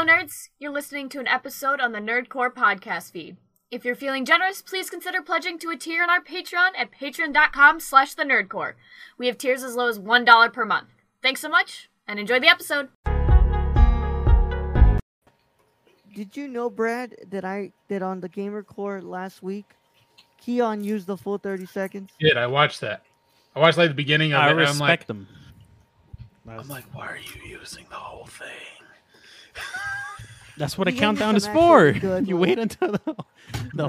nerds, you're listening to an episode on the Nerdcore podcast feed. If you're feeling generous, please consider pledging to a tier on our Patreon at patreon.com slash the nerdcore. We have tiers as low as $1 per month. Thanks so much, and enjoy the episode. Did you know, Brad, that I that on the gamer core last week, Keon used the full thirty seconds? Did I watched that? I watched like the beginning of I it. and I'm like, respect them. I'm like, why are you using the whole thing? That's what a You gave me countdown is some for. actually good You ones. wait until the, the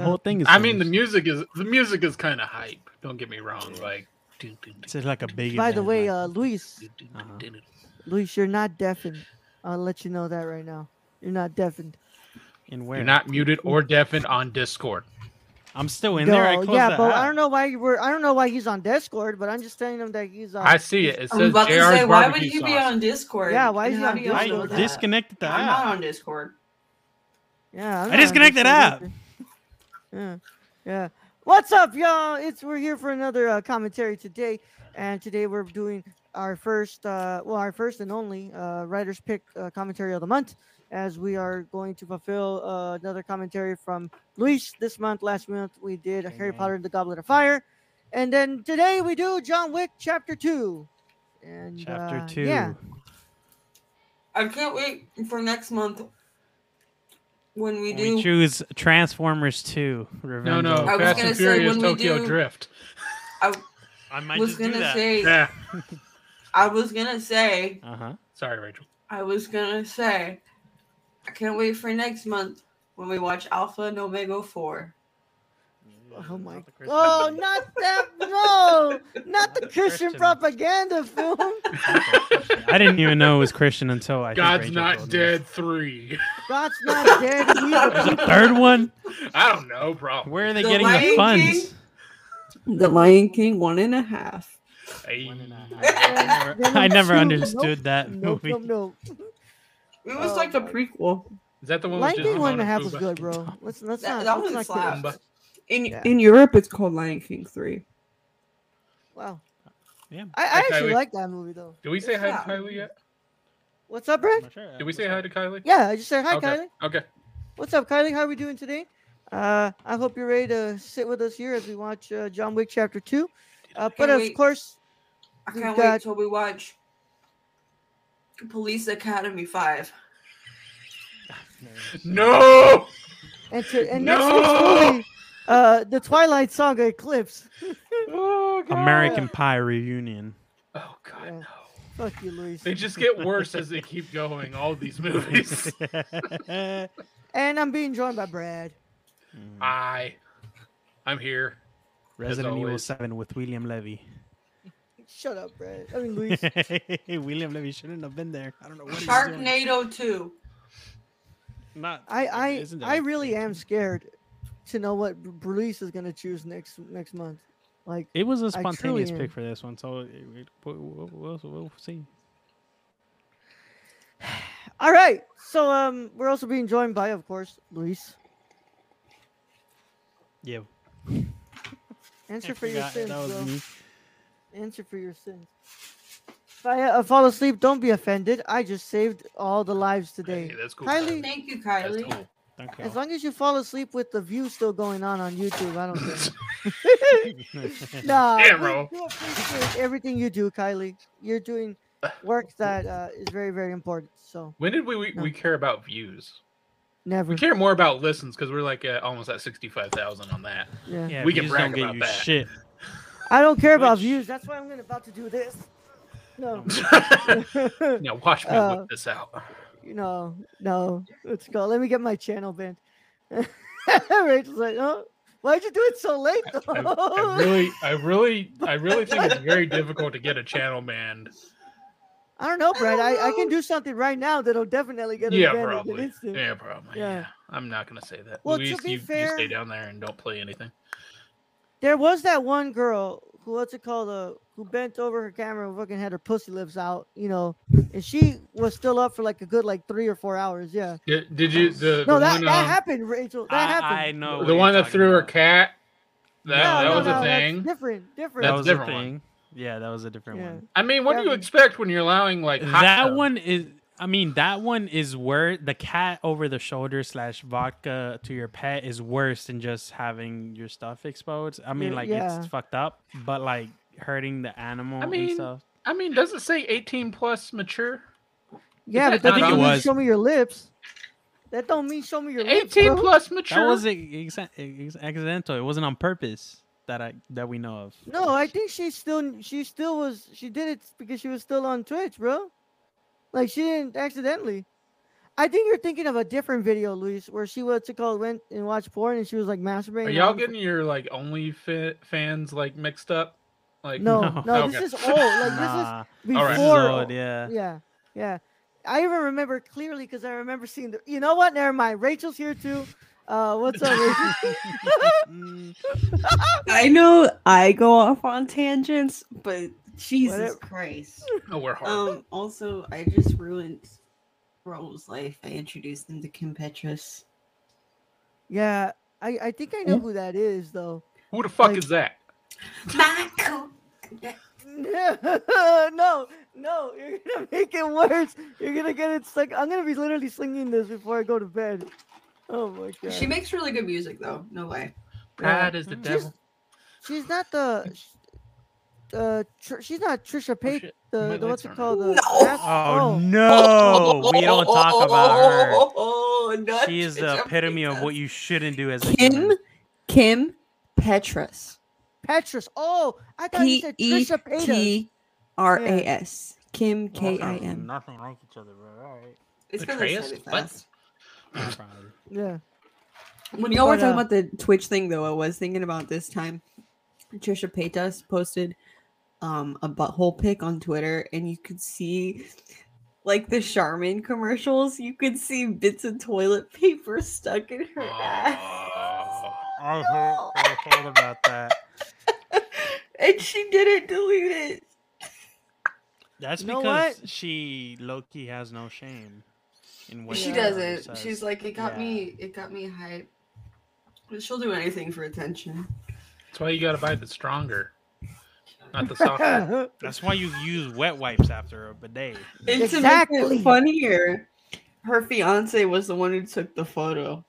No. whole thing is. I mean, the finished. music is the music is kind of hype. Don't get me wrong. Like, dun, dun, It's dun, like a big. By the event, way, like- uh, Luis, dun, dun, Uh-huh. dun, dun. Luis, you're not deafened. I'll let you know that right now. You're not deafened. uh, and where? you're not muted or deafened on Discord. I'm still in there. I closed yeah, that but app. I don't know why you were. I don't know why he's on Discord, but I'm just telling him that he's uh, on. I see it. It I was says about to say, JR's why would barbecue he be sauce. on Discord? Yeah, why is And he how on do y'all I Discord? know that? disconnected the I'm app. not on Discord. Yeah, I'm I not on disconnected Discord app. either. Yeah, yeah. What's up, y'all? It's we're here for another uh, commentary today, and today we're doing our first, uh, well, our first and only uh, writer's pick uh, commentary of the month, as we are going to fulfill uh, another commentary from Luis this month. Last month we did Harry Amen. Potter and the Goblet of Fire, and then today we do John Wick Chapter Two. And Chapter uh, two. Yeah, I can't wait for next month when we do. We choose Transformers Two. Revenge No, no, of I was Fast gonna and say, Furious when we Tokyo do- Drift. I I might was just do gonna that. say. Yeah. I was gonna say. Uh huh. Sorry, Rachel. I was gonna say. I can't wait for next month when we watch Alpha and Omega Four. Oh my! Oh, not that! No, not the Christian Christian. propaganda film. I didn't even know it was Christian until I. think God's Rachel Not told me. Dead 3. God's not dead. He There's a the third one. I don't know, bro. Where are they The getting the Lion funds? The Lion King one and a half. Hey. I never, Venom I never two. understood that no, movie. no, no. It was Oh like a my- prequel. Is that the one Lion with King just one and a half was Pumbaa? good, bro. Let's let's not. That, that let's one not kid slaps. ourselves. In Yeah. in Europe, it's called Lion King three. Wow. Yeah. I, I Okay, actually we- like that movie though. Did we say hi to Yeah. Kylie yet? What's up, Brad? Did we say hi to Kylie? Yeah, I just said hi, okay. Kylie. Okay. What's up, Kylie? How are we doing today? Uh, I hope you're ready to sit with us here as we watch uh, John Wick Chapter Two. Uh, but of wait. course, I We've can't got- wait till we watch Police Academy Five. No! and, to, and No! next week's movie, uh, the Twilight Saga Eclipse. American Pie reunion. Oh, God, Oh, Yeah. no. Fuck you, Luis. They just get worse as they keep going, all these movies. And I'm being joined by Brad. I, I'm here. Resident Evil always. Seven with William Levy. Shut up, Brad. I mean, Luis. William Levy shouldn't have been there. I don't know what he's doing. Sharknado Two. Not, I isn't it I I like- really am scared to know what B- Bruce is gonna choose next next month. Like It was a truly spontaneous am. pick for this one, so it, it, we'll, we'll, we'll, we'll see. all right, so um, we're also being joined by, of course, Luis. Yeah, Answer for your sins, that was bro. me. Answer for your sins. If I uh, fall asleep, don't be offended. I just saved all the lives today. Hey, that's cool. Kylie- Thank you, That's Kylie. cool. Thank As long as you fall asleep with the view still going on on YouTube, I don't care. you. nah, Damn, we bro. do appreciate everything you do, Kylie. You're doing work that uh, is very, very important. So When did we, we, No. we care about views? never. We care more about listens because we're like at, almost at 65,000 on that. Yeah. yeah, We can views brag don't get about you that. Shit. I don't care about Which- views. That's why I'm gonna about to do this. No, now, watch me Uh, whip this out. you know, no. Let's go. Let me get my channel banned. Rachel's like, oh, why'd you do it so late though? I, I really, I really, I really think it's very difficult to get a channel banned. I don't know, Brad. I, I can do something right now that'll definitely get us Yeah, banned in an probably. instant. Yeah, probably. Yeah. Yeah. I'm not gonna say that. Well, to Luis, be you, you fair- stay down there and don't play anything. There was that one girl who what's it called? Uh, who bent over her camera and fucking had her pussy lips out, you know, and she was still up for like a good like three or four hours. Yeah. Did, did you the, No, the that, one that um, happened, Rachel. That I, happened. I know. Oh, what the you're one that talking threw her about. cat? That, No, that no, was no, a that's thing. Different, different. That That's was a different one. thing. Yeah, that was a different Yeah. one. I mean, what do Yeah. you expect when you're allowing like hot That tub? one is I mean, that one is worse. The cat over the shoulder slash vodka to your pet is worse than just having your stuff exposed. I mean, Yeah, like yeah. it's fucked up, but like hurting the animal I mean, and stuff. I mean, does it say 18 plus mature? Yeah, but that that not don't on- mean was. show me your lips. That don't mean show me your lips. 18 bro. plus That mature. was ex- ex- accidental. It wasn't on purpose that I that we know of. No, I think she still she still was she did it because she was still on Twitch, bro. Like she didn't accidentally. I think you're thinking of a different video, Luis, where she what's it called went and watched porn and she was like masturbating. Are on y'all the- getting your like only fa- fans like mixed up? Like No, No. no, Okay. this is old. Oh, Like Nah, this is All right. this is before. old, yeah. yeah, yeah. I even remember clearly because I remember seeing the. You know what? Never mind. Rachel's here too. Uh, what's up? Rachel? Mm, I know I go off on tangents, but Jesus Whatever. Christ. oh, we're hard. Um. Also, I just ruined Roll's life. I introduced him to Kim Petras. yeah, I I think I know who that is though. Who the fuck like- is that? Michael. no, no, you're gonna make it worse. You're gonna get it stuck. I'm gonna be literally slinging this before I go to bed. Oh my god. She makes really good music, though. No way. Pride is the She's, devil. she's not the. sh- Uh, tr- she's not Trisha Oh, Paytas. shit. the, My the what's lights it called? aren't The No. ass- Oh no, Oh, we don't talk about Oh, her. She is the epitome of what you shouldn't do as a Kim human. Kim Petras. Petrus. Oh, I thought you P said E Trisha Paytas. T R A S. Kim K I M. Nothing like each other, bro. All right. It's because I Atreus? said it What? fast. Yeah. When y'all were But, talking uh, about the Twitch thing, though, I was thinking about this time. Trisha Paytas posted um, a butthole pic on Twitter, and you could see, like the Charmin commercials, you could see bits of toilet paper stuck in her ass. I heard, I heard about that. and she didn't delete it. That's You know because what? she Loki has no shame in what She she doesn't. says. She's like, it got Yeah. me. It got me hype. But She'll do anything for attention. That's why you gotta buy the stronger, not the softer. That's why you use wet wipes after a bidet. And to make Exactly. it funnier, her fiance was the one who took the photo.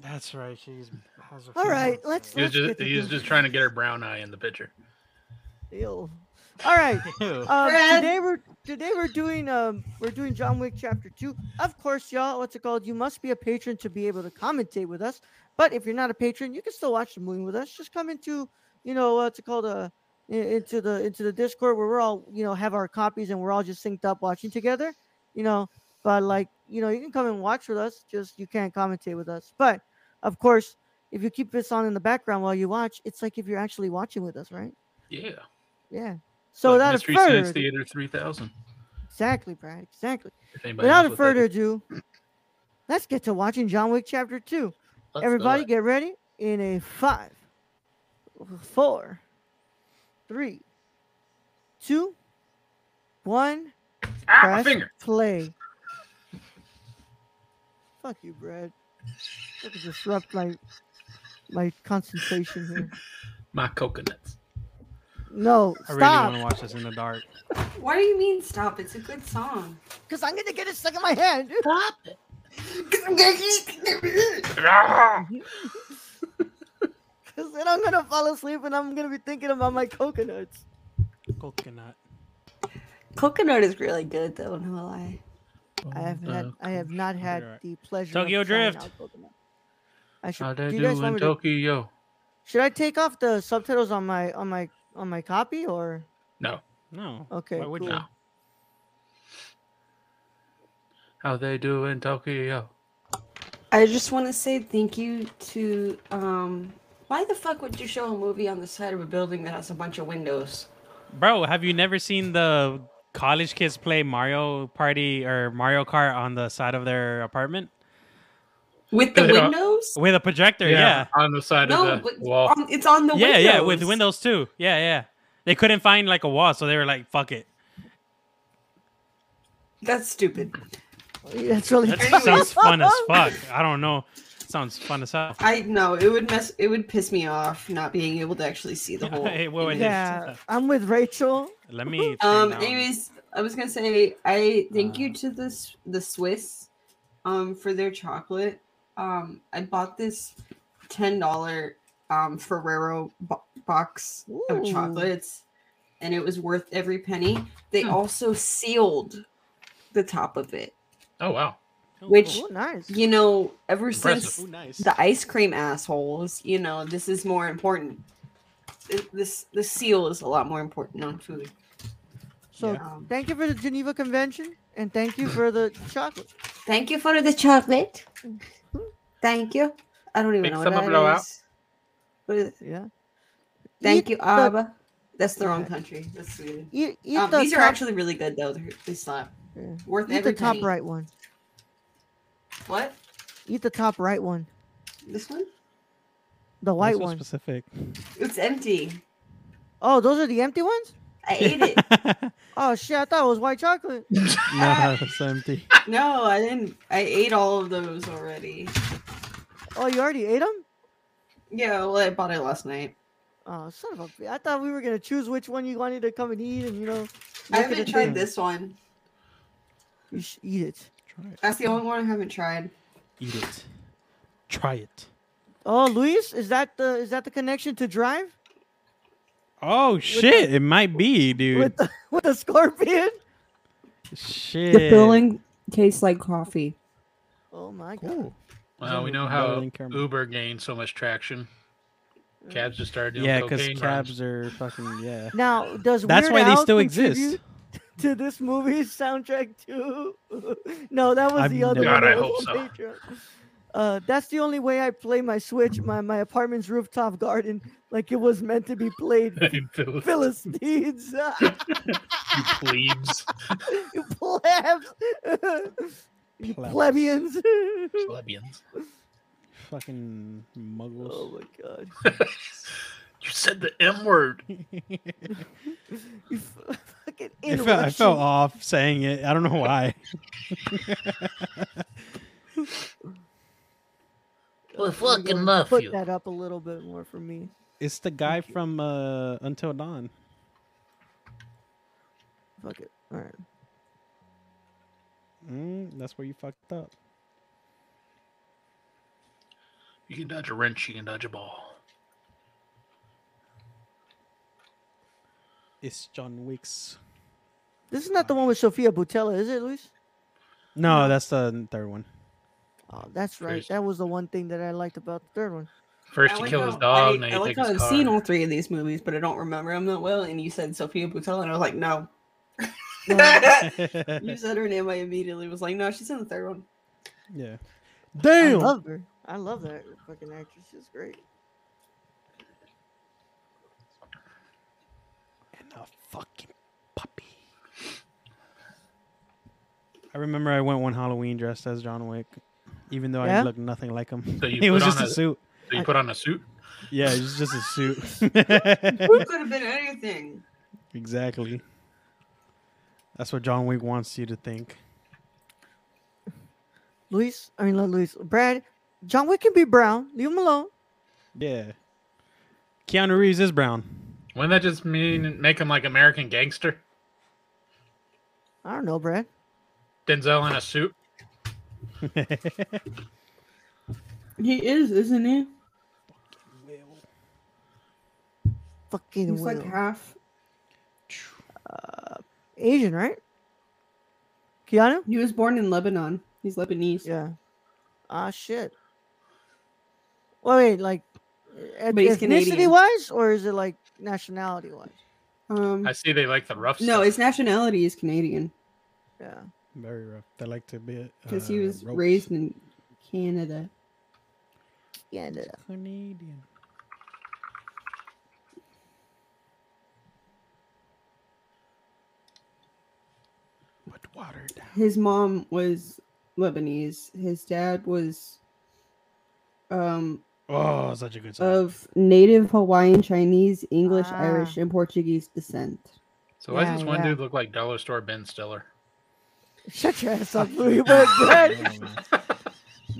That's right. She's has a All right, let's- He was just, get the he was dude. just trying to get her brown eye in the picture. Ew. All right. Ew. Um, Fred. today we're today we're doing um we're doing John Wick Chapter Two. Of course, y'all, what's it called? You must be a patron to be able to commentate with us. But if you're not a patron, you can still watch the movie with us. Just come into you know what's it called uh i- into the into the Discord where we're all you know have our copies and we're all just synced up watching together. You know, but like you know you can come and watch with us. Just you can't commentate with us. But of course, if you keep this on in the background while you watch, it's like if you're actually watching with us, right? Yeah. Yeah. So Like without a Mystery further Science ado- Theater 3000. Exactly, Brad. Exactly. If anybody knows Without what that further is. ado, let's get to watching John Wick Chapter 2. Let's do Everybody it. get ready in a five, four, three, two, one. Ah, my press finger. play. Fuck you, Brad. Don't disrupt my my concentration here. My coconuts. No, I really stop. want to watch this in the dark. Why do you mean stop? It's a good song. Because I'm gonna get it stuck in my hand. Ah! Because then I'm gonna fall asleep and I'm gonna be thinking about my coconuts. Coconut. Coconut is really good, though, no lie. I have Oh, Oh, had, I have not had alright. the pleasure. Tokyo of trying Drift. out Pokemon. I uh, How should. they Do do, you guys want in me to, Tokyo? Should I take off the subtitles on my on my on my copy or No, No. okay? Why would cool. you? no. How they do in Tokyo? I just want to say thank you to. um Why the fuck would you show a movie on the side of a building that has a bunch of windows? Bro, have you never seen the college kids play Mario Party or Mario Kart on the side of their apartment With the They don't- windows? with a projector? Yeah. on the side No, of the but wall. on, it's on the Yeah, yeah, windows. with windows too. Yeah, yeah. They couldn't find like a wall, so they were like, "Fuck it." That's stupid. That's really. That Anyways. sounds fun as fuck. I don't know. Sounds fun as hell. I know it would mess. It would piss me off not being able to actually see the whole. Hey, wait, wait, image. here. Yeah, I'm with Rachel. Let me. turn Um. down- Anyways, I was gonna say I thank you to this the Swiss, um, for their chocolate. Um, I bought this ten dollar um Ferrero bo- box of Ooh. chocolates, and it was worth every penny. They also sealed the top of it, Oh wow. which Oh, nice. you know, ever Impressive. Oh, since nice. the ice cream assholes, you know, this is more important. Th- This the seal is a lot more important on food. So Um, thank you for the Geneva Convention and thank you for the chocolate. Thank you for the chocolate. Thank you. I don't even Make know some what a that blowout. is. What is it? Yeah. Thank you, Eat the- Abba. That's the wrong country. That's Sweden. Eat, eat Um, the these top, are actually really good though. They're- They slap. Yeah. Worth eat every the top penny. right one. What? Eat the top right one. This one? The Why white so one. specific. It's empty. Oh, those are the empty ones? I ate it. Oh shit, I thought it was white chocolate. no, it's empty. no, I didn't. I ate all of those already. Oh, you already ate them? Yeah, well, I bought it last night. Oh, son of a bi- I thought we were gonna choose which one you wanted to come and eat, and you know, I make it a haven't tried thing. this one. You should eat it. Try it. That's the only one I haven't tried. Eat it. Try it. Oh, Luis, is that the is that the connection to Drive Oh shit! It might be, dude. with the, with the scorpion? Shit. The filling tastes like coffee. Oh my god! Cool. Well, we Zombie know how rolling camera. Uber gained so much traction. Cabs just started doing Yeah, because cocaine runs. cabs are fucking yeah. Now, does That's Weird why they Al still contribute exist. to this movie's soundtrack too? no, that was I've the other. never- one God, I that was hope on Patreon. Uh, that's the only way I play my Switch, my, my apartment's rooftop garden, like it was meant to be played. uh, Phil- Philistines. you plebes. you plebs. you Plebs. plebeians. Plebeians. Fucking oh muggles. my god. You said the M word. You f- fucking I felt, I Russian. felt off saying it. I don't know why. Well, We're gonna fucking love Put you. that up a little bit more for me. It's the guy from uh, Until Dawn. Fuck it. All right. Mm, that's where you fucked up. You can dodge a wrench, you can dodge a ball. It's John Wick's. This is not the one with Sofia Butella, is it, Luis? No, that's the third one. Oh, that's right. First. That was the one thing that I liked about the third one. First I you like kill his how- dog, I, now I you like take how his I've car. seen all three of these movies, but I don't remember them that well. And you said Sophia Boutella, and I was like, no. you said her name. I immediately was like, no, she's in the third one. yeah. I Damn. love her. I love that fucking actress. She's great. and a fucking puppy. I remember I went one Halloween dressed as John Wick, even though Yeah? I looked nothing like him. So you it was put on just a a- suit. So you put on a suit? Yeah, it was just a suit. It could have been anything. exactly. That's what John Wick wants you to think. Luis, I mean, not Luis. Brad, John Wick can be brown. Leave him alone. Yeah. Keanu Reeves is brown. Wouldn't that just Mm. mean make him like American gangster? I don't know, Brad. Denzel in a suit? He is, isn't he? Fucking He's like will. half. Asian, right? Keanu? He was born in Lebanon. He's Lebanese. Yeah. Ah, shit. Well, wait, like, eth- But he's ethnicity Canadian. wise, or is it like nationality wise? Um, I see they like the rough no, stuff. his nationality is Canadian Yeah. Very rough. They like to be. uh, because he was raised in Canada. Yeah. no, no. Canadian. But water down. His mom was Lebanese. His dad was um Oh, such a good song. of native Hawaiian, Chinese, English, Ah. Irish, and Portuguese descent. so why does yeah, this one yeah. dude look like dollar store Ben Stiller? Shut your ass up, Louis. But Brad,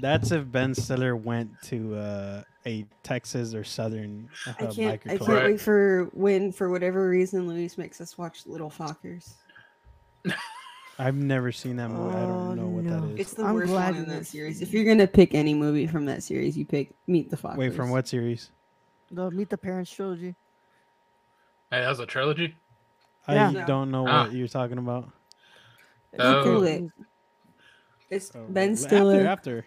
That's if Ben Stiller went to uh, a Texas or Southern uh, I can't. biker I club. can't wait for when, for whatever reason, Luis makes us watch Little Fockers. I've never seen that movie. I Oh, don't know what no. that It's is. the I'm worst glad one you in that didn't see series. it. If you're gonna pick any movie from that series, you pick Meet the Fockers. Wait, from what series? The Meet the Parents trilogy. Hey, that was a trilogy. Yeah. I No. don't know Ah. what you're talking about. Oh. Google Mm. it. It's Oh, Ben after- Stiller, After,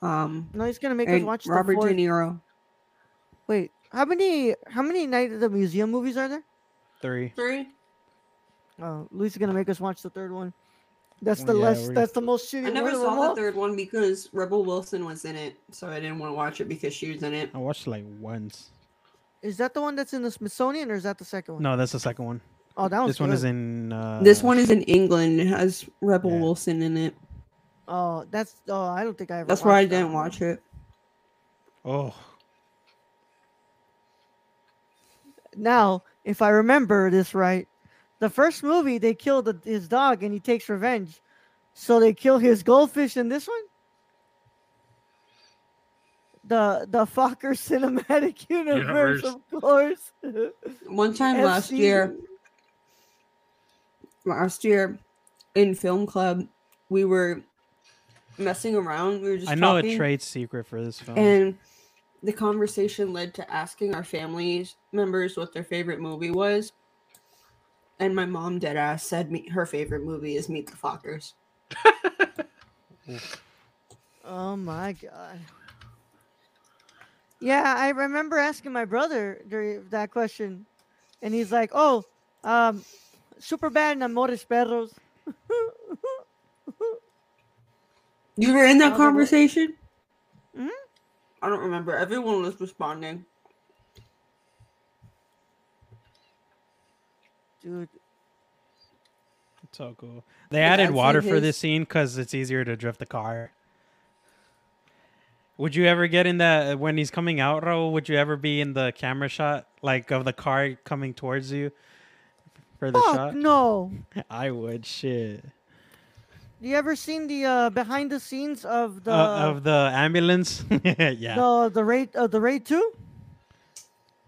um, No, he's gonna make us and watch the Robert fourth- De Niro. Wait, how many how many Night at the Museum movies are there? three. Three. Oh, Luis is gonna make us watch the third one. That's the Well, Oh, yeah, less. we're- That's the most shitty. I never one of them saw all. the third one because Rebel Wilson was in it, so I didn't want to watch it because she was in it. I watched like once. Is that the one that's in the Smithsonian or is that the second one? No, that's the second one. Oh, that one's This one good. is in. Uh, this one is in England. It has Rebel Yeah. Wilson in it. Oh, that's. Oh, I don't think I ever. That's why I watched that didn't one. watch it. Oh, Now, if I remember this right, the first movie they killed the, his dog and he takes revenge, so they kill his goldfish in this one. The the Fokker cinematic universe, Universe. of course. One time last FC. year, last year in film club, we were messing around. We were just I know talking. a trade secret for this film. And the conversation led to asking our family members what their favorite movie was. And my mom dead ass said me, her favorite movie is Meet the Fockers. Oh my god. Yeah, I remember asking my brother during that question, and he's like, "Oh, um, super bad and amores perros." You were in Oh, that the- conversation? Mhm. I don't remember. Everyone was responding. Dude, It's so cool. They added I've water seen for his- this scene because it's easier to drift the car. Would you ever get in the when he's coming out, Ro? Would you ever be in the camera shot like of the car coming towards you for the fuck shot? no. I would shit You ever seen the uh, behind the scenes of the Uh, of the ambulance. yeah. the the raid of the raid two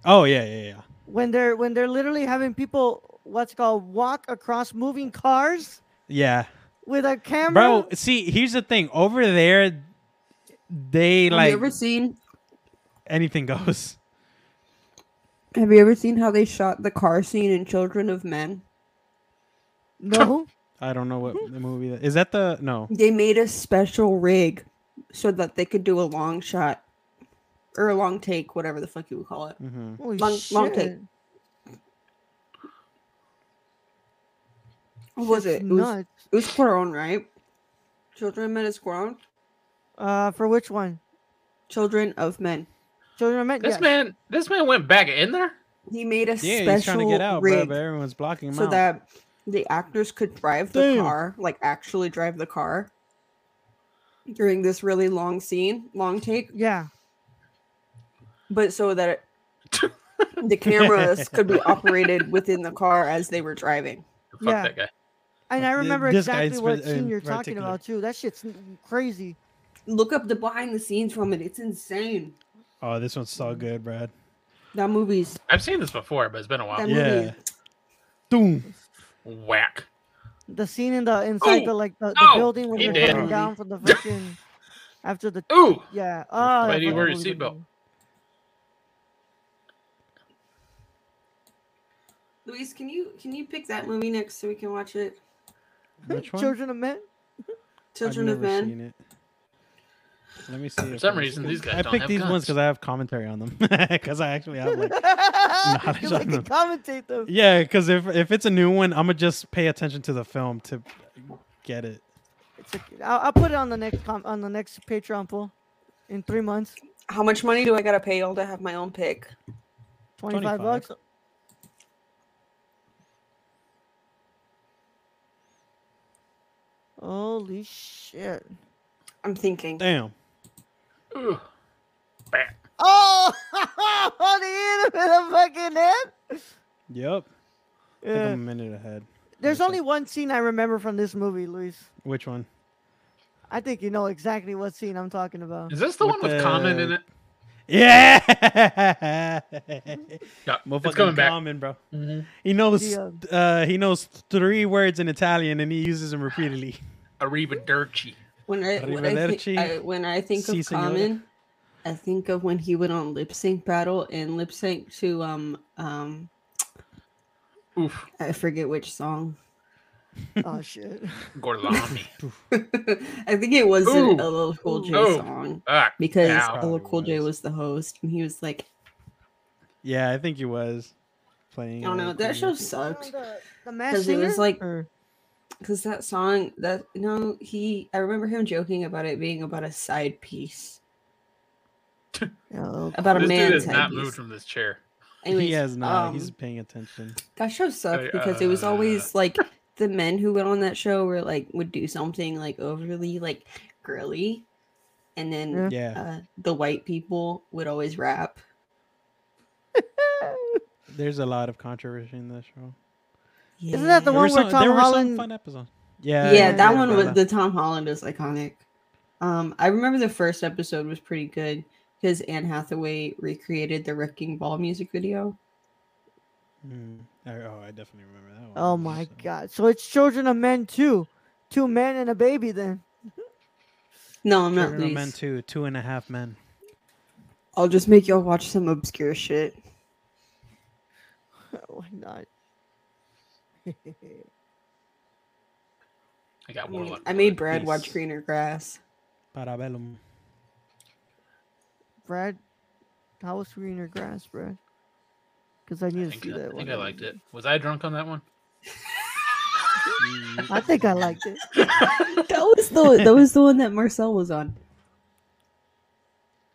Oh yeah, yeah, yeah. when they're when they're literally having people what's it called walk across moving cars Yeah, with a camera? bro. See, here's the thing. Over there, they have like you ever seen? anything goes. Have you ever seen how they shot the car scene in Children of Men? no. I don't know what Mm-hmm. the movie that, is. That the no. They made a special rig so that they could do a long shot or a long take, whatever the fuck you would call it. hmm Holy Long- shit. long take. What was Shit's it? It was, nuts. it was Quaron, right? Children of Men is Quaron. Uh, for which one? Children of Men. Children of Men. This yeah. man, this man went back in there. He made a Yeah, he's special trying to get out, bro, rig but everyone's blocking him so out. that the actors could drive the Damn. car, like actually drive the car during this really long scene, long take, Yeah. but so that it, the cameras could be operated within the car as they were driving. Fuck Yeah. that guy. And I Uh, Th- remember this guy exactly in what spe- in scene you're talking particular. about too. That shit's n- crazy. Look up the behind the scenes from it. It's insane. Oh, this one's so good, Brad. That movie's I've seen this before, but it's been a while. that Yeah. movie. Doom. Whack. The scene in the inside Oh, the like the, the oh, building when he they're did. coming down from the fucking after the Ooh. yeah. Oh, Lady, wear your seatbelt. Luis, can you can you pick that movie next so we can watch it? Which one? Children of Men. Children I've of never Men. Seen it. Let me see. For if some I- reason, these guys I don't picked have these ones guns. because I have commentary on them. Because I actually have like. Because on I can them. commentate them. Yeah, because if if it's a new one, I'm gonna just pay attention to the film to get it. It's okay. I'll, I'll put it on the next com- on the next Patreon poll in three months. How much money do I gotta pay y'all to have my own pick? Twenty five 25. bucks. Holy shit! I'm thinking. Damn. Ooh. Back. Oh, on the end of it, a fucking head. Yep. I think Yeah. I'm Eh. a minute ahead. There's Okay. only one scene I remember from this movie, Luis. Which one? I think you know exactly what scene I'm talking about. Is this the With one with Common in the- it? Yeah. Yeah, Motherfucking it's coming back. common, bro. hmm He knows The, uh, he knows three words in Italian and he uses them repeatedly. Arrivederci. When I, when I, Arrivederci. think, I when I think Si, of senora. Common, I think of when he went on lip sync battle and lip sync to um um Oof, I forget which song. oh shit. Gorlami. I think it was an Ooh. LL Cool J Oh. song Ah, because Ow. LL Cool J Probably was the host and he was like, Yeah, I think he was I playing. don't know, uh, that Queen. show sucked The, the mass because it singer. was like Or- because that song that no he I remember him joking about it being about a side piece Oh, about a this dude man has side not moved piece. from this chair. Anyways, he has not. He's um, paying attention. That show sucked I, because it was uh, always like the men who went on that show were like would do something like overly like girly, and then Yeah, uh, the white people would always rap. there's a lot of controversy in that show. Yeah. Isn't that the There one were where some, there Tom were Holland? some fun episodes. Yeah, yeah, that yeah, one yeah. was the Tom Holland is iconic. Um, I remember the first episode was pretty good because Anne Hathaway recreated the Wrecking Ball music video. Mm. I- Oh, I definitely remember that one. Oh my So- god! So it's Children of Men too, two men and a baby. Then No, I'm not. Children of Luis. Men two, two and a half men. I'll just make y'all watch some obscure shit. Oh, why not? I got I, mean, Warlock. I made Brad watch Peace. Greener Grass. Parabellum. Brad, how was greener grass, Brad? Because I I need to see think, I, that I one. think I liked it. Was I drunk on that one? I think I liked it. that was the that was the one that Marcel was on.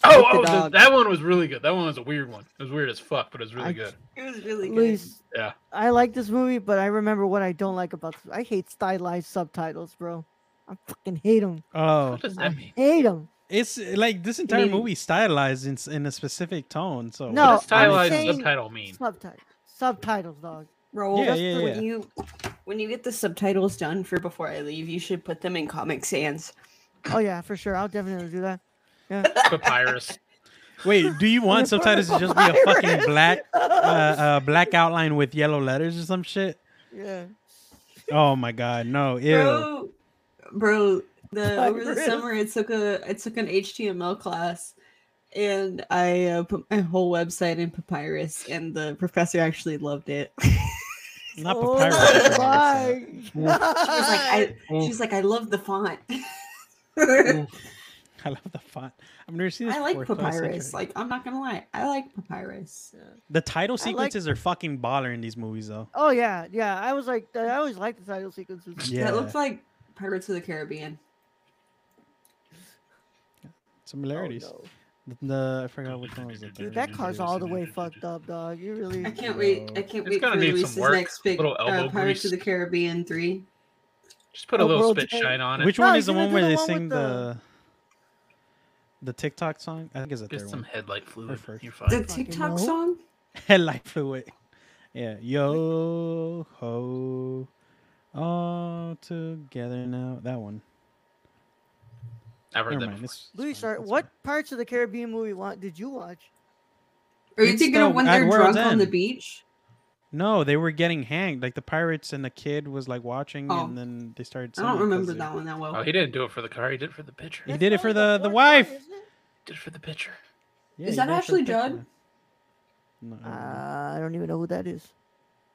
Oh, With the oh th- dog. that one was really good. That one was a weird one. It was weird as fuck, but it was really I- good. It was really Luis, Yeah. I like this movie, but I remember what I don't like about this. I hate stylized subtitles, bro. I fucking hate them. Oh, What does I that mean? hate them. it's like this entire mean- movie stylized in, s- in a specific tone. So No, what I'm does stylized saying- subtitle mean? Subtitles, subtitles, dog. Roll. Yeah, yeah, yeah. When you when you get the subtitles done for before I leave, you should put them in Comic Sans. Oh yeah, for sure. I'll definitely do that. Papyrus. wait, do you want subtitles to just be a fucking black uh, uh, black outline with yellow letters or some shit? Yeah. Oh my god, no, ew. Bro, bro, the over the Papyrus. summer I took a I took an HTML class and I uh, put my whole website in papyrus and the professor actually loved it. Not Oh papyrus. my She was like, I, Oof. she's like, I love the font. Mm. I love the font. I've never seen this. I like before, so it's papyrus. interesting. Like, I'm not gonna lie, I like papyrus. the title like- sequences are fucking baller in these movies, though. Oh yeah, yeah. I was like, I always liked the title sequences. Yeah, That looks like Pirates of the Caribbean. Oh, similarities. no. The- The I forgot which one was the Dude, third that one. car's all the way fucked up, dog. You really. I can't wait. No. I can't It's wait for gonna need some Luis's work, next big little uh, elbow Pirates of grease. the Caribbean three. Just put a Oh, little World spit Day. shine on it. Which No, one he's is the gonna one do where the they one with sing the- the the TikTok song? I think it's the Get third some one. headlight fluid. first. You're The fine. fucking TikTok know. song. Headlight fluid. Yeah, yo ho, all together now. That one. I've heard Never that mind. before. It's, it's Luis, fine, are- it's what fine. parts of the Caribbean movie wa- did you watch? Are you It's thinking of the- when at they're World's drunk on the End. beach? No, they were getting hanged. Like the pirates and the kid was like watching, Oh. and then they started. I singing don't 'cause remember they- that one that well. Oh, he didn't do it for the car. He did it for the picture. He He That's did it for only the- fourth the one, wife. isn't it? did it for the picture. Yeah, Is you that guys Ashley should pick Judd? one. No, Uh, I don't know. I don't even know who that is.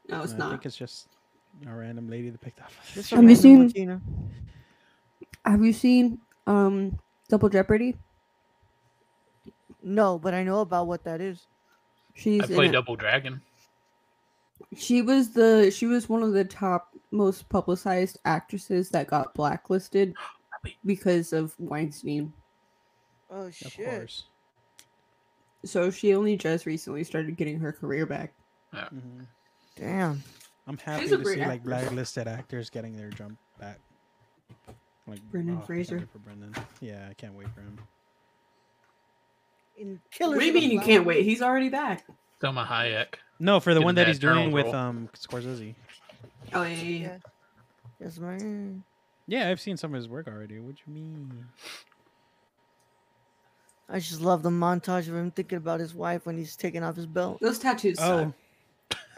No, it's I not. think it's just a random lady that picked up. Just some I'm random assuming- Latina. Have you seen um Double Jeopardy? No, but I know about what that is. She's I in played it. Double Dragon. she was the she was one of the top most publicized actresses that got blacklisted because of Weinstein. Oh Of shit! course. So she only just recently started getting her career back. Mhm. Damn. I'm happy a to great see like actress. blacklisted actors getting their jump back. Like Brendan oh, I can't Fraser. wait for Brendan. Yeah, I can't wait for him. In Killers What do you of the mean you Flower- can't wait? He's already back. Selma Hayek. No, for the Give one him that that he's doing Eternals with role. um Scorsese. Oh yeah, yeah, yeah. Yes, man. Yeah, I've seen some of his work already. What do you mean? I I just love the montage of him thinking about his wife when he's taking off his belt. Those tattoos. Oh. suck.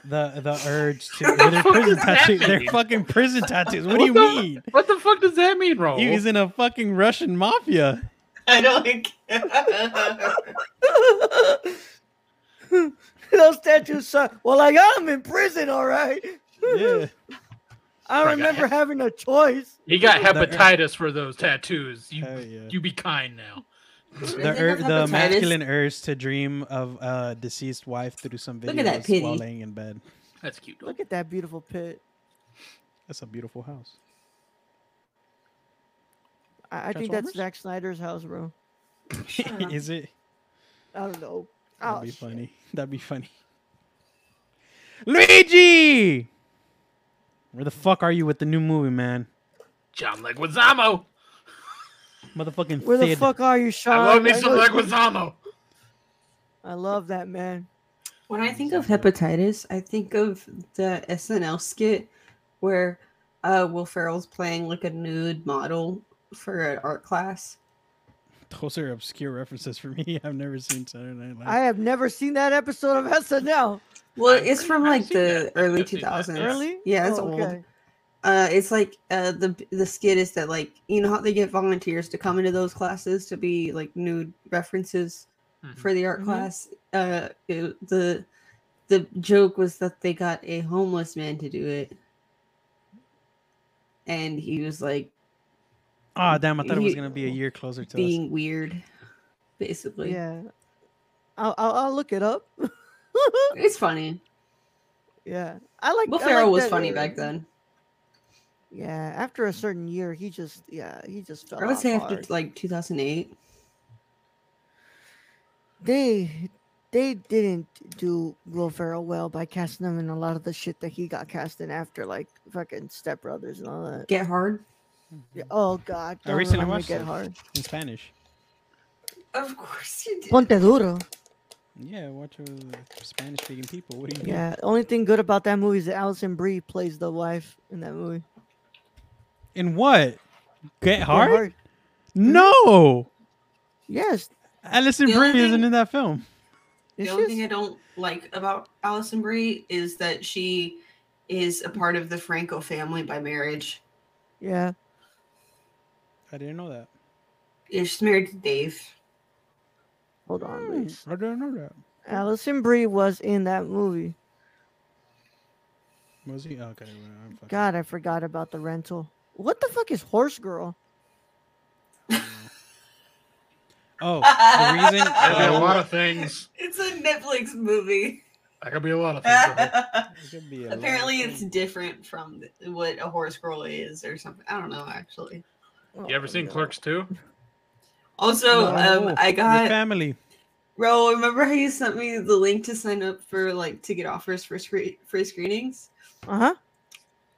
The the urge to What the they're fuck prison does that tattoos. They're mean? fucking prison tattoos. What, do you What the- mean? What the fuck does that mean, Raul? He was in a fucking Russian mafia. I don't like. I Those tattoos suck. Well, I got him in prison, all right. Yeah. I Bro, I got remember having a choice. he got The- hepatitis for those tattoos. You, Hell yeah. you be kind now. They The, have ur- the hepatitis. masculine urge to dream of a deceased wife through some videos Look at that pity. while laying in bed. That's cute. Though. Look at that beautiful pit. That's a beautiful house. I, I think that's Zack Transformers? Snyder's house, bro. Shut up. Is it? I don't know. That'd Oh, be shit. funny. That'd be funny. Luigi! Where the fuck are you with the new movie, man? John Leguizamo. Motherfucking Where the Sid. fuck are you, Sean? I love me some know- Leguizamo. I love that man. When I think of hepatitis, I think of the SNL skit where uh, Will Ferrell's playing like a nude model for an art class. Those are obscure references for me. I've never seen Saturday Night Live. I have never seen that episode of SNL. Well, I've- it's from I've like seen the that. early I've seen two that, thousands. yeah. Really? Yeah, it's Oh, old. Uh, it's like uh, the the skit is that like you know how they get volunteers to come into those classes to be like nude references Mhm. for the art Mhm. class. Uh, it- the the joke was that they got a homeless man to do it, and he was like oh, damn. I thought it was you- going to be a year closer to us. being weird, basically. Yeah. I'll, I'll, I'll look it up. It's funny. yeah. I like Will I Ferrell like was that, funny uh, back then. Yeah. After a certain year, he just, yeah, he just fell I would off say after hard. like 2008. they they didn't do Will Ferrell well by casting him in a lot of the shit that he got cast in after, like fucking Step Brothers and all that. Get hard. Yeah, Oh God, I don't recently remind me watched to get that. hard. In Spanish. Of course you did. Ponte duro. Yeah, watch uh, Spanish speaking people. What do you mean? Yeah, only thing good about that movie is that Alison Brie plays the wife in that movie. In what? Get Get Hard? No! Yes. Alison The only Brie isn't thing- in that film. it's the only just- thing I don't like about Alison Brie is that she is a part of the Franco family by marriage. yeah. I didn't know that. Yeah, She's married to Dave. Hold on, Luis. I didn't know that. Alison Brie was in that movie. Was he? Okay. well, I'm fucking- God, I forgot about the rental. What the fuck is Horse Girl? Oh, the reason. I could be a oh, lot of things. It's a Netflix movie. I could be a lot of things. Raul. it Apparently, could be a lot of it's things. different from what a horse girl is or something. I don't know, actually. You ever Oh, seen no. Clerks 2? Also, No. um, I Your got family. Bro, remember how you sent me the link to sign up for like to get offers for screen for screenings? Uh huh.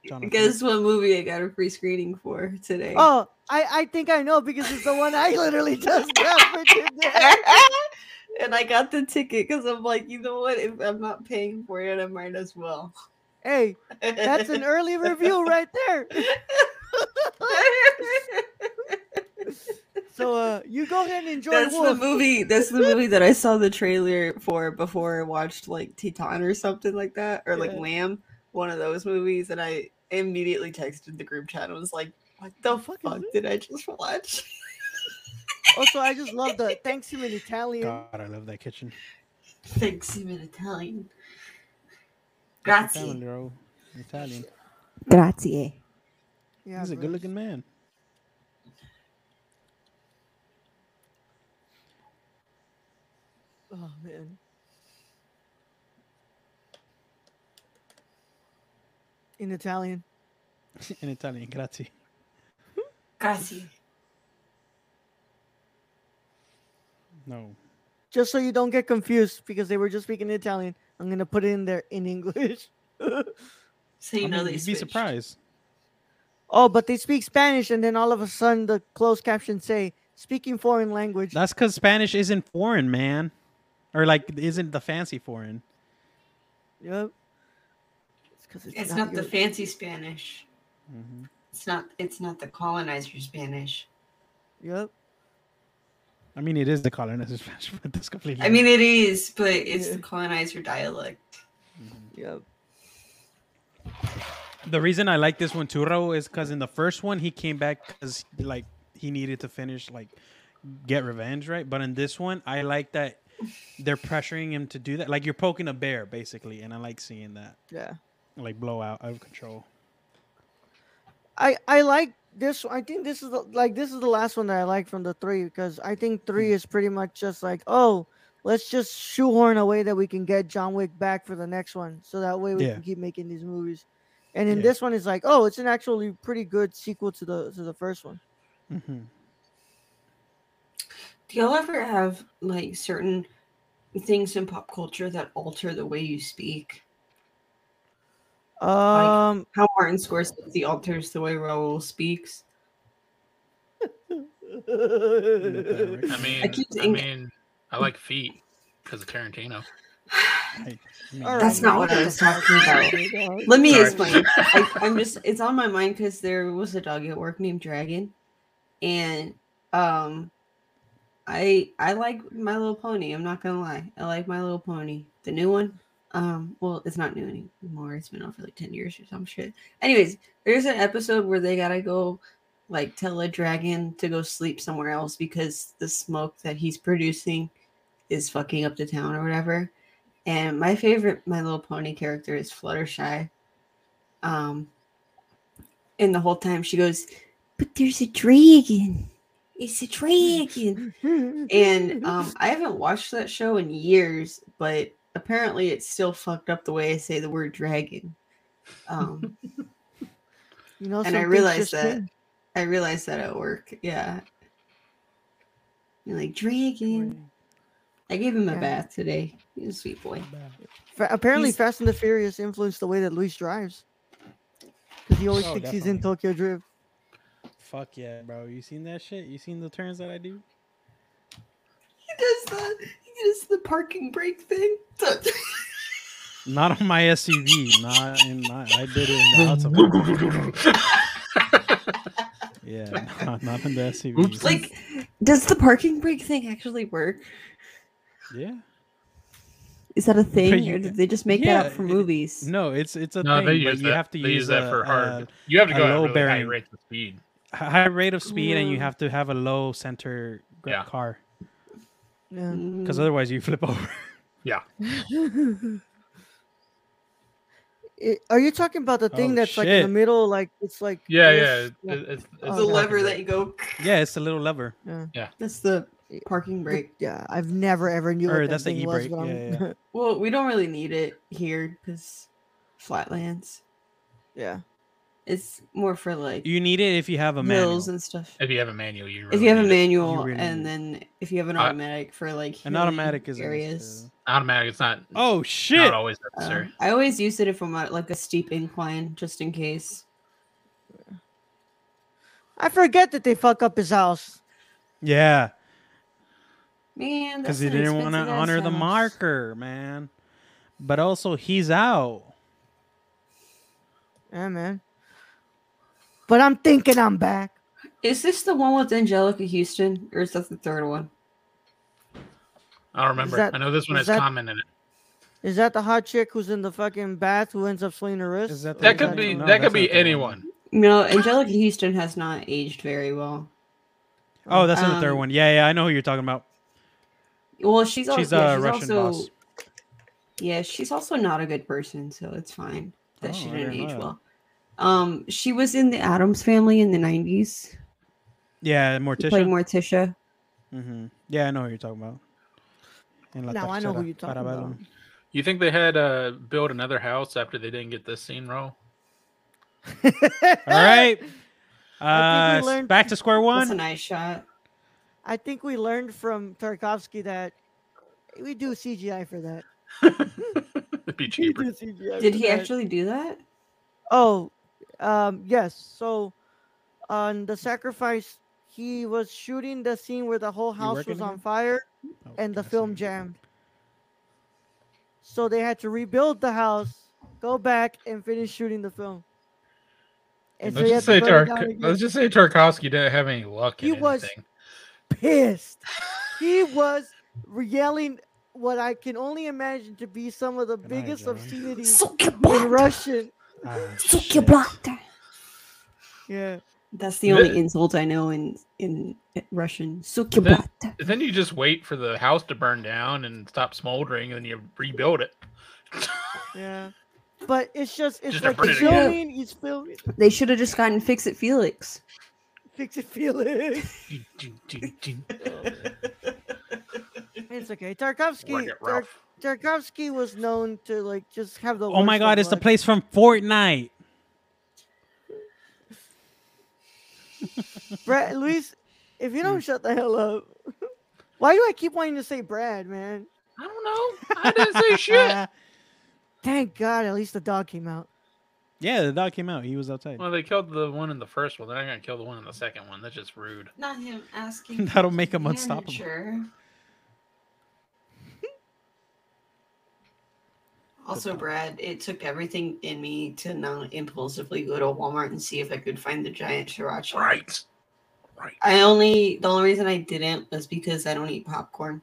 Jonathan. Guess what movie I got a free screening for today? Oh, I, I think I know because it's the one I literally just got for today. and I got the ticket because I'm like, you know what? If I'm not paying for it, I might as well. Hey, that's an early review right there. So uh, you go ahead and enjoy that's the Wolf. movie. That's the movie that I saw the trailer for before I watched like Teton or something like that, or like Yeah. Lamb, one of those movies. And I immediately texted the group chat. and was like, "What the The fuck fuck, is this? did I just watch?" Also, I just love the thanks him in Italian. God, I love that kitchen. Thanks him in Italian. That's your family, bro. Italian. Grazie. Yeah, He's a bro. good-looking man. Oh man. In Italian. In Italian, grazie. Grazie. No. Just so you don't get confused because they were just speaking Italian. I'm gonna put it in there in English. So I you know mean, they you'd be switched. surprised. oh, but they speak Spanish and then all of a sudden the closed captions say speaking foreign language. That's because Spanish isn't foreign, man, or like isn't the fancy foreign. Yep. It's 'cause it's, It's not the your- fancy Spanish. Mhm. It's not. It's not the colonizer Spanish. Yep. I mean, it is the colonizer's flesh, but that's completely. I mean, it is, but it's Yeah. the colonizer dialect. Yep. the reason I like this one too, Raul, is because in the first one he came back because like he needed to finish like get revenge, right? But in this one, I like that they're pressuring him to do that. Like you're poking a bear, basically, and I like seeing that Yeah. like blow out out of control. I I like this. I think this is the, like this is the last one that I like from the three because I think three is pretty much just like oh let's just shoehorn a way that we can get John Wick back for the next one so that way we Yeah. can keep making these movies. And in Yeah. this one, it's like oh it's an actually pretty good sequel to the to the first one. Mm-hmm. Do y'all ever have like certain things in pop culture that alter the way you speak? Um, How Martin Scorsese alters the way Raoul speaks? I mean, I I, keep thinking- mean, I like feet because of Tarantino. That's not what I was talking about. Let me Sorry. explain. I, I'm just it's on my mind because there was a dog at work named Dragon, and um, I I like My Little Pony. I'm not gonna lie, I like My Little Pony, the new one. Um, well, it's not new anymore. It's been on for like ten years or some shit. Anyways, there's an episode where they gotta go like tell a dragon to go sleep somewhere else because the smoke that he's producing is fucking up the town or whatever. And my favorite My Little Pony character is Fluttershy. Um, and the whole time she goes, "But there's a dragon. It's a dragon." and um, I haven't watched that show in years, but apparently it's still fucked up the way I say the word dragon. Um, you know, some and I things realized just that change. I realized that at work. Yeah, you're like dragon. I gave him a Yeah. bath today. He's a sweet boy. Fa- apparently he's- Fast and the Furious influenced the way that Luis drives because he always Oh, thinks he's in Tokyo Drift. Fuck yeah, bro! You seen that shit? You seen the turns that I do? He does the he does the parking brake thing. Not on my SUV. Not in my. I did it in the outside. Yeah, not, not in the SUV. Oops. like, does the parking brake thing actually work? yeah. Is that a thing, you- or did they just make that yeah, up for it- movies? No, it's it's a no, thing, they but use you that. have to they use that a- for a hard. You have to a go at low really high bearing. rates of speed. high rate of speed, and you Mm. have to have a low center gra- Yeah. car Yeah. because Mm. otherwise you flip over. Mm. It- are you talking about the thing Oh, that's like in the shit. middle, like it's like E Yeah, yeah. this, It, it, it's, it's Oh, the okay. lever that you go. yeah, it's a little lever. That's the parking brake. yeah? I've never ever knew Or what that that's the thing was. e-brake, but I'm- yeah, Well, we don't really need it here because flatlands. yeah. It's more for like You need it if you have a manual. hills and stuff. If you have a manual, you really If you have a need it. manual, really need it. and then if you have an I- automatic for like An hilly automatic is areas. areas. automatic. It's not Oh not shit! always Um, necessary. I always use it if I'm at like a steep incline, just in case. I forget that they fuck up his house. Yeah, Man, because because he didn't want to honor the marker, man. But also, he's out. Yeah, man. But I'm thinking I'm back. Is this the one with Angelica Houston, or is that the third one? I don't remember. that- I know this one is has that- common in it. Is that the hot chick who's in the fucking bath who ends up slinging her wrist? Is that Or the- That is could be the- no, that that's could not be the one. anyone. No, Angelica Houston has not aged very well. Oh, that's in the third Um, one. Yeah, yeah, I know who you're talking about. Well, she's al- She's yeah, a she's Russian also, boss. Yeah, she's also not a good person, so it's fine that Oh, she I didn't didn't know age that. well. Um, she was in the Adams Family in the '90s. Yeah, She played Morticia. Morticia. hmm Yeah, I know who you're talking about. And La Now I know who Tercera, you're talking Parabellum. about. You think they had uh build another house after they didn't get this scene roll? All right. I Uh, think we learned- back to square That's a one. nice shot. I think we learned from Tarkovsky that we do CGI for that. It'd be We cheaper. do CGI Did for he that. actually do that? Oh, um, yes. So on the sacrifice, he was shooting the scene where the whole house working was on again? fire Oh, and the that's film it. jammed. So they had to rebuild the house, go back and finish shooting the film. And so Let's he just, had say to burn it down Tark- again. let's just say Tarkovsky didn't have any luck. In He was- anything. pissed. he was yelling what I can only imagine to be some of the biggest Johnny. obscenities Suck your in block. Russian. Uh, Ah, Suck your shit. block. Yeah. That's the only Th- insult I know in in Russian. Suck your Th- block. Then you just wait for the house to burn down and stop smoldering, and then you rebuild it. Yeah. But it's just it's Just like burn the it again. filming, you spill it, They should have just gotten fix it, Felix. fix it, feel it. Do, do, do, do. It's okay. Tarkovsky Work it Tar- rough. Tarkovsky was known to like just have the Oh my worst god, of it's the luck. place from Fortnite. Brad Luis, if you Hmm. don't shut the hell up. Why do I keep wanting to say Brad, man? I don't know. I didn't say Uh, Uh, shit. Thank God, at least the dog came out. Yeah, the dog came out. He was outside. Well, they killed the one in the first one. They're not gonna kill the one in the second one. That's just rude. Not him asking. That'll for make him the unstoppable. manager. Also, Brad, it took everything in me to not impulsively go to Walmart and see if I could find the giant sriracha. Right. Right. I only the only reason I didn't was because I don't eat popcorn.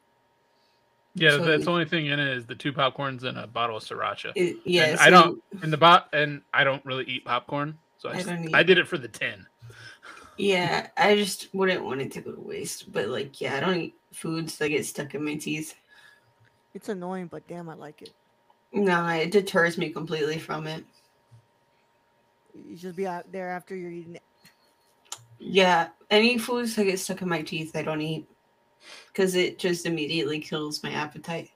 Yeah, So that's you- the only thing in it is the two popcorns and a bottle of sriracha. It, yeah, And I so don't- And the bot and I don't really eat popcorn, so I, I just, don't I eat- did it for the tin. Yeah, I just wouldn't want it to go to waste. But like, yeah, I don't eat foods that get stuck in my teeth. It's annoying, but damn, I like it. No, it deters me completely from it. You just be out there after you're eating. it. Yeah, any foods that get stuck in my teeth, I don't eat because it just immediately kills my appetite.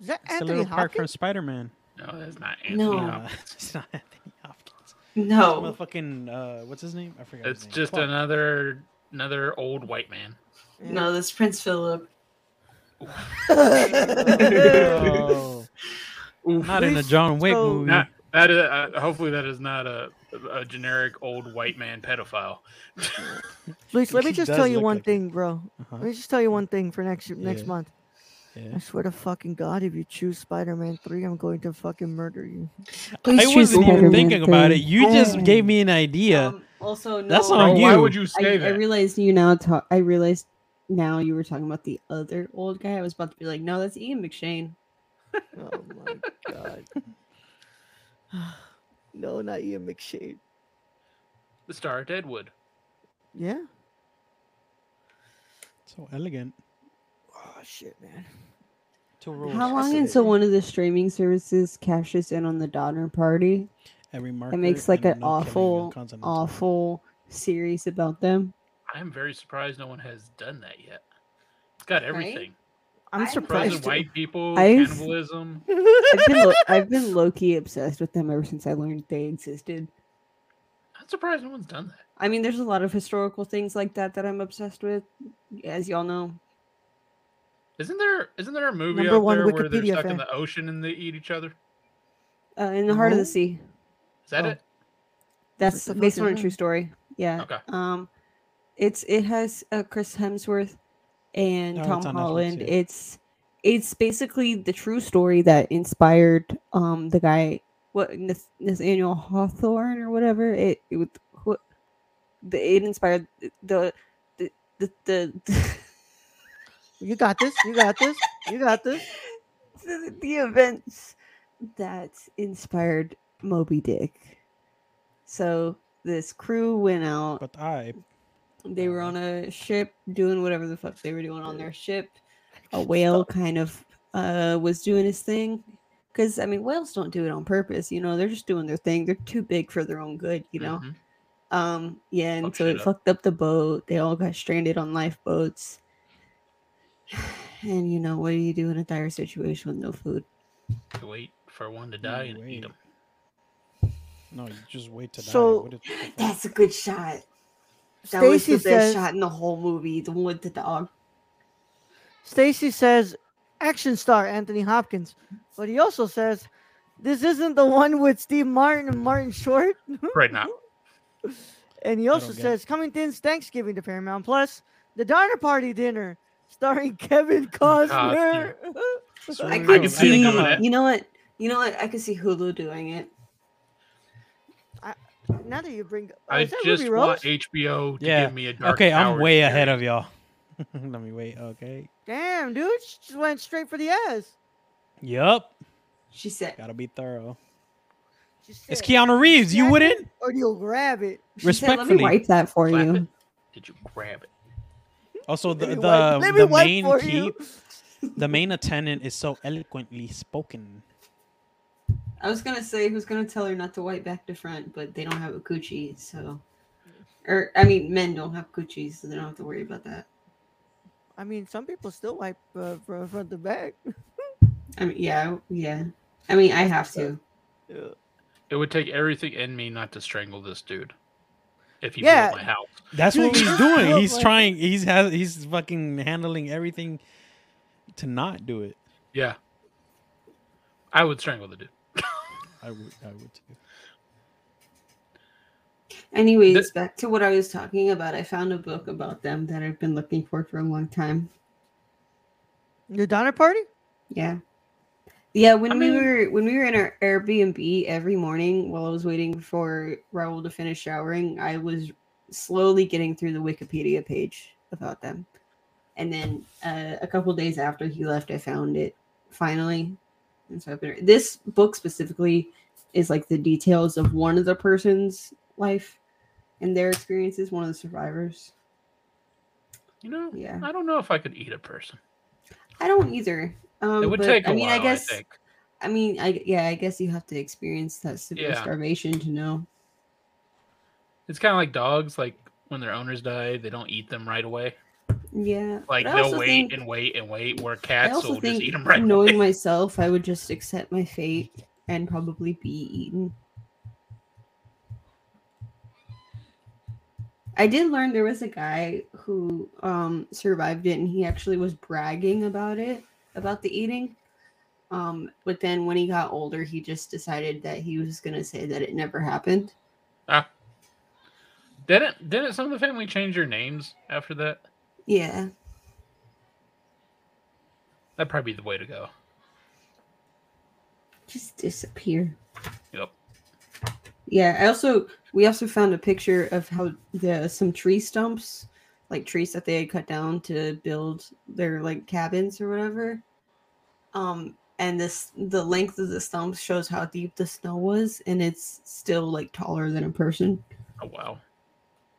Is that It's the Anthony little part from Hopkins? Spider Man. No, that's not Anthony Oh. No. Uh, Hopkins. it's not Anthony Hopkins. No, Motherfucking, uh, what's his name? I forgot. his It's name. just Fuck. another another old white man. Yeah. no, that's Prince Philip. Oh. Oof. Not in a John Wick So- movie. Not- that is uh, hopefully that is not a a generic old white man pedophile. Luis, let me He just does tell you look one like it. thing, bro. Let Uh-huh. me just tell you one thing for next next Yeah. month. Yeah. I swear to fucking God, if you choose Spider-Man three, I'm going to fucking murder you. I wasn't even Spider-Man thinking about it. You just Hey. gave me an idea. Um, also, no, That's I- on Bro, Why you. would you say I, I that? realized you now talk. I realized now you were talking about the other old guy. I was about to be like, no, that's Ian McShane. Oh my God. no, not Ian McShade. the star of Deadwood. Yeah. So elegant. Oh shit, man. Two rules. How long Cassidy. until one of the streaming services cashes in on the Donner Party? Every marker It makes like and an no killing awful, consonants. awful series about them. I'm very surprised no one has done that yet. It's got everything. I'm I'm Frozen surprised. white people, I've- cannibalism. I've been, lo- I've been low key obsessed with them ever since I learned they existed. I'm surprised no one's done that. I mean, there's a lot of historical things like that that I'm obsessed with, as y'all know. Isn't there isn't there a movie Number out one there where they're Wikipedia stuck fan. in the ocean and they eat each other? Uh, in the heart of No? the Mm-hmm. sea. Is that Oh. it? That's the fuck based is on a that? true story. Yeah. Okay. Oh. Um, it's it has uh, Chris Hemsworth and Oh, Tom it's on Netflix, Holland. yeah. It's it's basically the true story that inspired um the guy what Nath- Nathaniel Hawthorne or whatever it it would what the it inspired the the the, the, the You got this. You got this. You got this. the, the events that inspired Moby Dick. So this crew went out. But I They were on a ship doing whatever the fuck they were doing on their ship. A whale kind of uh, was doing his thing. Because, I mean, whales don't do it on purpose. You know, they're just doing their thing. They're too big for their own good, you know? Mhm. Um, yeah, and Fuck so shit it up. fucked up the boat. They all got stranded on lifeboats. And, you know, what do you do in a dire situation with no food? You wait for one to die and eat wait. them. no, you just wait to die. So- What is- That's a good shot. That was the Stacy best says. shot in the whole movie. The one with the dog. Stacy says, action star Anthony Hopkins, but he also says, this isn't the one with Steve Martin and Martin Short. Right now. And he I also don't get it. says, coming thins Thanksgiving to Paramount Plus, the Donner Party dinner, starring Kevin Costner. So I we're could gonna see them come doing up- it. You know what? You know what? I could see Hulu doing it. now that you bring, oh, I is that oh, just Ruby want Rose? HBO to Yeah. give me a dark Okay, Tower I'm way series. ahead of y'all. Let me wait. Okay. Damn, dude, she just went straight for the ass. Yup. She said, Gotta be thorough. She It's said, Keanu Reeves. You Exactly. wouldn't? Or you'll grab it. she said, Let me Respectfully. wipe that for Slap you. Did you grab it? Also, the Let me the, wipe- let me the wipe main for you. keep, the main attendant is so eloquently spoken. I was gonna say who's gonna tell her not to wipe back to front, but they don't have a coochie, so. Or I mean, men don't have coochies, so they don't have to worry about that. I mean, some people still wipe uh, from front to back. I mean, yeah, yeah. I mean, I have to. Yeah. It would take everything in me not to strangle this dude. If he Yeah. blew up my house. That's Dude, what he's you doing. look He's like- trying. He's has. He's fucking handling everything to not do it. Yeah. I would strangle the dude. I would. I would too. Anyways, Th- back to what I was talking about. I found a book about them that I've been looking for for a long time. Your Donner Party? Yeah. Yeah, when I we mean- were when we were in our Airbnb every morning while I was waiting for Raul to finish showering, I was slowly getting through the Wikipedia page about them. And then uh, a couple days after he left, I found it finally. And so I've been this book specifically is like the details of one of the person's life and their experiences, one of the survivors. You know, Yeah. I don't know if I could eat a person. I don't either. Um, It would but, take a I mean, while, I guess. think. I mean, I yeah, I guess you have to experience that severe Yeah. starvation to know. It's kind of like dogs. Like when their owners die, they don't eat them right away. Yeah, Like but I they'll also wait think- and wait and wait. Where I cats also will just think eat them right knowing away. myself, I would just accept my fate and probably be eaten. I did learn there was a guy who um, survived it, and he actually was bragging about it, about the eating. Um, but then when he got older, he just decided that he was going to say that it never happened. Ah. Didn't didn't some of the family change their names after that? Yeah. That'd probably be the way to go. just disappear. Yep. Yeah, I also we also found a picture of how the some tree stumps, like trees that they had cut down to build their like cabins or whatever. Um and this the length of the stumps shows how deep the snow was and it's still like taller than a person. Oh wow.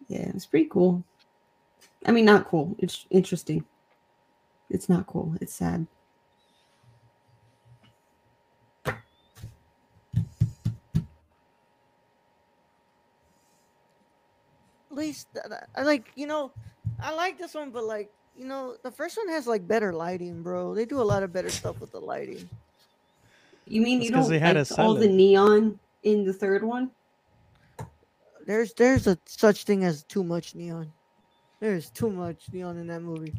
Yeah, it's pretty cool. I mean not cool. It's interesting. It's not cool. It's sad. At least, th- th- I like, you know, I like this one, but like, you know, the first one has like better lighting, bro. They do a lot of better stuff with the lighting. You mean That's you 'cause don't they had like a all the salad. neon in the third one? There's there's a such thing as too much neon. There's too much neon in that movie.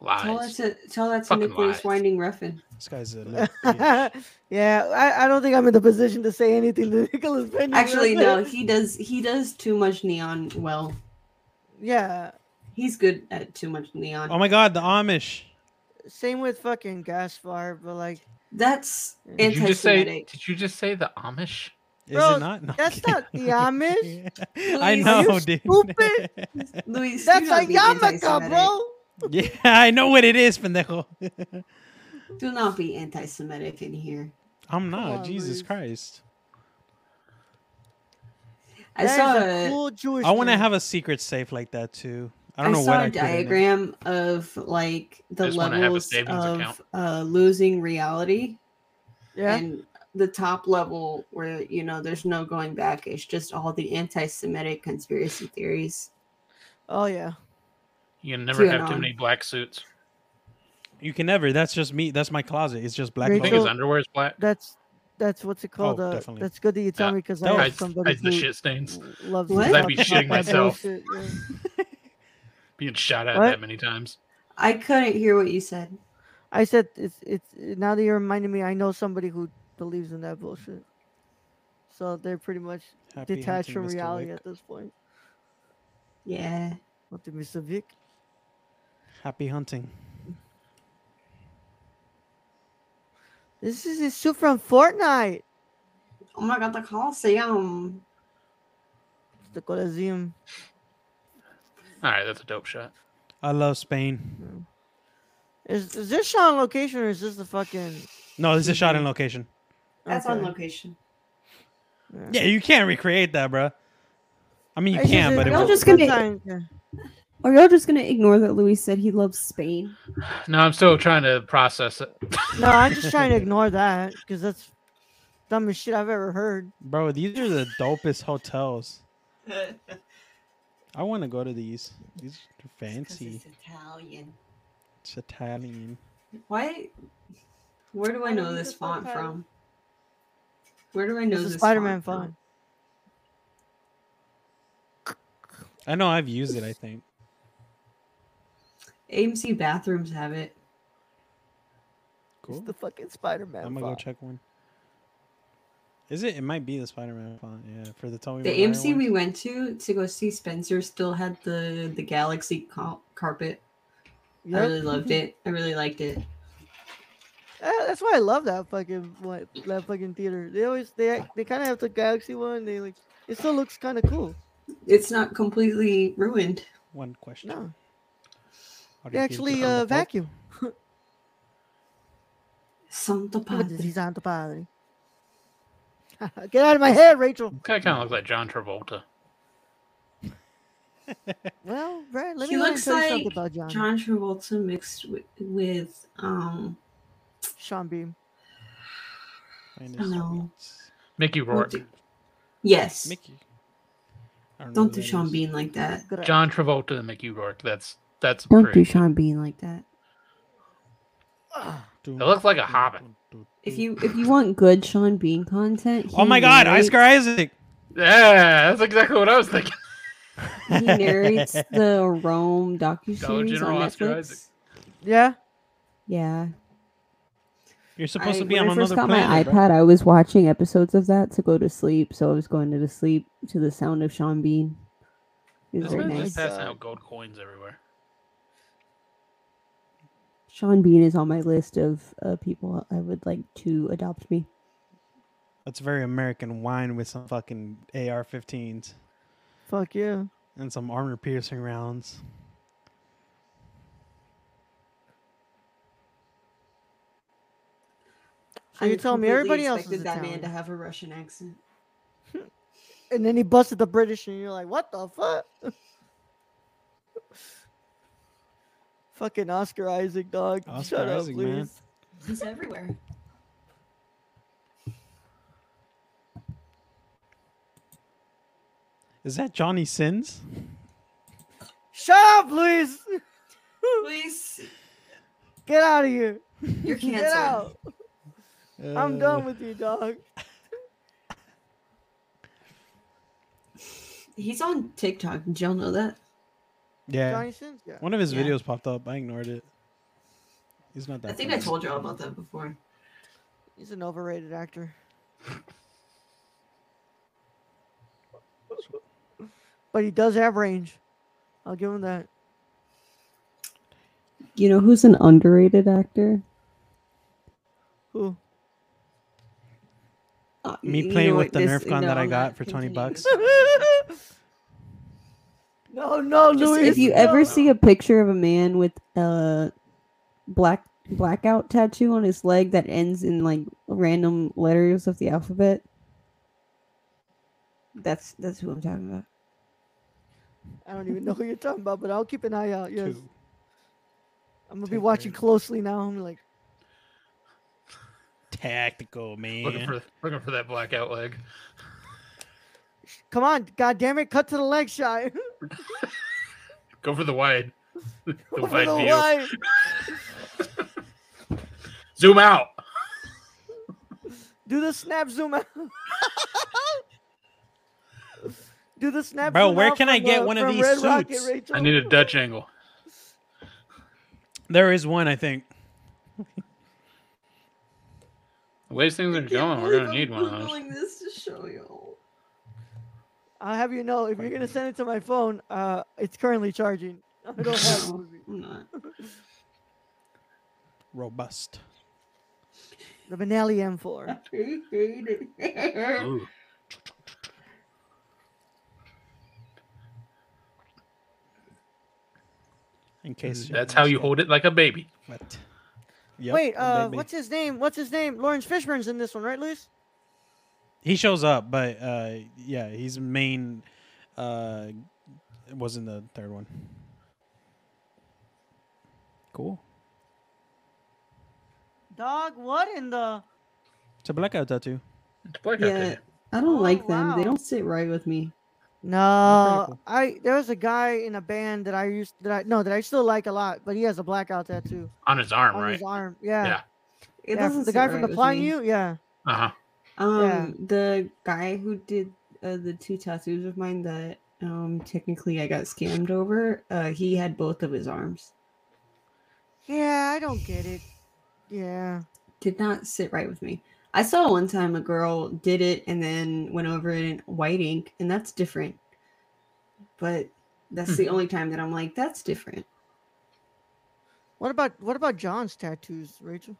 Tell that Lies. to tell that to Fucking Nicholas lies. Winding Refn. This guy's a. little bitch. yeah, I, I don't think I'm in the position to say anything to Nicholas Winding Actually, Refn. no, he does he does too much neon well. Yeah, He's good at too much neon. oh my God, the Amish. same with fucking Gaspar, but like That's Did you just say? anti-Semitic. Did you just say the Amish? Is Bro, it not? No, I'm that's kidding. not the Amish. I Please. know, Are you dude. stupid? Luis, do That's not a be yarmulke, anti-Semitic. bro. yeah, I know what it is, pendejo. Do not be anti-Semitic in here. I'm not. on, Jesus Luis. Christ. I That is saw a a, cool Jewish. I want to name. have a secret safe like that too. I I don't know saw what a I diagram. diagram of like the I just wanna have a levels savings of account. uh, losing reality Yeah, and the top level where you know there's no going back. It's just all the anti-Semitic conspiracy theories. oh yeah. You can never have too QAnon. many black suits. You can never. That's just me. That's my closet. It's just black. I think clothes. his Rachel- underwear is black. That's that's what's it called. uh, Oh, definitely. that's good that you tell Yeah. me because That I I, have somebody I, the who shit stains. loves. to What? I'd talk be about shitting that myself. bullshit, yeah. Being shot at What? that many times. I couldn't hear what you said. I said it's it's now that you're reminding me, I know somebody who believes in that bullshit. So they're pretty much Happy detached hunting, from Mr. reality Wick. at this point. Yeah. What did Mr. Vic? Happy hunting. This is his suit from Fortnite. Oh my god, the Coliseum. It's the Coliseum. All right, that's a dope shot. I love Mm. Spain. Is, is this shot on location or is this the fucking? No, this is shot Mm-hmm. in location. That's on Okay. location. Yeah, you can't recreate that, bro. I mean, you It's can, just- but it it's Y'all won't. just gonna- sometimes- yeah. Are y'all just gonna ignore that Louis said he loves Spain? No, I'm still trying to process it. No, I'm just trying to ignore that because that's dumbest shit I've ever heard. bro. These are the dopest hotels. I want to go to these. These are fancy. It's Italian. It's Italian. Why? Where do I I know don't this need a phone font pad. from? Where do I know It's a this Spider-Man font font. I know I've used it. I think. from? AMC bathrooms have it. Cool. It's the fucking Spider-Man. I'm gonna go font. check one. Is it? It might be the Spider-Man font. Yeah, for the Tommy. The Maguire AMC one. we went to to go see Spencer still had the the Galaxy car- carpet. I Yep. really loved it. I really liked it. Uh, that's why I love that fucking what that fucking theater. They always they they kind of have the galaxy one. They like it still looks kind of cool. It's not completely ruined. One question. No, they How do you feel actually about uh, the Pope? vacuum. Santa Padre. Santo Padre. Get out of my head, Rachel. This guy kind of looks like John Travolta. Well, right. Let He me go ahead looks and tell you something like about John. John Travolta mixed with, with um Sean Beam. Finest No. sweets. Mickey Rourke. do- yes. Mickey. I know Don't who do that Sean is. Bean like that. Gra- John Travolta and Mickey Rourke. That's that's Don't do pretty. Sean Bean like that. Ah. It looks like a hobbit. If you If you want good Sean Bean content, Oh he my God, narrates- Oscar Isaac. Yeah, that's exactly what I was thinking. He narrates the Rome docu series on General Oscar Netflix. Isaac. Yeah. Yeah, You're supposed I- to be when on I first another got planet. bro. my iPad, I was watching episodes of that to go to sleep. So I was going to sleep to the sound of Sean Bean. It was This very man's nice. just passing Uh, out gold coins everywhere. Sean Bean is on my list of uh, people I would like to adopt me. That's very American wine with some fucking AR-15s Fuck yeah. and some armor-piercing rounds. So you're I telling me completely everybody else expected is that Italian. man to have a Russian accent. And then he busted the British, and you're like, what the fuck? Fucking Oscar Isaac, dog. Oscar Shut up, Isaac, please. man. He's everywhere. Is that Johnny Sins? Shut up, Luis. Please, Get out of here. you're Get canceled. out. I'm Uh, done with you, dog. He's on TikTok. Did y'all know that? Yeah. Johnny Sins, yeah. One of his Yeah. videos popped up. I ignored it. He's not that. I think I famous. told y'all about that before. He's an overrated actor. But he does have range. I'll give him that. You know who's an underrated actor? Who? Uh, you Me know playing what, with the this- Nerf gun no, that I I'm got not for twenty continuing bucks. no, no, Just Luis. If you no. ever see a picture of a man with a black blackout tattoo on his leg that ends in like random letters of the alphabet, that's that's who I'm talking about. I don't even know who you're talking about, but I'll keep an eye out. Yes. Two. I'm going to Take be care. watching closely now. I'm like, Tactical man. Looking for looking for that blackout leg. come on, God damn it, cut to the leg shot. Go for the wide. The Over wide the view. line. Zoom out. Do the snap zoom out. Do the snap Bro, zoom where out can I from, get uh, one of from these Red Rocket, suits? I Rachel. I need a Dutch angle. There is one, I think. The way things are I can't going, we're believe gonna need I'm one of those. Googling this to show y'all. I'll have you know if you're gonna send it to my phone, uh, it's currently charging. I don't have No, Ruby. I'm not. Robust. the Benelli M4. Ooh. And case And That's how you hold it like a baby. But, Yep, Wait, a uh, baby. what's his name? What's his name? Lawrence Fishburne's in this one, right, Luis? he shows up, but uh, yeah, he's main. Uh, was in the third one. Cool. Dog, what in the? It's a blackout tattoo. It's black out Yeah, there. I don't Oh, like them. They wow. don't sit right with me. No, cool. I there was a guy in a band that I used that I no that I still like a lot, but he has a blackout tattoo On his arm, on right? his arm. Yeah, Yeah. It Yeah, doesn't the sit guy right from the with Flying me. U. Yeah, Uh huh. Um, Yeah. the guy who did uh, the two tattoos of mine that um technically I got scammed over. Uh, he had both of his arms. yeah, I don't get it. Yeah, Did not sit right with me. I saw one time a girl did it and then went over it in white ink, and that's different. But that's Hmm. the only time that I'm like, that's different. what about what about John's tattoos, Rachel?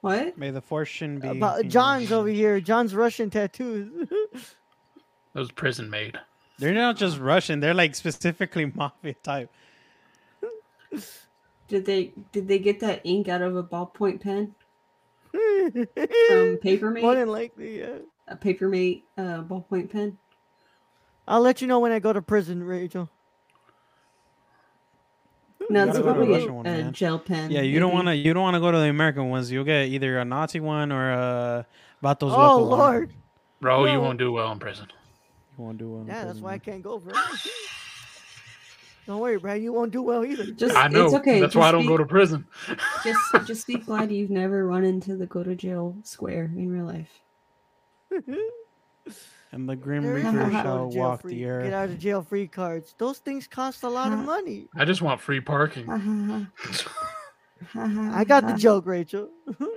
What? May the fortune be. About uh, in your John's hand. over here, John's Russian tattoos. Those prison made. They're not just Russian. They're like specifically mafia type. Did they did they get that ink out of a ballpoint pen from More Papermate? than likely, yeah. A Papermate uh, ballpoint pen. I'll let you know when I go to prison, Rachel. No, You it's gotta go to a probably a, Russian one, a man. gel pen. Yeah, you don't maybe. want to. You don't want to go to the American ones. You'll get either a Nazi one or a Vatos Oh Locos one. Lord, Bro, you No. won't do well in prison. You won't do one. yeah, that's why I can't go, bro. don't worry, Brad, you won't do well either. Just I know. It's okay. That's why I just don't be, go to prison. Just just be glad you've never run into the go to jail square in real life. And the Grim There is Reaper no get out shall of jail walk free- the Get earth. out of jail free cards. Those things cost a lot of Huh? money. I just want free parking. Ha, ha, ha. Ha, ha, I got the ha. joke, Rachel. Do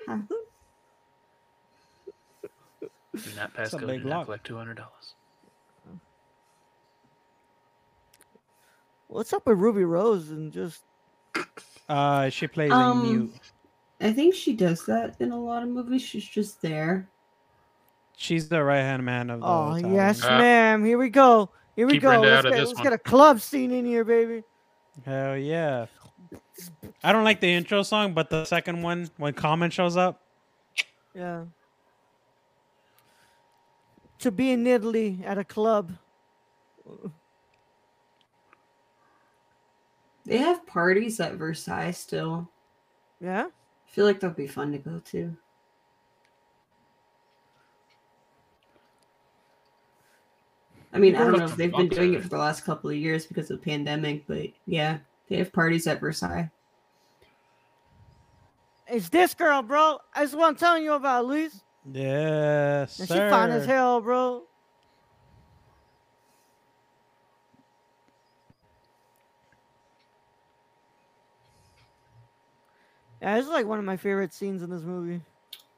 not That's pass a go. big Do not lock. collect two hundred dollars. What's up with Ruby Rose and just Uh, she plays Um, a mute. I think she does that in a lot of movies. She's just there. She's the right hand man of the. Oh Italian. yes, Ah. ma'am. Here we go. Here we Keep go. Brenda Let's, out of get, this let's one. get a club scene in here, baby. Hell yeah. I don't like the intro song, but the second one when Common shows up. Yeah. To be in Italy at a club. They have parties at Versailles still. Yeah. I feel like that'd be fun to go to. I mean, I don't know if they've been doing it for the last couple of years because of the pandemic, but yeah, they have parties at Versailles. It's this girl, bro. That's what I'm telling you about, Luis. Yes, And she sir. fine as hell, bro. Yeah, this is like one of my favorite scenes in this movie.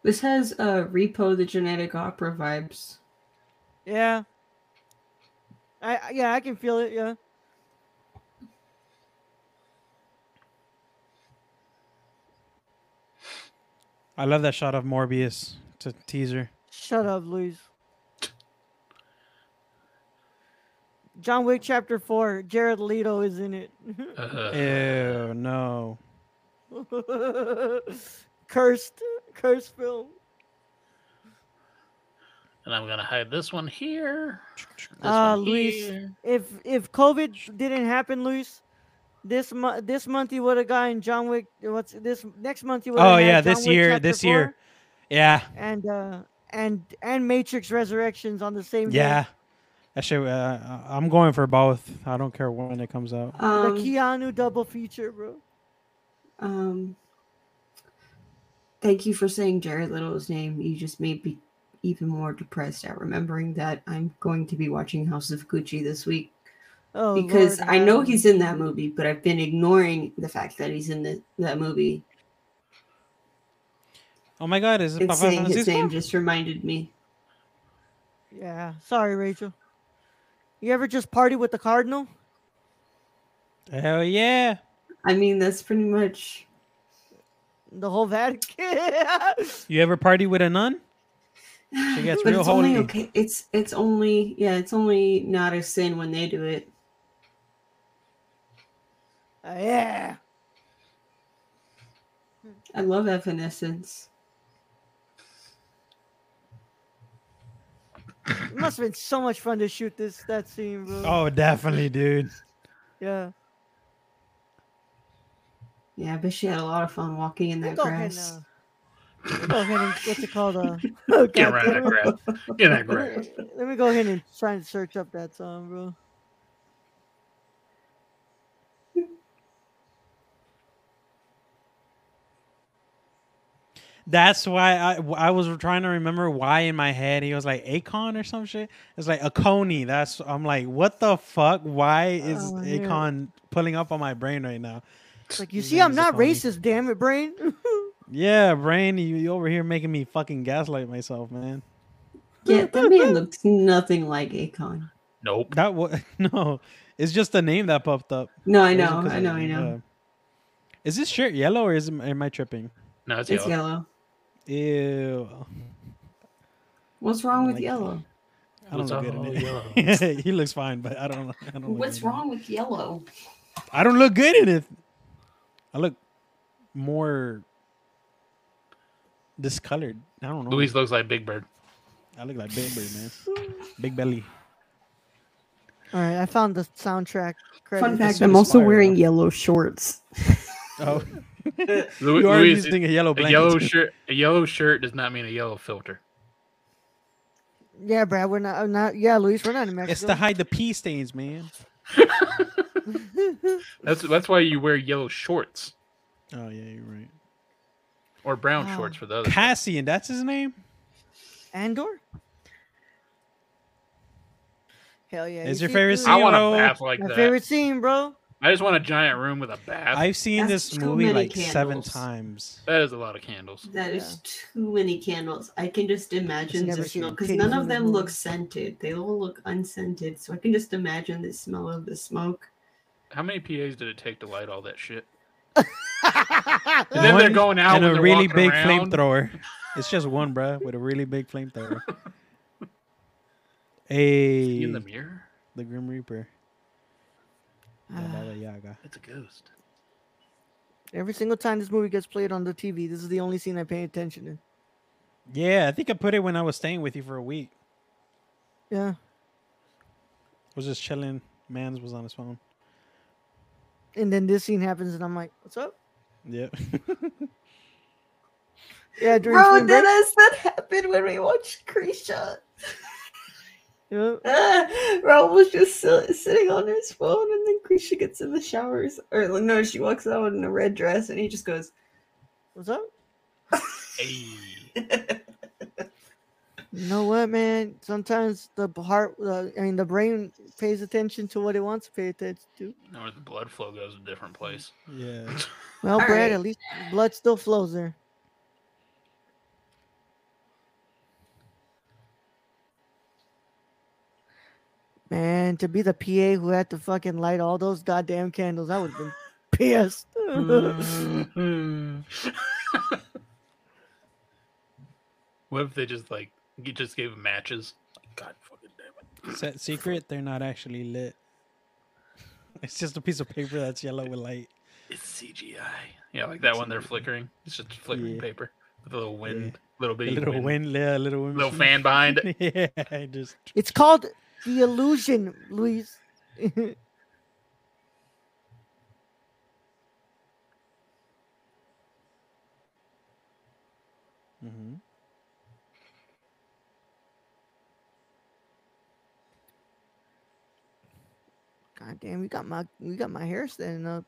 This has uh, Repo the Genetic Opera vibes. Yeah. I I- yeah, I can feel it, yeah. I love that shot of Morbius to teaser. Shut up, Luis. John Wick Chapter 4, Jared Leto is in it. Uh, Ew, no. cursed, cursed film. and I'm gonna hide this one here. This Ah, one Luis. here. If if COVID didn't happen, Luis, this month this month he would have gotten John Wick. What's this next month he would? Oh yeah, this year, this year. Yeah, and uh and and Matrix Resurrections on the same yeah. That shit. Uh, I'm going for both. I don't care when it comes out. day. Um, the Keanu double feature, bro. um, thank you for saying Jared Little's name. You just made me even more depressed at remembering that I'm going to be watching House of Gucci this week Oh, because Lord, I know man. he's in that movie, but I've been ignoring the fact that he's in the, that movie. Oh my God, is it And Papa saying his Francisco? name just reminded me. Yeah, sorry, Rachel. You ever just party with the Cardinal? Hell yeah. I mean, that's pretty much. The whole Vatican. You ever party with a nun? She gets but real it's only holy. okay. It's it's only yeah. It's only not a sin when they do it. Uh, yeah. I love Evanescence. It must have been so much fun to shoot this that scene, bro. Oh, definitely, dude. Yeah. Yeah, I bet she had a lot of fun walking in We'll that go ahead grass. and, uh, we'll go ahead and what's it called? Uh, Get right goddamn it. that grass. Get that grass. Let me- let me go ahead and try and search up that song, bro. That's why I w- I was trying to remember why in my head he was like Akon or some shit. It's like Akoni. That's I'm like, what the fuck? Why is Oh, yeah. Akon pulling up on my brain right now? It's like you His see, name I'm is not Akoni. racist, damn it, brain. Yeah, brain, you, you over here making me fucking gaslight myself, man. Yeah, that man looks nothing like Akon. Nope. That was no. It's just the name that popped up. No, I It wasn't know, 'cause I of know, the I name, uh, know. yeah. Is this shirt yellow or is am I tripping? No, it's It's yellow. yellow. Ew. What's wrong with Like- yellow? I don't What's look good in all it. yellow? he looks fine, but I don't. I don't look What's good in it. wrong with yellow? I don't look good in it. I look more discolored. I don't know. Luis looks like Big Bird. I look like big belly, man. Big belly. All right, I found the soundtrack. Fun credits. fact: so I'm also inspired, wearing though. yellow shorts. Oh, Lu- you are Luis, using a yellow a blanket. yellow too. shirt. A yellow shirt does not mean a yellow filter. Yeah, Brad, we're not, I'm not. Yeah, Luis, we're not in Mexico. It's to hide the pee stains, man. That's that's why you wear yellow shorts Oh yeah, you're right. or brown Wow. shorts for the other. Cassian, that's his name. Andor. Hell yeah! Is you your see, favorite dude? scene? I want Zero. a bath like My that. favorite scene, bro. I just want a giant room with a bath. I've seen this That's too movie many like seven candles. times. That is a lot of candles. That is too many candles. I can just imagine never the seen smell because titties none in of the them movie. look scented. They all look unscented. So I can just imagine the smell of the smoke. How many PAs did it take to light all that shit? And yeah, then they're One going out and when a they're really walking big around. flamethrower. It's just one, bruh, with a really big flamethrower. hey, In the the, mirror, Grim Reaper. Ah. Yeah, Baba Yaga. it's a ghost. Every single time this movie gets played on the TV, this is the only scene I pay attention to. Yeah, I think I put it when I was staying with you for a week. Yeah, was just chilling. Mans was on his phone. and then this scene happens, and I'm like, "What's up?" Yep. Yeah, during Bro, spring that break. is that happened when we watched Krisha. Yeah. Ah, Raul was just si- sitting on his phone, and then Krisha gets in the showers. Or like, no, she walks out in a red dress, and he just goes, What's up? Hey, You know what, man? Sometimes the b- heart, uh, I mean, the brain pays attention to what it wants to pay attention to. now where the blood flow goes a different place. yeah. Well, All Brad, right. at least blood still flows there. Man, to be the PA who had to fucking light all those goddamn candles, I would have been pissed. Mm. what if they just like you just gave him matches? God fucking damn it! Set secret, they're not actually lit. It's just a piece of paper that's yellow with light. It's CGI. Yeah, like that one. They're flickering. It's just flickering Yeah. paper with a little wind, little A bit little wind, yeah, a little wind. little fan machine. behind it. yeah, just it's called the illusion, Luis. hmm God damn, you got my you got my hair standing up.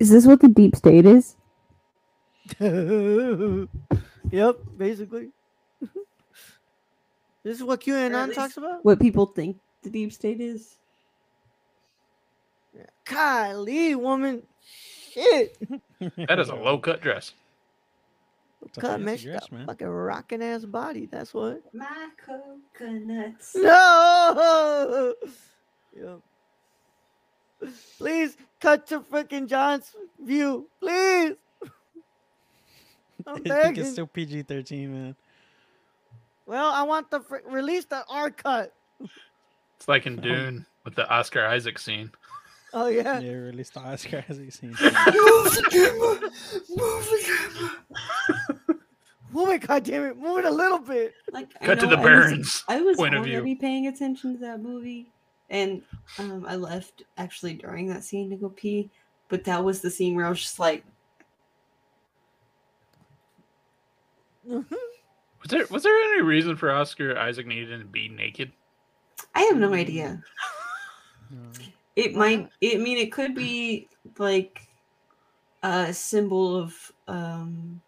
Is this what the deep state is? yep, basically. this is what QAnon talks about. "What people think the deep state is." Kylie, woman, shit, That is a low cut dress. It's a cut fancy man, she dress, got man. fucking rocking ass body. That's what. My coconuts. No. Yep. Please cut to freaking John's view, please. I'm I think it's begging. still PG thirteen, man. Well, I want the fr- release the R cut. It's like in Oh. Dune with the Oscar Isaac scene. Oh yeah. Yeah, released the Oscar as he seen. Move the camera! Move the camera! Move it, God damn it! Move it a little bit. Like, I Cut to know the I was- Barons. I was point of view. already paying attention to that movie, and um, I left actually during that scene to go pee. But that was the scene where I was just like, Was there was there any reason for Oscar Isaac needing to be naked? I have no idea. No. It might. It, I mean, it could be like a symbol of um.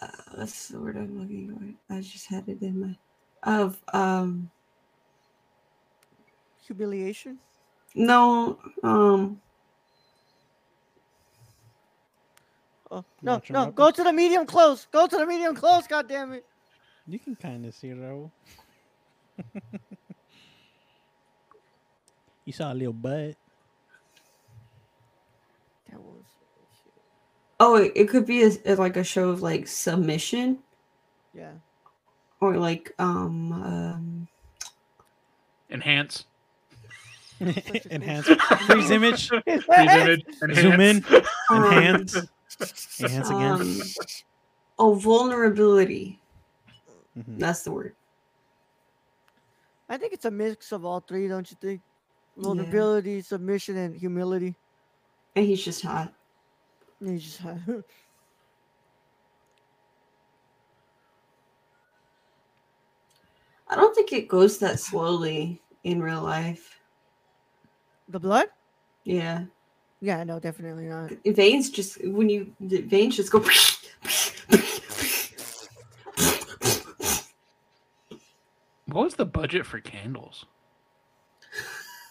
Uh, what's the word I'm looking for? I just had it in my of um Humiliation. no um Oh no, Natural no! weapon. Go to the medium close. Go to the medium close. God damn it! You can kind of see Raul. you saw a little butt. That was. oh it, it could be a, like a show of like submission Yeah. or like um um Enhance. Enhance. Freeze image. Freeze image. Enhance. Zoom in. Um, Enhance. Enhance again. Um, oh, vulnerability. Mhm. That's the word. I think it's a mix of all three, don't you think? Vulnerability, submission, and humility. And he's just hot. You just have- I don't think it goes that slowly in real life. the blood? Yeah. Yeah, no, definitely not. The Veins just, when you, the veins just go. What was the budget for candles?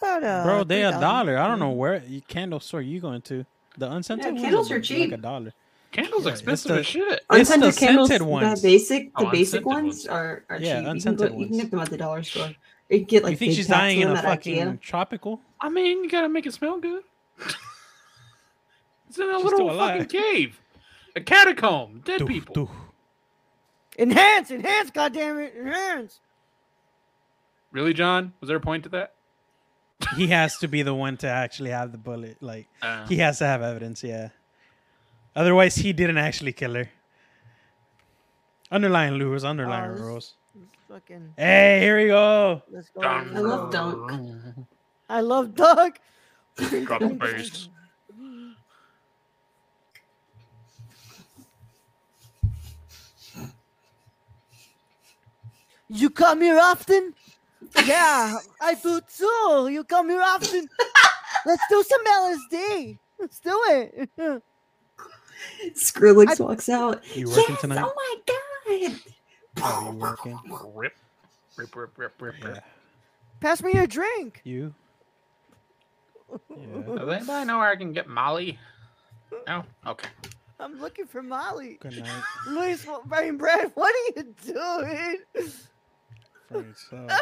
But, uh, Bro, they a $3,000. dollar. I don't know where you candle store you going to. The unscented Yeah, ones candles are are Like a cheap. dollar. Candles Yeah, it's expensive the- as shit. It's the Unscented candles, scented ones. the basic, the Oh, basic unscented ones ones. are, are Yeah, cheap. You can, go, unscented you can ones. get them at the dollar store. You can get like you think big she's packs of dying in them a at fucking IKEA. tropical? I mean, you gotta make it smell good. it's in a She's little still fucking alive. cave, a catacomb, dead Doof, people. doof. Enhance, enhance, God damn it, enhance. Really, John? Was there a point to that? He has to be the one to actually have the bullet. Like Uh, he has to have evidence. Yeah. Otherwise, he didn't actually kill her. Underlying lures. Underlying this- rules. Fucking, Hey, here we go. let's go. dun- I love Dunk. Oh. I love Doug. Drop the bass. You come here often? yeah, I do too. You come here often? Let's do some LSD. Let's do it. Skrillex walks out. You working yes, tonight? Oh my god. Oh, you working? Rip, rip, rip, rip, rip. Yeah. rip. Pass me your drink. You. Yeah. Does anybody know where I can get Molly? No. Okay. I'm looking for Molly. Good night Luis, what- I mean, Brad, what are you doing? for yourself.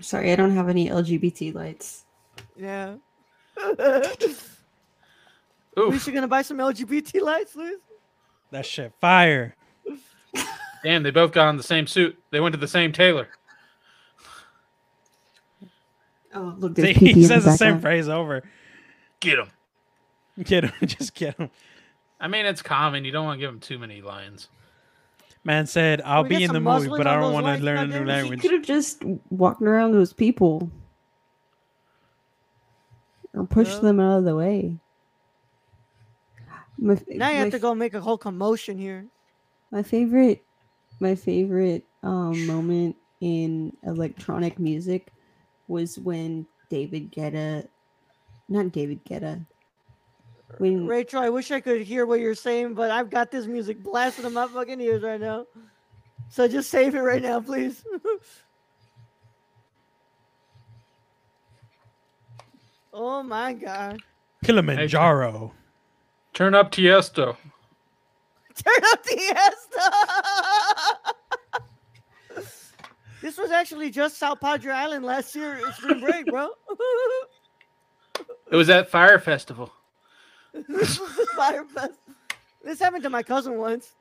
Sorry, I don't have any LGBT lights. Yeah. Luis, Oof. you gonna buy some LGBT lights, Luis? That shit fire. Damn, they both got on the same suit. They went to the same tailor. Oh, look, See, there's he PP in says the same background. phrase over. Get them. Get him, just get him. I mean, it's common. You don't want to give them too many lines. Man said, "I'll we get be in the some movie, muslin but I on don't those want lights, to learn a goddamn new it." language." could have just walked around those people Or push Yeah. them out of the way. my, Now you have my- to go make a whole commotion here. My favorite, my favorite um, moment in electronic music was when David Guetta, not David Guetta, when Rachel, I wish I could hear what you're saying, but I've got this music blasting in my fucking ears right now. So just save it right now, please. oh my god. Kilimanjaro. Turn up Tiesto. Turn up Tiesto! this was actually just South Padre Island last year at spring break, bro. It was at Fire Festival. this was the fire fest. This happened to my cousin once.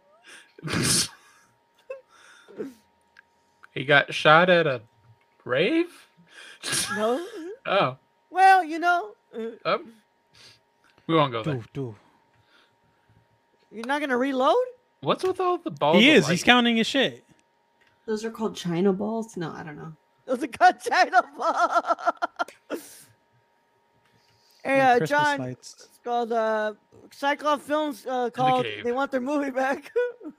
he got shot at a rave? No. oh, Well, you know, uh, um, we won't go there. Do, do. you're not gonna reload. What's with all the balls? He of is. He's light? counting his shit. Those are called China balls. No, I don't know. Those are good China balls. Hey, Like uh, Christmas John, lights. it's called uh, Cyclops Films. Uh, called cave. they want their movie back.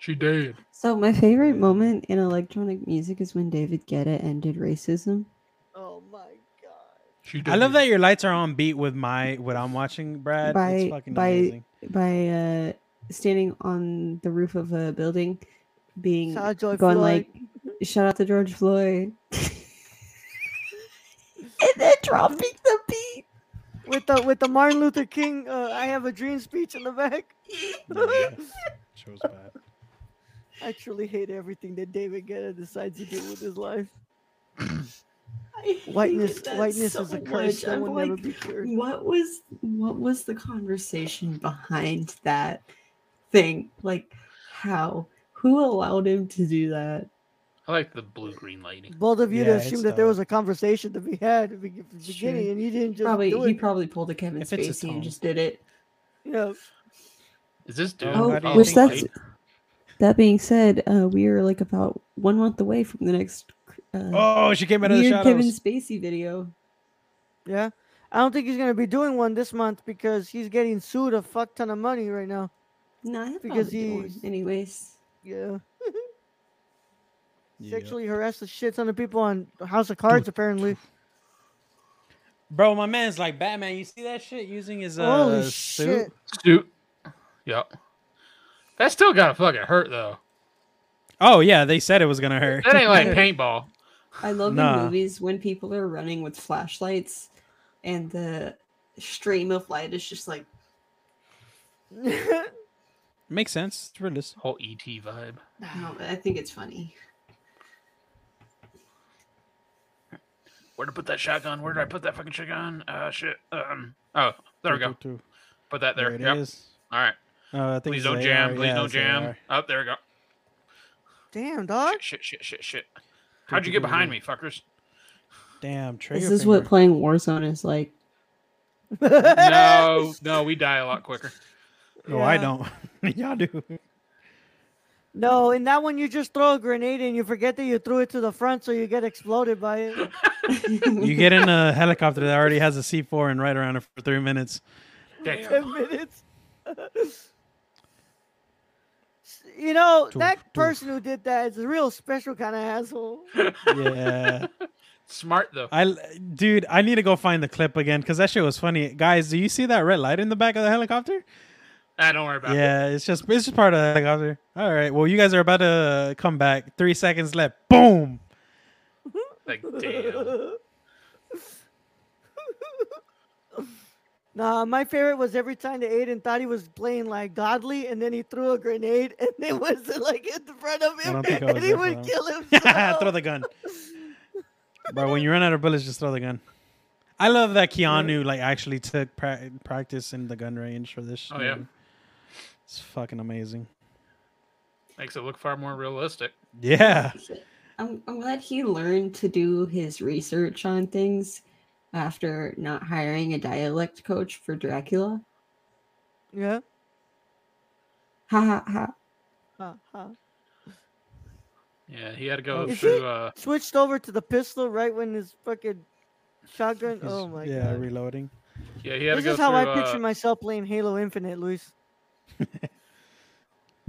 She did. So my favorite moment in electronic music is when David Guetta ended racism. oh my god! She did. I love that your lights are on beat with my what I'm watching, Brad. By- it's fucking by- amazing. by uh standing on the roof of a building being Shout out Joy going Floyd. like shout out to George Floyd and then dropping the beat. with the with the Martin Luther King uh, "I Have a Dream" speech in the back. Yeah, Show's bad. I truly hate everything that David Guetta decides to do with his life. I hated Whiteness, that whiteness so is a much. curse that I'm will like, never be cured. what was what was the conversation behind that thing? Like how who allowed him to do that? I like the blue green lighting. Both of you Yeah, to it's assume that there dumb. was a conversation to be had at the be- beginning, true. and you didn't just Probably do he it. probably pulled a Kevin If it's a Spacey tone. and just did it. you know, Is this dude? Oh, all which that's- white? That being said, uh, we are like about one month away from the next uh, Oh, she came out of the weird shadows. Kevin Spacey video. yeah. I don't think he's gonna be doing one this month because he's getting sued a fuck ton of money right now. No, he'll Because probably do one. he's- anyways. Yeah, Yeah. sexually harassed the shit ton of people on House of Cards apparently. Bro, my man's like Batman. You see that shit using his uh, Holy suit? shit! Suit. Yep. That still gotta fucking hurt though. Oh yeah, they said it was gonna hurt. That ain't like paintball. I love Nah. in movies when people are running with flashlights and the stream of light is just like Makes sense. It's realistic. Whole ET vibe. no, I think it's funny. Where to put that shotgun? Where did I put that fucking shotgun? Uh, shit. Um. Oh, there we go. Put that there. There it Yep. is. All right. Oh, I think Please it's don't AR. jam. Please Yeah, don't it's AR. jam. Up there we go. Damn dog. Shit, shit, shit, shit. How'd you get behind me, fuckers? Damn, trigger. This is what finger. playing Warzone is like. No, no, we die a lot quicker. No, I Yeah. don't. Y'all do. No, in that one you just throw a grenade and you forget that you threw it to the front, so you get exploded by it. You get in a helicopter that already has a C4 and right around it for three minutes. Damn. Ten minutes. you know Doof, that doof. person who did that is a real special kind of asshole. Yeah. Smart though. I, dude, I need to go find the clip again because that shit was funny. Guys, do you see that red light in the back of the helicopter? Ah, don't worry about it. Yeah, it's just it's just part of the helicopter. All right, well, you guys are about to come back. Three seconds left. Boom. Like, damn. Nah, my favorite was every time that Aiden thought he was playing like godly, and then he threw a grenade, and it was like in front of him, don't think I and was he there for would that one. kill himself. throw the gun. Bro, when you run out of bullets, just throw the gun. I love that Keanu like actually took pra- practice in the gun range for this. Oh, yeah. movie. it's fucking amazing. Makes it look far more realistic. Yeah, I'm, I'm glad he learned to do his research on things after not hiring a dialect coach for Dracula. yeah. Ha ha ha. Huh, huh. Yeah, he had to go Is through. it- Uh, Switched over to the pistol right when his fucking shotgun. He's- oh my yeah, god. reloading. yeah, he had This to go is how I through. picture uh, myself playing Halo Infinite, Luis.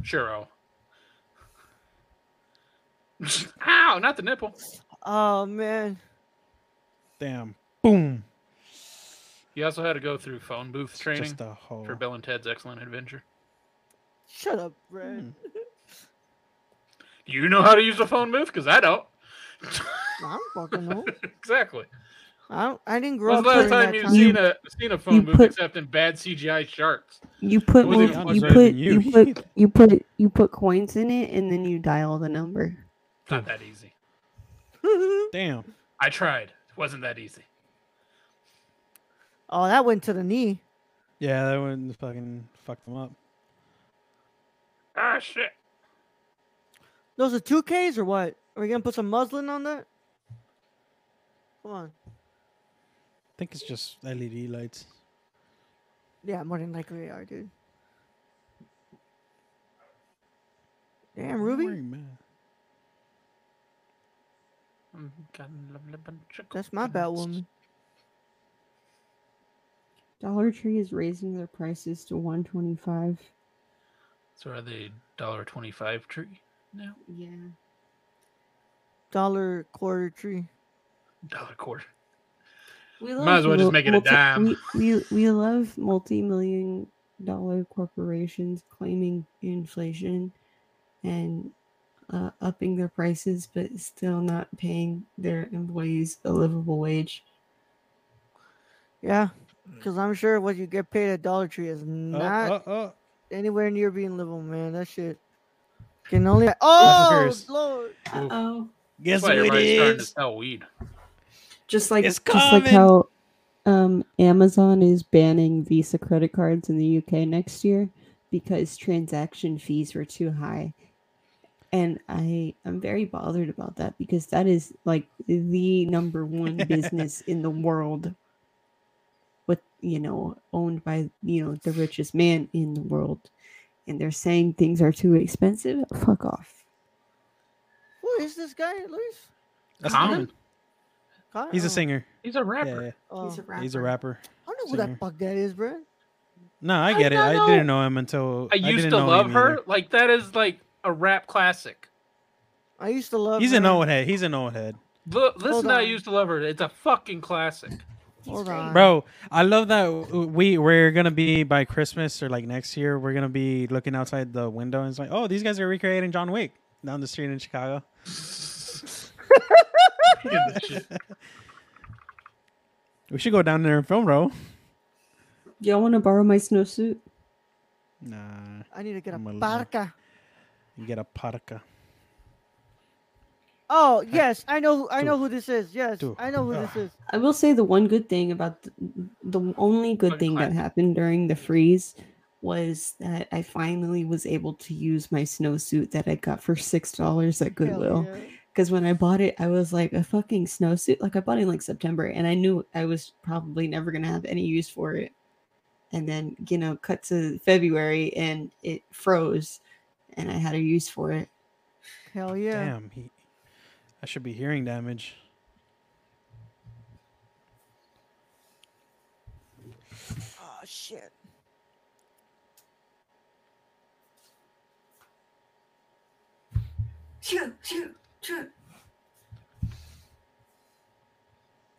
Churro. Ow! Not the nipple. Oh man. Damn. Boom. He also had to go through phone booth training Just a whole. for Bill and Ted's Excellent Adventure. Shut up, Brad. Hmm. Do you know how to use a phone booth? Because I don't. I don't fucking know. exactly. I don't. I didn't grow When's up. the last during time that you've time. seen a seen a phone booth put- except in bad CGI sharks? You put It wasn't even mul- close you to put hitting you. you put you put you put coins in it and then you dial the number. It's not that easy. Damn. I tried. It wasn't that easy. Oh, that went to the knee. Yeah, that one fucking fucked them up. Ah, shit. Those are two Ks or what? Are we gonna put some muslin on that? Come on. think it's just LED lights. Yeah, more than likely they are, dude. Damn, Oh Ruby. That's my Batwoman. Dollar Tree is raising their prices to 125. So are they dollar twenty-five tree now? Yeah. Dollar quarter tree. Dollar quarter. We Might as well just mul- make it a multi- dime. We, we, we love multi-million dollar corporations claiming inflation and uh, upping their prices, but still not paying their employees a livable wage. Yeah, Mm. because I'm sure what you get paid at Dollar Tree is Oh, not oh, oh. anywhere near being livable, man. That shit can only. Oh Metaverse. Lord! Oh, Guess That's what why it everybody's starting to is? sell weed. just like It's just like coming. how um, Amazon is banning Visa credit cards in the UK next year because transaction fees were too high. And I am very bothered about that because that is like the number one business in the world with you know owned by you know the richest man in the world and they're saying things are too expensive. Fuck off. Who is this guy, Luis? That's Common? Common. Kyle? He's a singer. He's a Yeah, rapper. yeah. Oh, I he's a rapper. don't know who singer. that fuck that is, bro. No, I I get it. don't I didn't know him until I used didn't to know love him her. either. Like that is like a rap classic. I used to love. He's an her. old head. He's an old head, Look, listen to I on. used to love her. It's a fucking classic. Hold on, bro. I love that w- we we're gonna be by Christmas or like next year. We're gonna be looking outside the window and it's like, oh, these guys are recreating John Wick down the street in Chicago. We should go down there and film, bro. Y'all want to borrow my snowsuit? Nah, I need to get a I'm a little- parka. you get a parka. Oh yes, I know. who- I Two. know who this is. Yes, Two. I know who this Ah. is. I will say the one good thing about the, the only good Fucking thing that clap. happened during the freeze was that I finally was able to use my snowsuit that I got for six dollars at Hell Goodwill. yeah. Because when I bought it, I was like a fucking snowsuit. Like I bought it in like September, and I knew I was probably never gonna have any use for it. And then you know, cut to February, and it froze, and I had a use for it. Hell yeah. Damn, he. I should be hearing damage. Oh shit.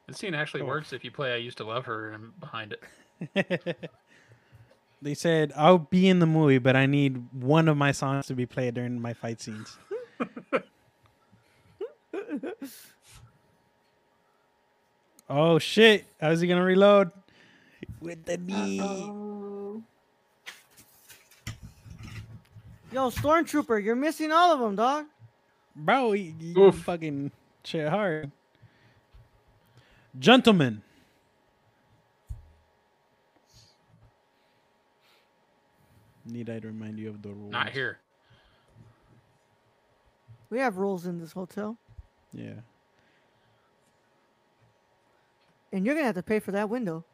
The scene actually works if you play I used to love her and behind it. they said I'll be in the movie, but I need one of my songs to be played during my fight scenes. oh shit! How's he gonna reload? With the knee. Yo, stormtrooper, you're missing all of them, dog. Bro, you, you Oof. fucking shit hard. Gentlemen. Need I remind you of the rules? Not here. We have rules in this hotel, Yeah. and you're gonna have to pay for that window.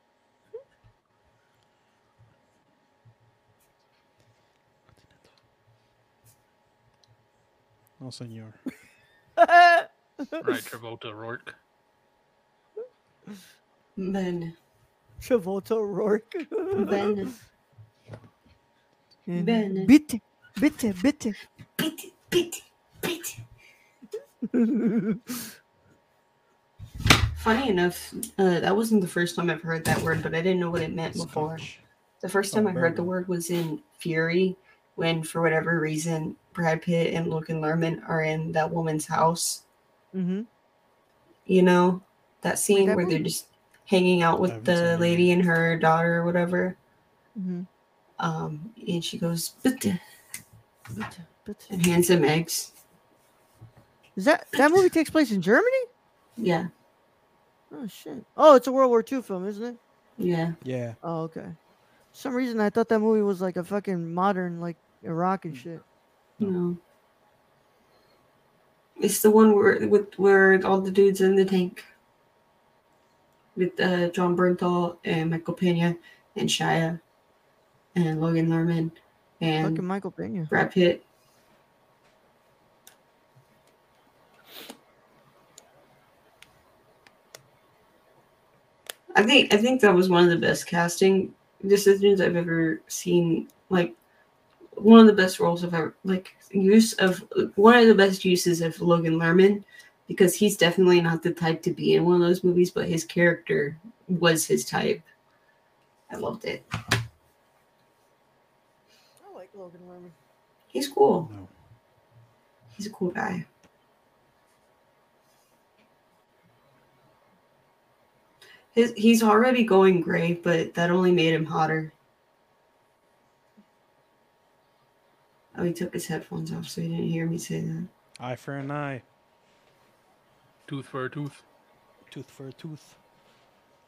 No, senor. Right, Travolta Rourke. Ben. Travolta Rourke. Ben. And Ben. Bitte, bitte, bitte. Beat, beat, beat. Mm-hmm, Funny enough, uh, that wasn't the first time I've heard that word, but I didn't know what it meant before. Scotch. The first time Oh, I heard the bourbon. word was in Fury, when for whatever reason Brad Pitt and Logan Lerman are in that woman's house. Mm-hmm. You know that scene that where they're movie? just hanging out I with haven't the seen it lady and her daughter or whatever, Mm-hmm. um, and she goes "Bitte," Bitte, bitte. and hands him eggs. Is that that movie takes place in Germany? Yeah, Oh shit. Oh, it's a World War II film, isn't it? yeah. Yeah. Oh, okay. For some reason I thought that movie was like a fucking modern, like Iraq and shit. No. It's the one where with where all the dudes in the tank with uh, John Bernthal and Michael Pena and Shia and Logan Lerman and Fucking Michael Pena. Brad Pitt. I think I think that was one of the best casting decisions I've ever seen. Like one of the best roles I've ever like use of one of the best uses of Logan Lerman because he's definitely not the type to be in one of those movies, but his character was his type. I loved it. I like Logan Lerman. He's cool. No. He's a cool guy. His, he's already going gray, but that only made him hotter. Oh, he took his headphones off, so he didn't hear me say that. Eye for an eye, Tooth for a tooth. tooth for a tooth,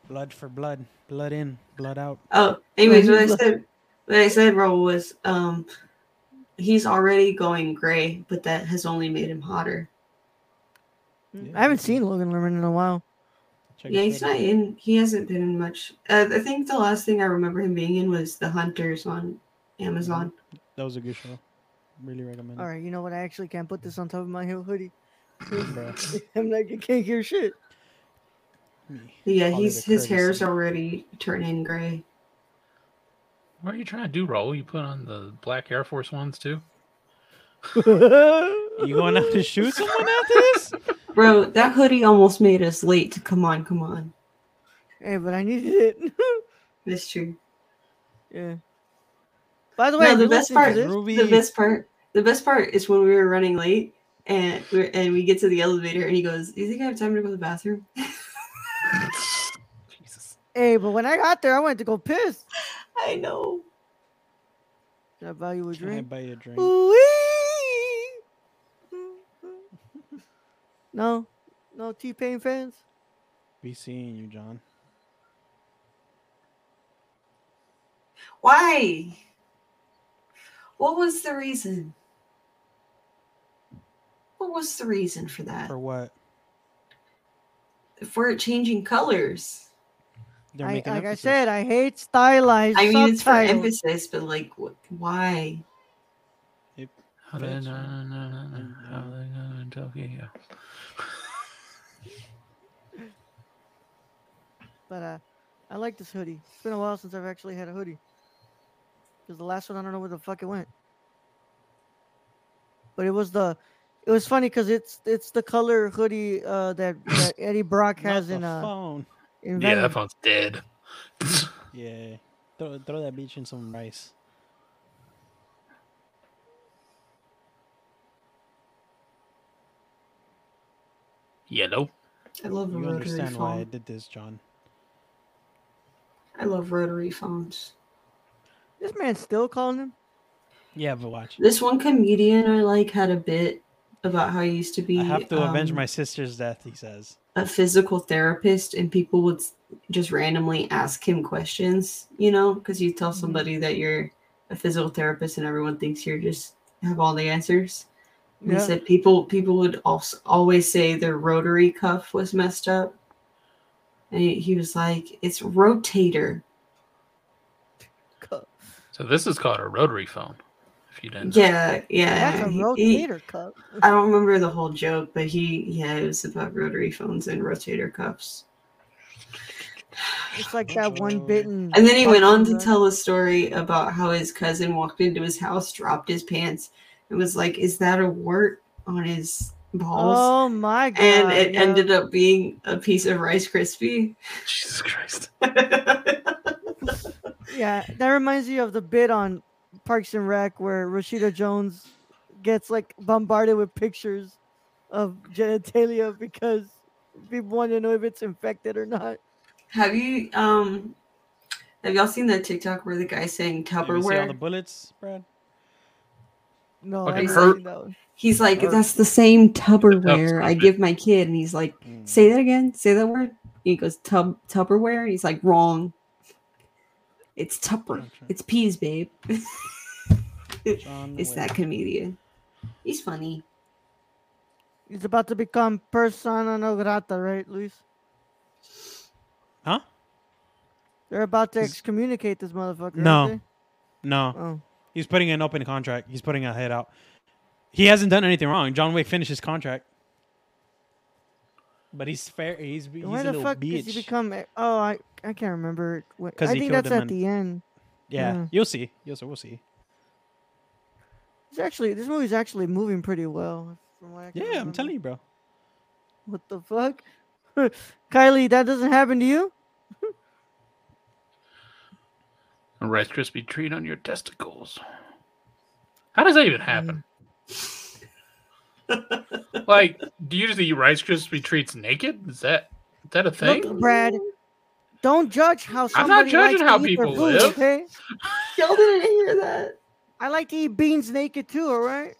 blood for blood, blood in, blood out. Oh, anyways, what I he's- said, what I said, Raul was, um, he's already going gray, but that has only made him hotter. Mm, I haven't seen Logan Lerman in a while. Check Yeah, it he's out. not in. He hasn't been in much. Uh, I think the last thing I remember him being in was The Hunters on Amazon. That was a good show. Really recommend. All right, you know what? I actually can't put this on top of my ho- hoodie. it, bro. I'm like, I can't hear shit. Me. Yeah, Follow he's the his hair's courtesy. already turning gray. What are you trying to do, Raul? You put on the black Air Force Ones too? You going out to shoot someone after this? Bro, that hoodie almost made us late to come on, come on. Hey, but I needed it. That's true. yeah. By the way, No, if the you're best listening to part, this- Ruby. The best part, the best part is when we were running late and we are and we get to the elevator and he goes, "Do you think I have time to go to the bathroom?" Jesus. Hey, but when I got there, I went to go piss. I know. Did I buy you a Can I drink? buy you a drink? Ooh-wee. No, no T Pain fans. Be seeing you, John. Why? What was the reason? What was the reason for that? For what? For it changing colors. They're I, like making I emphasis. said, I hate stylized I mean, it's for subtitles. emphasis, but like, wh- why? How they That's know, know, right. know, know, Yeah. how they know in Tokyo. But uh, I like this hoodie. It's been a while since I've actually had a hoodie. Because the last one, I don't know where the fuck it went. But it was the, it was funny because it's it's the color hoodie uh, that, that Eddie Brock Not has the in uh phone. in Yeah, that Venom. phone's dead. Yeah. Throw, throw that bitch in some rice. Yellow. I love a You rotary understand why I phone. did this, John. I love rotary phones. This man's still calling him. Yeah, but watch. This one comedian I like had a bit about how he used to be. I have to avenge um, my sister's death, he says. a physical therapist and people would s- just randomly ask him questions, you know, because you Mm-hmm. tell somebody that you're a physical therapist and everyone thinks you're just have all the answers. And He Yeah. said people people would also always say their rotary cuff was messed up. And he, he was like, it's rotator. Cu- So this is called a rotary phone. If you didn't. know. Yeah, yeah. That's a He- he- rotator cuff. I don't remember the whole joke, but he yeah, it was about rotary phones and rotator cuffs. It's like that one Oh. bitten. And then he went on to tell a story about how his cousin walked into his house, dropped his pants, and was like, "Is that a wart on his balls?" Oh my god! and it yeah. ended up being a piece of Rice crispy. Jesus Christ. Yeah, that reminds me of the bit on Parks and Rec where Rashida Jones gets like bombarded with pictures of genitalia because people want to know if it's infected or not. have you um have y'all seen that TikTok where the guy's saying Have you see all Tupperware? the bullets, Brad? No, Fucking I haven't hurt. seen that one. He's like, Or- "That's the same Tupperware I stupid. give my kid," and he's like, Mm. "Say that again. Say that word." And he goes, "Tub Tupperware." And he's like, "Wrong. It's Tupper. Gotcha. It's peas, babe." John It's Wick. that comedian. He's funny. He's about to become persona non grata, right, Luis? Huh? They're about to He's- excommunicate this motherfucker. aren't No. they? No. Oh. He's putting an open contract. He's putting a head out. He hasn't done anything wrong. John Wick finished his contract. But he's fair. He's, he's Why a the little fuck bitch. does he become? a- Oh, I I can't remember. What, 'Cause I he think killed that's him at and- the end. yeah, yeah. you'll see. You'll see. We'll see. It's actually this movie's actually moving pretty well. From what I can Yeah, I'm telling you, bro. you. What the fuck, Kylie? That doesn't happen to you. A Rice Krispie treat on your testicles. How does that even happen? like, do you just eat Rice Krispie treats naked? Is that is that a thing? Look, Brad. Don't judge how I'm somebody not judging likes how to eat their people food, live. Okay, Y'all didn't hear that. I like to eat beans naked too. All right.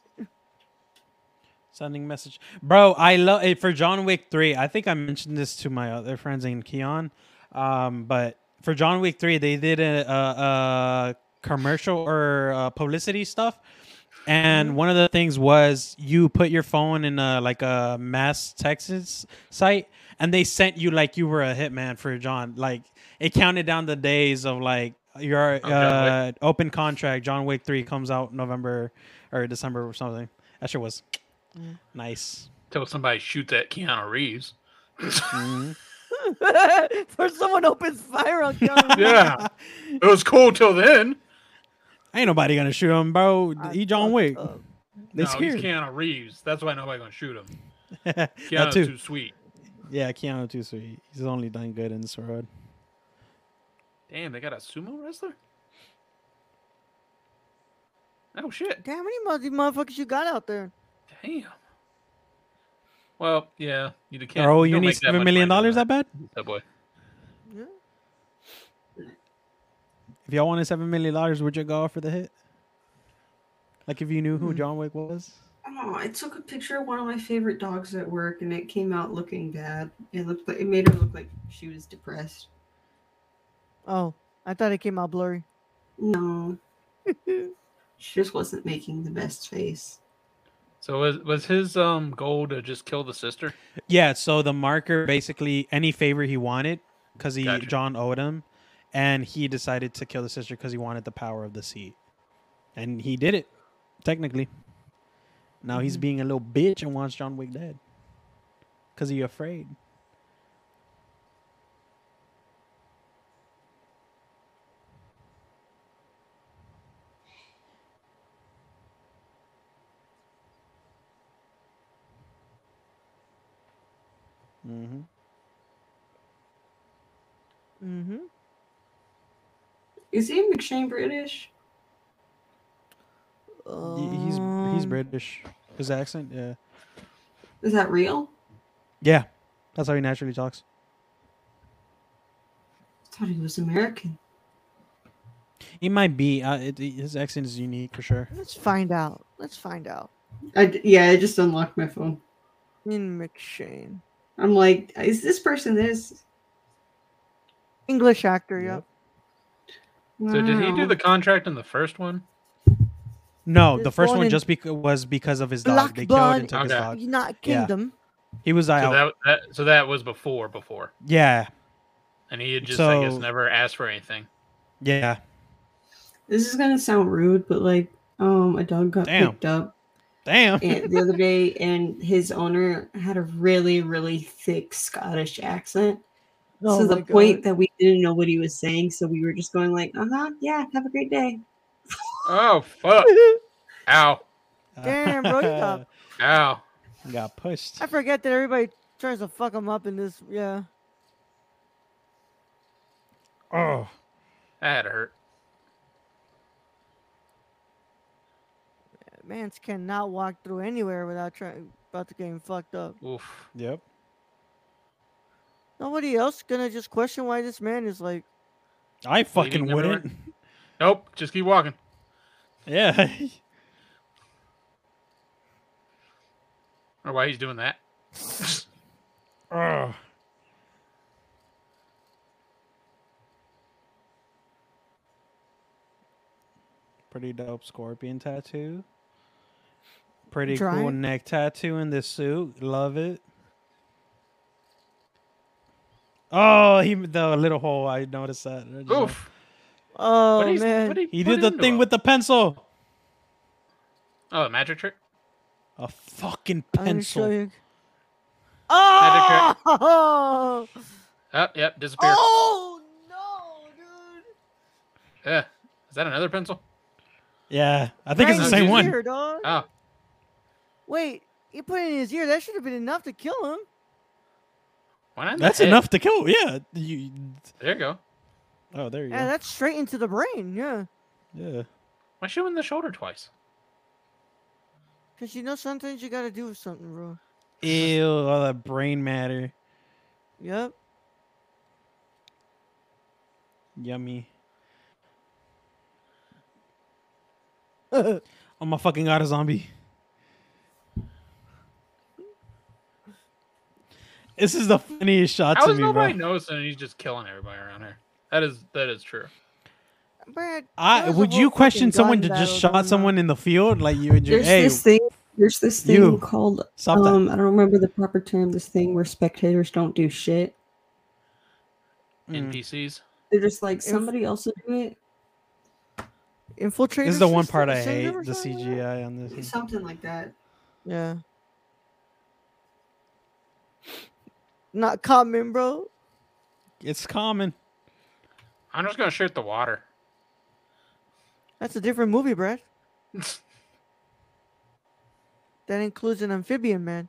Sending message, bro. I love it for John Wick three. I think I mentioned this to my other friends in Keon, um, but for John Wick three, they did a, a, a commercial or uh publicity stuff, Mm-hmm. and one of the things was you put your phone in a like a mass Texas site, and they sent you like you were a hitman for John. Like it counted down the days of like your Oh, John Wick. uh, open contract. John Wick three comes out November or December or something. That sure was. Mm. Nice. Tell somebody shoot that Keanu Reeves. For someone opens fire on Keanu. Reeves. Yeah, it was cool till then. Ain't nobody gonna shoot him, bro. I he John fucked Wick. up. They no, he's scared. Keanu Reeves. That's why nobody gonna shoot him. that Keanu's too. too sweet. Yeah, Keanu too. So he- he's only done good in Sorod. Damn, they got a sumo wrestler. Oh shit! Damn, how many mo- these motherfuckers you got out there? Damn. Well, yeah, you can't. Oh, you you don't need make that seven much million money dollars on that bad? that boy. If y'all wanted seven million dollars, would you go for the hit? Like if you knew Hmm. who John Wick was? Oh, I took a picture of one of my favorite dogs at work, and it came out looking bad. It looked like it made her look like she was depressed. Oh, I thought it came out blurry. No, she just wasn't making the best face. So was was his um goal to just kill the sister? Yeah. So the marker basically any favor he wanted because he Gotcha. John owed him, and he decided to kill the sister because he wanted the power of the seat, and he did it. Technically, now he's Mm-hmm. being a little bitch and wants John Wick dead because he afraid. Mm-hmm. Mm-hmm. Is Ian McShane British? he's he's Um, British. His accent, yeah, Is that real? yeah. That's how he naturally talks. I thought he was American. He might be. Uh, it, his accent is unique for sure. Let's find out. Let's find out. I d- yeah, I just unlocked my phone. Ian McShane. I'm like, is this person this? English actor, yep. So did he do Wow. the contract in the first one? No, This the first one one in- just beca- was because of his Black dog. They killed blood. and took his Okay. dog. Not Yeah. Kingdom. He was So out. that, that so that was before before, yeah, and he had just I guess So- never asked for anything. yeah. This is gonna sound rude, but like, um, a dog got Damn. picked up Damn. and the other day, and his owner had a really, really thick Scottish accent. Oh so the my point God. that we didn't know what he was saying, so we were just going like, "Uh huh, yeah, have a great day." Oh fuck! Ow! Damn, bro, you got- Ow! Got pushed. I forget that everybody tries to fuck him up in this. Yeah. Oh, That had to hurt. Mans cannot walk through anywhere without trying about to getting fucked up. Oof. yep. Nobody else gonna just question why this man is like I fucking never- wouldn't. Nope. Just keep walking. Yeah. Or why he's doing that? oh. Pretty dope scorpion tattoo. Pretty Dry. cool neck tattoo in this suit. Love it. Oh, he the little hole. I noticed that. I just- Oof. Oh What he's- man. what he He put did the into thing him? with the pencil. Oh, the magic trick? A fucking I'm gonna show pencil. you. Oh! Oh, yep, disappeared. Oh no, dude! Yeah. Is that another pencil? Yeah, I think Right it's the in same his one. ear, dog. Oh, Wait, he put it in his ear. That should have been enough to kill him. why not? in the That's head? enough to kill. Yeah. You, There you go. oh, there you Yeah, that's straight into the brain. Yeah, go. Yeah. Why shoot him in the shoulder twice? because you know sometimes you gotta do something, bro. Ew, all that brain matter. Yep. Yummy. oh my fucking god, a zombie. This is the funniest shot How to is me, nobody bro. noticing and he's just killing everybody around here? That is that is true. Brad, there I was a would whole you fucking question someone gun to just battle shot going someone in the field like you and your There's hey this thing. There's this thing you. called stop um. I don't remember the proper term. This thing where spectators don't do shit. that. Mm. NPCs. They're just like somebody else will do it. on. Infiltrator. This is the one system, part I syndrome hate or the something like that? CGI on this. one. Something like that. Yeah. Not common, bro. It's common. I'm just gonna shoot the water. That's a different movie, Brad. that includes an amphibian man.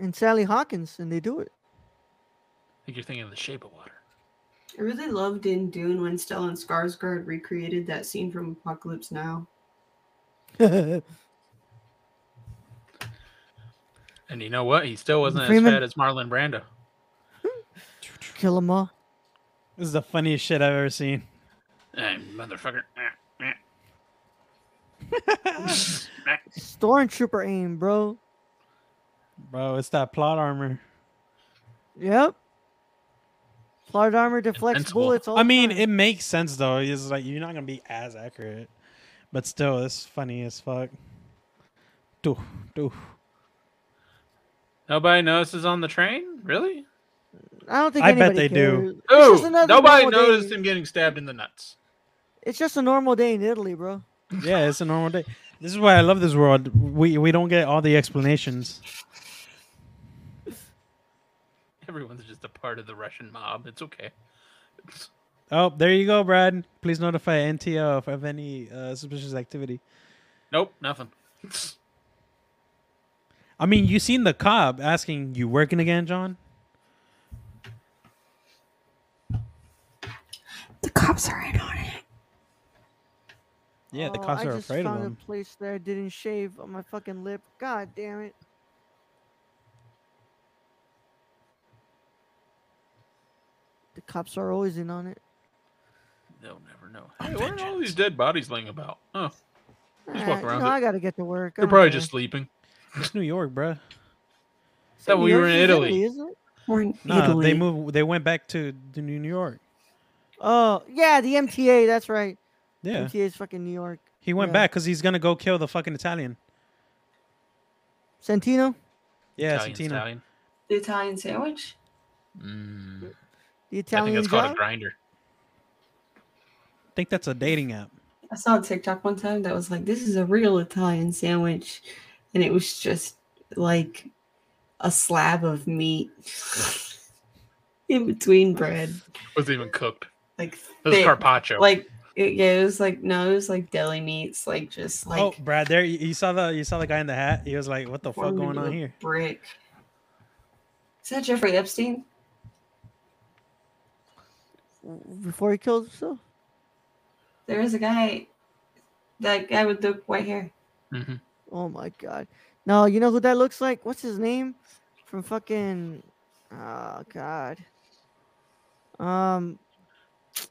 And Sally Hawkins, and they do it. I think you're thinking of the shape of water. I really loved in Dune when Stellan Skarsgård recreated that scene from Apocalypse Now. And you know what? He still wasn't Freeman- as fat as Marlon Brando. Kill 'em all. This is the funniest shit I've ever seen. Hey, motherfucker. Eh, eh. Stormtrooper aim, bro. Bro, it's that plot armor. Yep. Plot armor deflects Invincible. bullets. All I mean, the time. it makes sense though. It's like you're not gonna be as accurate, but still, it's funny as fuck. Doof, doof. Nobody notices on the train? Really? I don't think I bet anybody they do. cares. It's just Oh, another nobody normal day. noticed him getting stabbed in the nuts. It's just a normal day in Italy, bro. Yeah, it's a normal day. This is why I love this world. We we don't get all the explanations. Everyone's just a part of the Russian mob. It's okay. Oh, there you go, Brad. Please notify NTO if of any uh, suspicious activity. Nope, nothing. I mean, you seen the cop asking, "You working again, John?" The cops are in on it. Yeah, the Oh, cops I are just afraid of found him. a place that I didn't shave on my fucking lip. God damn it. The cops are always in on it. They'll never know. Hey, where are all these dead bodies laying about? Oh, Just walk Alright, you around know, it. I gotta get to work. I they're don't probably care. just sleeping. It's New York, bruh. Hey, That we New were in York's Italy. isn't it? We're in Nah, Italy. they moved. They went back to to New York. Oh yeah, the MTA. That's right. Yeah, MTA is fucking New York. he went Yeah. back because he's gonna go kill the fucking Italian. Santino, Yeah, Italian Santino. stallion. The Italian sandwich. Mm, the I think Italian that's called a job? grinder. think that's a dating app. I saw a TikTok one time that was like, "This is a real Italian sandwich," and it was just like a slab of meat in between bread, Wasn't even cooked. like It was thick, carpaccio. like it, yeah, it was like no, it was like deli meats, like just like oh, Brad, there you, you saw the you saw the guy in the hat. He was like, "What the fuck formed going into on a here?" Brick. Is that Jeffrey Epstein? W- Before he killed himself. There is a guy, that guy with the white hair. hmm Oh my god. No, you know who that looks like? What's his name? From fucking oh god. Um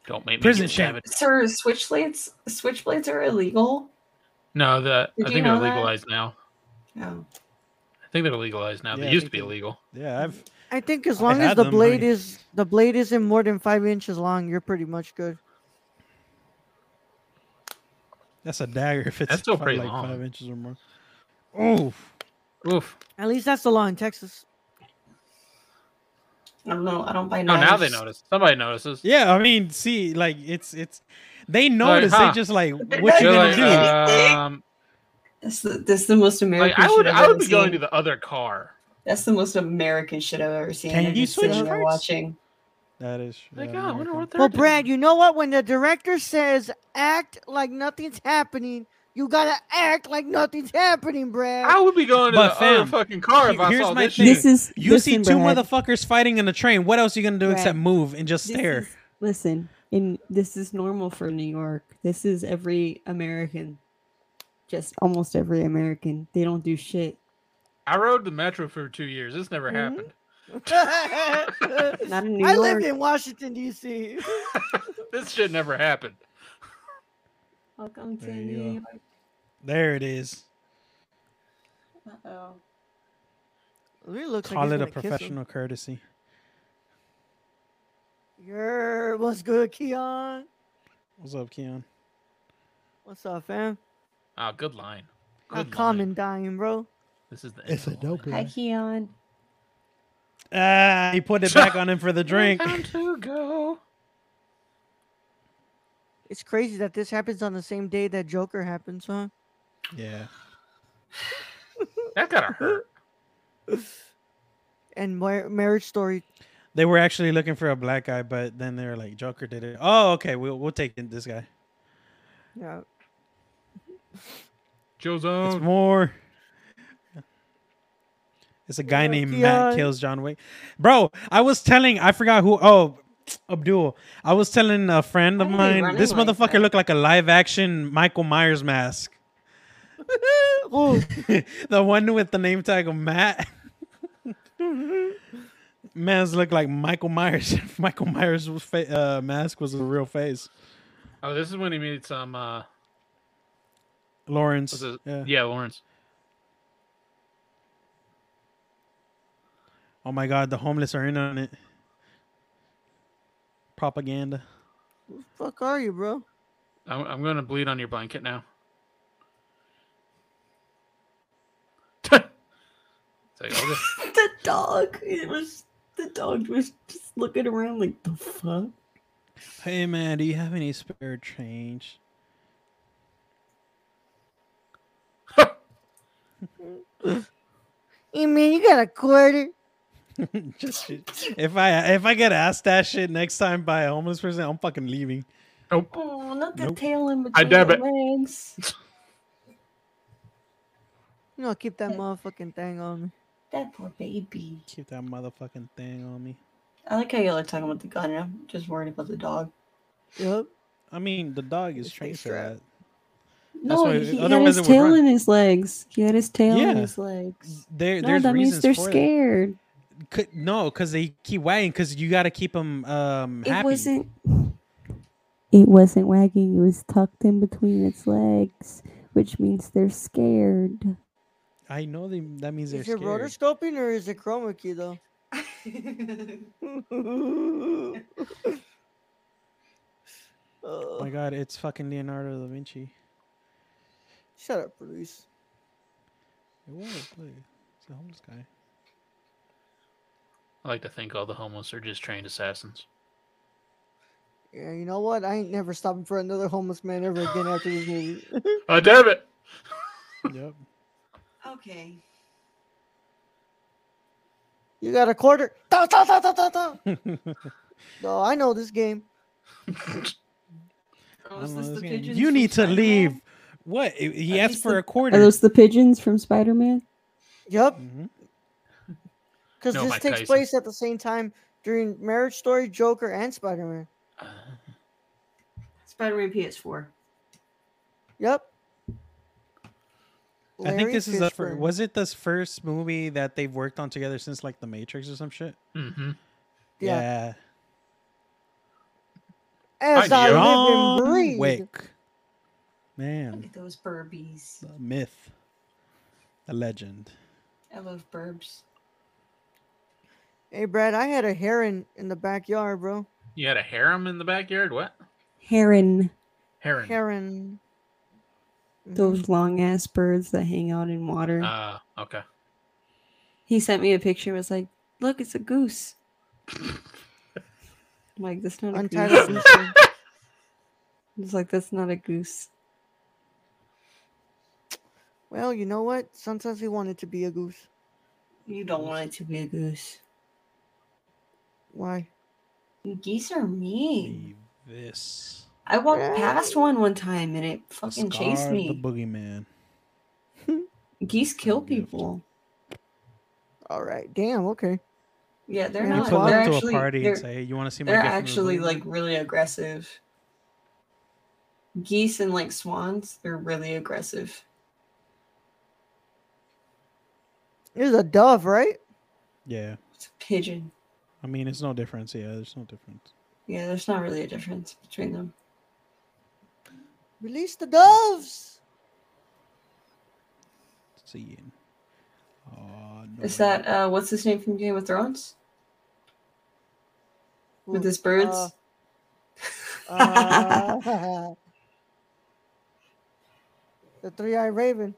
Don't make me Prison get shame. savage. Sir, switchblades, switchblades are illegal. No, the Did I think you they're know that? legalized now. No. I think they're legalized now. Yeah, they I used to think be they- illegal. Yeah, I've I think as I long as had the them, blade honey. is the blade isn't more than five inches long, you're pretty much good. That's a dagger if it's That's still fi- pretty like long. five inches or more. Oh, Oof. At least that's the law in Texas. I don't know. I don't buy Oh, knives. now they notice. Somebody notices. yeah. I mean, see, like it's it's they notice. huh. They just like They're what you They're like, gonna not do? doing anything. um, That's the, that's the most American. like, I shit would, I've I would ever be going seen. to the other car. That's the most American shit I've ever seen. Can They're you just sitting switch there parts? Watching. That is Like, yeah, oh, I wonder American. what they're Well, doing. Brad, you know what? When the director says act like nothing's happening, you gotta act like nothing's happening, Brad. I would be going to But the other fam, fucking car if he- I here's saw my this thing. shit. This is You see listen, two Brad, motherfuckers fighting in a train. What else are you gonna do Brad, except move and just This stare? is- listen, and this is normal for New York. This is every American. Just almost every American. They don't do shit. I rode the metro for two years. This never happened. Not in New I York. lived in Washington D.C. This shit never happened. Welcome to There you New go. York. There it is. Uh-oh. really looks like Call he's it a gonna kiss him. professional courtesy. Yer, what's good, Keon? What's up, Keon? What's up, fam? Oh, good line. Good Not line. Ah, common dying, bro. This is the It's a end of dope. the Hi, one. Keon. Ah, he put it back on him for the line. drink. Time to go. It's crazy that this happens on the same day that Joker happens, huh? Yeah. That gotta hurt. And Mar- Marriage Story. They were actually looking for a black guy, but then they were like, Joker did it. Oh, okay. We'll, we'll take this guy. Yeah. Joe's It's own. more. It's a guy Yeah, named Keon. Matt kills John Wick. Bro, I was telling, I forgot who. Oh, Abdul. I was telling a friend of Why are they mine, running this like motherfucker that? looked like a live action Michael Myers mask. Oh, the one with the name tag of Matt. Man's look like Michael Myers. If Michael Myers' was fa- uh, mask was a real face. Oh, this is when he meets um uh Lawrence. what's his- Yeah. yeah, Lawrence. Oh my God, the homeless are in on it. Propaganda. who the fuck are you, bro? I'm, I'm gonna bleed on your blanket now. It's like, okay. the dog. It was the dog was just looking around like the fuck. Hey man, do you have any spare change? Hey, man, you got a quarter? Just if I if I get asked that shit next time by a homeless person, I'm fucking leaving. Oh, not the Nope. tail in between I dab the it. legs. You know, keep that motherfucking thing on me. That poor baby. Keep that motherfucking thing on me. I like how y'all are talking about the gun. and I'm just worried about the dog. Yep. I mean, the dog is Just stay trained for strapped. that. no, why- he had otherwise his it would tail run. in his legs. He had his tail in Yeah. his legs. There, No, there's that means reasons they're for that. scared. Could, no, because they keep wagging. Because you got to keep them um happy. It wasn't. it wasn't wagging, it was tucked in between its legs, which means they're scared. I know they, that means they're Is it scared. rotoscoping or is it chroma key though? Oh my Uh, god, it's fucking Leonardo da Vinci. shut up, Luis. It was. Look, it's a homeless guy. I like to think all the homeless are just trained assassins. Yeah, you know what? I ain't never stopping for another homeless man ever again after this movie. Oh damn it! yep. okay. you got a quarter? Ta, ta, ta, ta, ta, ta. No, I know this game. Uh, Oh, I is don't this know the this game. pigeons You from need to Spider-Man? leave. What? He- He Are asked these for the- a Are quarter. those the pigeons from Spider Man? Yep, Mhm. because No, this Mike takes Tyson. place at the same time during Marriage Story, Joker, and Spider Man. Spider-Man PS4. Yep. I think Larry this is the fir- Fishburne. was it this first movie that they've worked on together since like The Matrix or some shit. Mm-hmm. Yeah. yeah. As I I live and John breathe. Wick. Look Man, at those burbies. the myth, the legend. I love burbs. Hey, Brad, I had a heron in the backyard, bro. You had a harem in the backyard? What? Heron. Heron. Heron. Mm-hmm. Those long ass birds that hang out in water. Ah, okay. he sent me a picture. and Was like, look, it's a goose. I'm like that's not a Untitled goose. Goose Game. It's like that's not a goose. Well, you know what? Sometimes we want it to be a goose. You don't want it to be a goose. Why? Geese are mean. Leave this. I walked Yeah. past one one time and it fucking chased Scar The me. boogeyman. Geese kill Beautiful. people. All right. Damn. Okay. Yeah, they're You You not. put Well, them They're to actually, a party they're, and say, "Hey, you want to see my?" they're gift from the actually boogeyman?" like really aggressive. Geese and like swans, they're really aggressive. There's a dove, right? Yeah, It's a pigeon. I mean, it's no difference. Yeah, there's no difference. Yeah, there's not really a difference between them. Release the doves. Seeing. Oh, no Is way. that uh what's his name from Game of Thrones? With Who? his birds? Uh, uh, the three-eyed raven.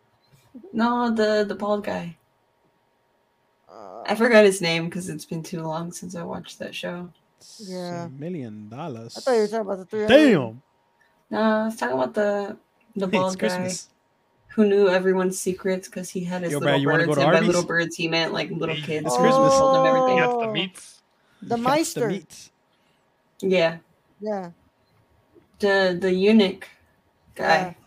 no, the the bald guy. Uh, I forgot his name because it's been too long since I watched that show. It's a yeah. million dollars. I thought you were talking about the three-eyed. raven. Damn, No, I was talking about the the Hey, it's bald guy Christmas. who knew everyone's secrets because he had his Yo, little Brad, you wanna birds. go to and by Arby's? little birds, he meant like little It's kids. Christmas. Christmas sold them You everything. Oh. got the meats. The Yes, Meister. meat. Yeah, Yeah. the the eunuch guy.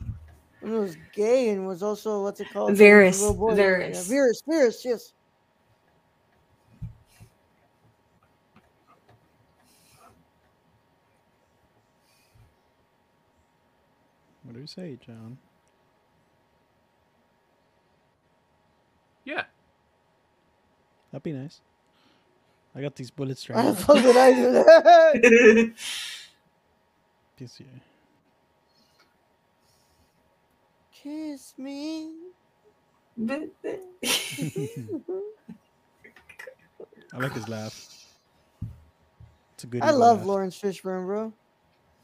And it was gay and was also what's it called? It was a Varys, little boy. Varys. Yeah, Varys. Varys. Yes. What do you say, John? Yeah. That'd be nice. I got these bullets Why the right. fuck did I do that? This year. Kiss me. uh, I like his laugh. It's a good. I evil love laugh. Lawrence Fishburne, bro.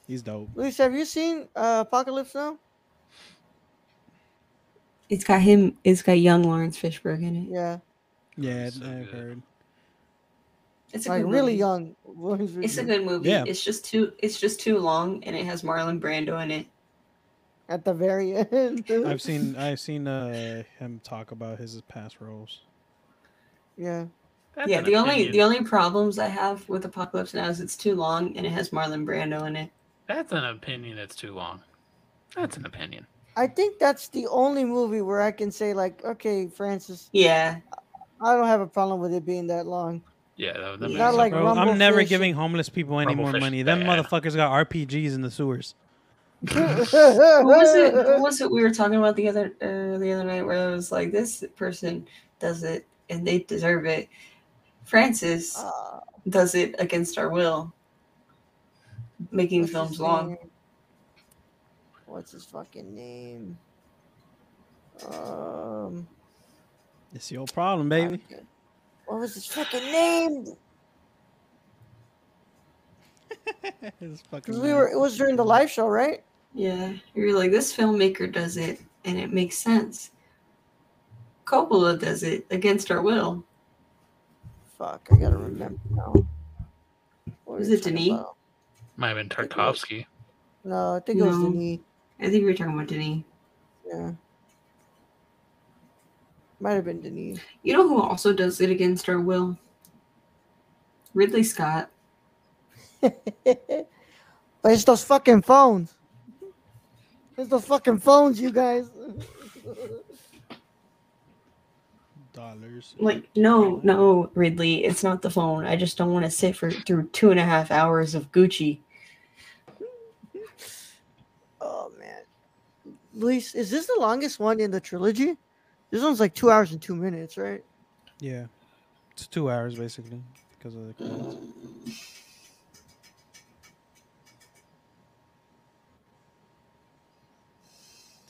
He's dope. Luis, have you seen uh, Apocalypse Now? It's got him. It's got young Lawrence Fishburne in it. Yeah, Yeah, so I've good. heard. it's a like good really movie. young. Lawrence It's a Fishburne. good movie. Yeah. It's just too it's just too long and it has Marlon Brando in it. At the very end. I've seen. I've seen uh, him talk about his past roles. Yeah. That's yeah, an the only opinion. the only problems I have with Apocalypse Now is it's too long and it has Marlon Brando in it. That's an opinion that's too long. That's an opinion. I think that's the only movie where I can say like, okay, Francis, Yeah. I don't have a problem with it being that long. Yeah, that, that Not makes Not sense. like Bro, Rumble I'm never Fish. giving homeless people any Rumble more Fish, money. Them yeah. motherfuckers got RPGs in the sewers. What was it? What was it we were talking about the other uh, the other night where I was like, this person does it and they deserve it. Francis Ah, does it against our will, making what's films his long. name? What's his fucking name? Um, It's your problem, baby. fuck it. what was his fucking name? It's fucking Because we mad. were, it was during the live show, right? Yeah, you're like this filmmaker does it, and it makes sense. Coppola does it against our will. Fuck, I gotta remember now. What Was were we it talking Denis? about? Might have been Tarkovsky. No, I think it was No. Denis. I think we were talking about Denis. Yeah. Might have been Denis. You know who also does it against our will? Ridley Scott. but it's those fucking phones. It's those fucking phones, you guys. dollars. Like, no, no, Ridley, it's not the phone. I just don't want to sit for through two and a half hours of Gucci. oh man. Luis, is this the longest one in the trilogy? This one's like two hours and two minutes, right? Yeah, it's two hours basically because of the credits.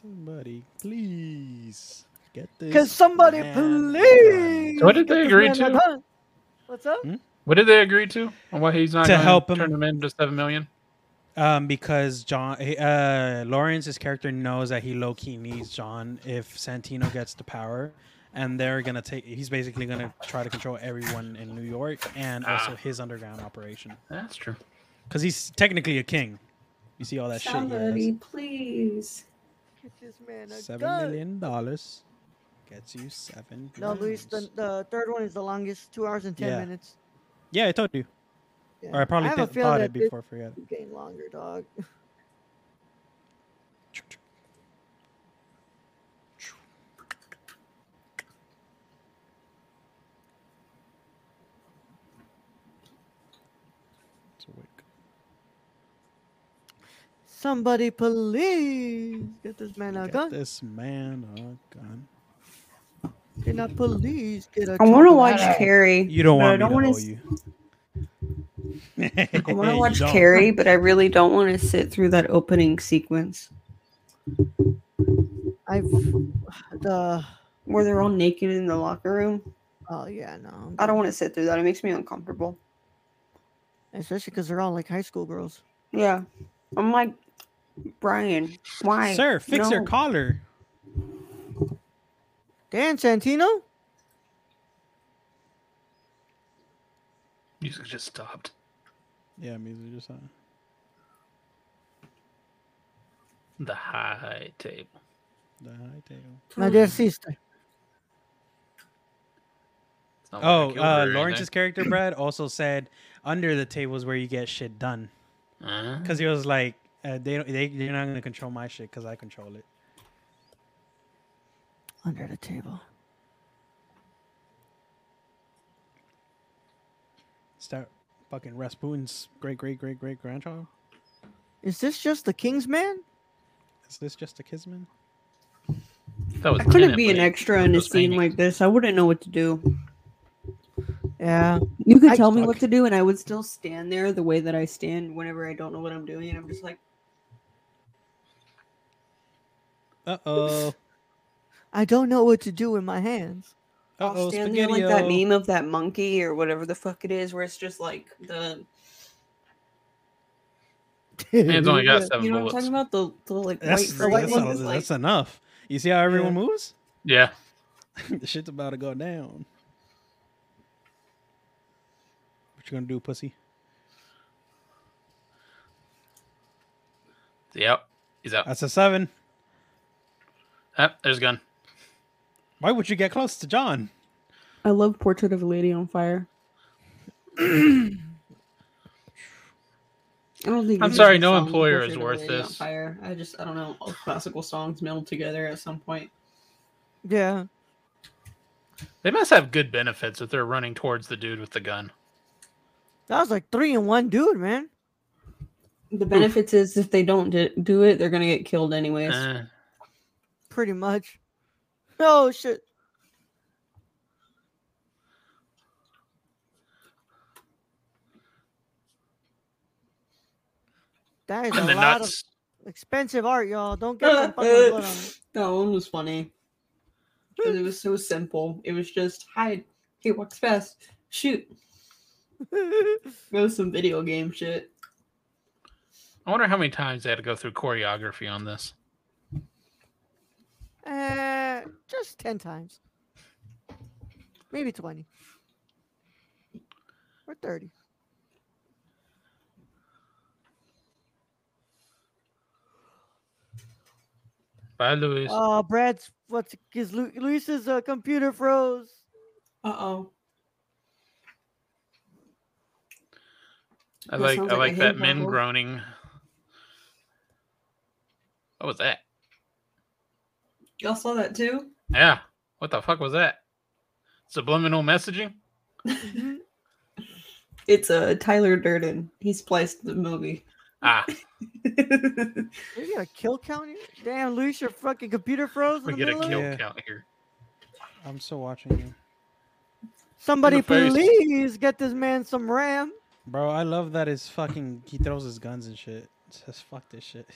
Somebody, please get this. Because somebody man please. done. What did get they this agree man to? that gun. What's up? Hmm? What did they agree to? On why he's not To gonna help him. turn him into seven million? um, because John uh, Lawrence's character knows that he low key needs John if Santino gets the power, and they're gonna take. He's basically gonna try to control everyone in New York and also Ah. his underground operation That's true. because he's technically a king. You see all that shit. Somebody, He please. Get this man a has. Seven gun. million dollars gets you seven. No, Luis, the, millions. the third one is the longest, two hours and ten Yeah. minutes. Yeah, I told you, Yeah. or I probably have a did, feeling thought that it this- before. I forgot. It's Getting longer, dog. It's a wick. Somebody, please get this man a Get gun. this man a gun. Can I please get a? I want to gun? watch Carrie. You don't but want I don't me to wanna hold s- you. I want to watch Carrie, but I really don't want to sit through that opening sequence I've the. where they're all naked in the locker room. Oh yeah, no. I'm I good. don't want to sit through that. It makes me uncomfortable. Especially because they're all like high school girls. Yeah. I'm like, Brian, why? Sir, fix your No. collar. Dan Santino. Music just stopped. Yeah, music just on. The high table. The high table. My Mm. dear sister. It's not like I Oh, killed uh, her or Lawrence's anything. character Brad also said, "Under the table is where you get shit done," Uh, because he was like, uh, "They don't, they, they're not gonna control my shit because I control it." Under the table. Start fucking Rasputin's great great great great grandchild. Is this just the King's Man? Is this just a Kisman? that was I couldn't Tenet, be an but extra in a those scene hangings. like this. I wouldn't know what to do. Yeah. You could I- tell me what to do, and I would still stand there the way that I stand whenever I don't know what I'm doing. And I'm just like, Uh oh. I don't know what to do with my hands. Uh I'll oh. stand there like that Spaghetti. meme of that monkey or whatever the fuck it is, where it's just like the Man's only got Yeah. seven you know what I'm bullets. talking about the the like That's white that's, phrase. one a- is, like, that's enough. You see how everyone moves? Yeah. the shit's about to go down. What you gonna do, pussy? Yep. He's out. That's a seven. Ah, there's a gun. Why would you get close to John? I love Portrait of a Lady on Fire. I don't think I'm this is sorry, the no song, employer Portrait is of a worth Lady on this. Fire. I just I don't know all classical songs melded together at some point. Yeah. They must have good benefits if they're running towards the dude with the gun. That was like three in one dude, man. The benefits is if they don't di- do it, they're gonna get killed anyways. Eh, Pretty much. Oh shit. That is a and the lot nuts. of expensive art, y'all. Don't get some fucking blood on that it. one was funny. 'Cause it was so simple. It was just hide. He walks fast. Shoot. It was some video game shit. I wonder how many times they had to go through choreography on this. Uh, just 10 times. Maybe 20. Or 30. Bye, Luis. Oh, Brad's, what's his, Lu- Luis's uh, computer froze. Uh oh. I that like I sounds like like a that hidden men novel. groaning. What was that? Y'all saw that too? Yeah. What the fuck was that? Subliminal messaging? It's uh, Tyler Durden. He spliced the movie. Ah, We got a kill count here? Damn, Luis, your fucking computer froze. In we the get a middle of it? kill Yeah. count here. I'm still watching you, Somebody, face. please get this man some RAM. bro. I love that it's fucking. He throws his guns and shit. Says fuck this shit.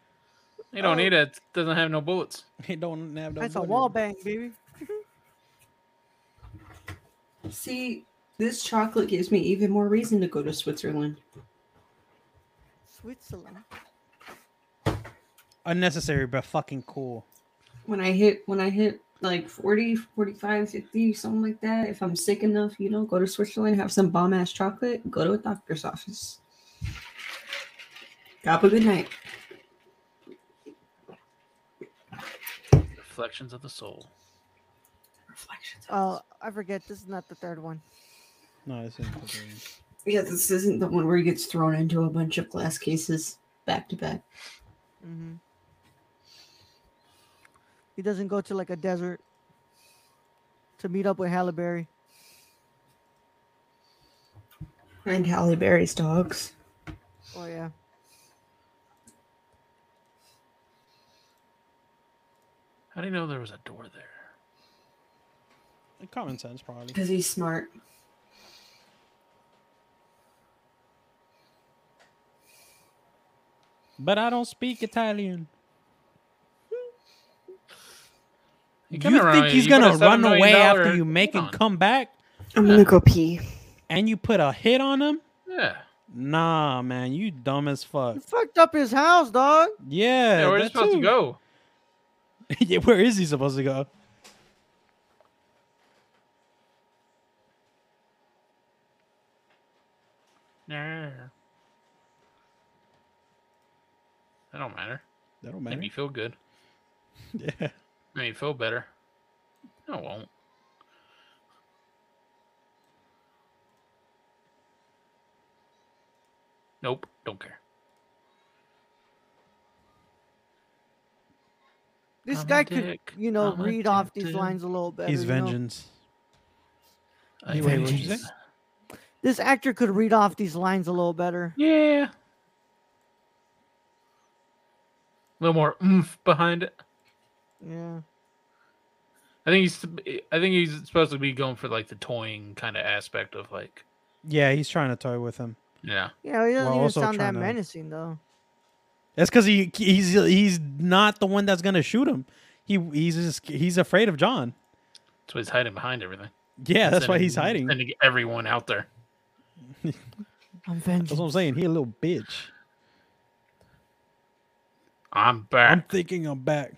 You don't need it. It doesn't have no bullets. He don't have no. That's a bullet. wall bang, baby. See, this chocolate gives me even more reason to go to Switzerland. Switzerland. Unnecessary, but fucking cool. When I hit, when I hit like 40, 45, 50, something like that, if I'm sick enough, you know, go to Switzerland, have some bomb ass chocolate, go to a doctor's office. Have a good night. Reflections of the soul. Reflections. Oh, I forget. This is not the third one. No, this isn't. the thing. Yeah, this isn't the one where he gets thrown into a bunch of glass cases back to back. hmm He doesn't go to like a desert to meet up with Halle Berry. And Halle Berry's dogs. Oh yeah. How do you know there was a door there? Common sense, probably. Because he's smart. But I don't speak Italian. You You kinda run think away- he's you put a gonna $7 run million away after dollar- you make Hold him on. come back I'm gonna go pee. and you put a hit on him? Yeah. Nah, man, you dumb as fuck. He fucked up his house, dog. Yeah, Yeah, where's he that supposed too. to go? yeah, where is he supposed to go? Nah. That don't matter. That don't Make me matter. feel good. Yeah. Make me feel better. No, it won't. Nope, don't care. This I'm a guy could, dick. you know, I'm a read off these dick, dude. lines a little better. He's you know? vengeance. I Anyway, what'd you vengeance. say? This actor could read off these lines a little better. Yeah. A little more oomph behind it. Yeah. I think he's. I think he's supposed to be going for like the toying kind of aspect of like. Yeah, he's trying to toy with him. Yeah. Yeah, he While doesn't even also sound that trying to- menacing though. That's because he he's he's not the one that's gonna shoot him. He he's just, he's afraid of John. That's why he's hiding behind everything. Yeah, that's why Sending- he's hiding. That's Sending everyone out there. I'm vengeance. what I'm saying. He a little bitch. I'm I'm back. thinking I'm back.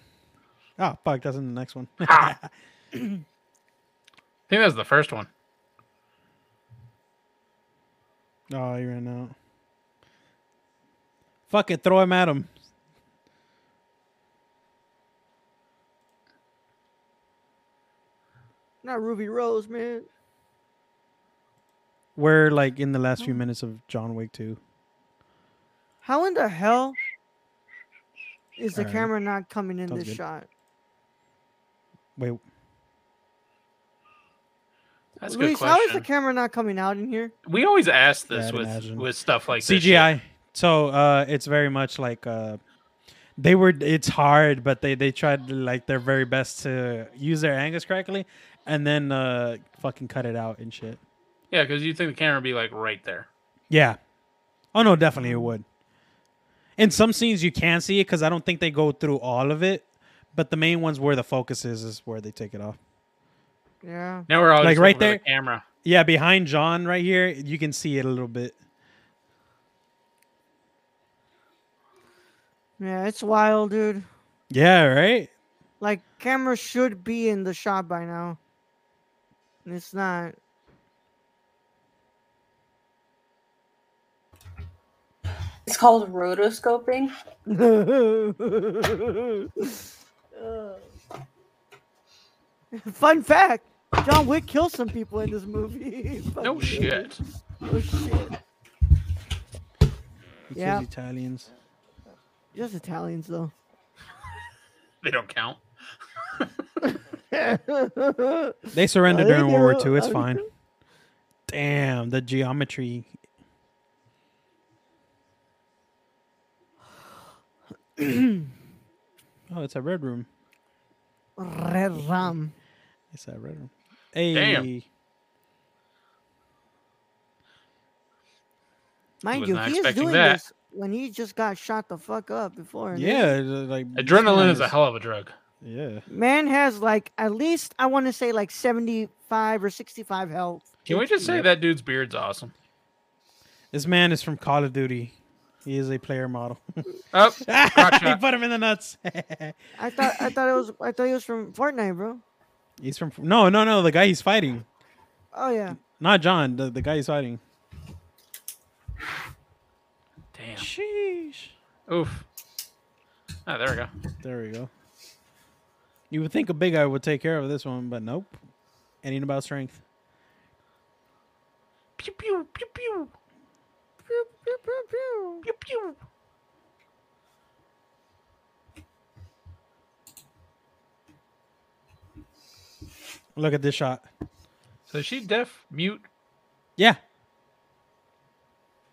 Oh fuck, that's in the next one. Ha! I think that was the first one. Oh, he ran out. Fuck it, throw him at him. Not Ruby Rose, man. We're like in the last few minutes of John Wick 2. How in the hell is the Alright. camera not coming in Sounds this good. shot? Wait, That's a good Luis, question. how is the camera not coming out in here? we always ask Yeah, this I'd with imagine. with stuff like this shit. CGI. So uh, it's very much like uh, they were. It's hard, but they they tried to, like their very best to use their angles correctly, and then uh, fucking cut it out and shit. Yeah, because you think the camera would be like right there. Yeah. Oh no, definitely it would. In some scenes you can see it because I don't think they go through all of it, but the main ones where the focus is is where they take it off. Yeah. Now we're always Like, right looking for there? The camera. Yeah, behind John right here, you can see it a little bit. Yeah, it's wild, dude. Yeah, right. Like camera should be in the shot by now. And it's not. It's called rotoscoping. Fun fact. John Wick kills some people in this movie. Fuck yeah. No shit. No shit. He kills Yeah. Italians. Just Italians though. They don't count. They surrendered I during World know, War II. It's I fine. Damn, the geometry. oh, it's a red room. Red rum. It's a red room. Hey. Mind was you, not he is expecting doing that. this when he just got shot the fuck up before. and Yeah, the- like Adrenaline is a nice. hell of a drug. Yeah. Man has like at least I want to say like seventy five or sixty five health. Can we just say that dude's beard's awesome? This man is from Call of Duty. He is a player model. Oh, he shot. put him in the nuts. I thought I thought it was I thought he was from Fortnite, bro. he's from no, no, no. The guy he's fighting, Oh yeah. not John. The, the guy he's fighting. damn. Sheesh. Oof. Ah, there we go. There we go. You would think a big guy would take care of this one, but nope. It ain't about strength. Pew pew pew pew pew pew. Look at this shot. So is she deaf, mute. Yeah.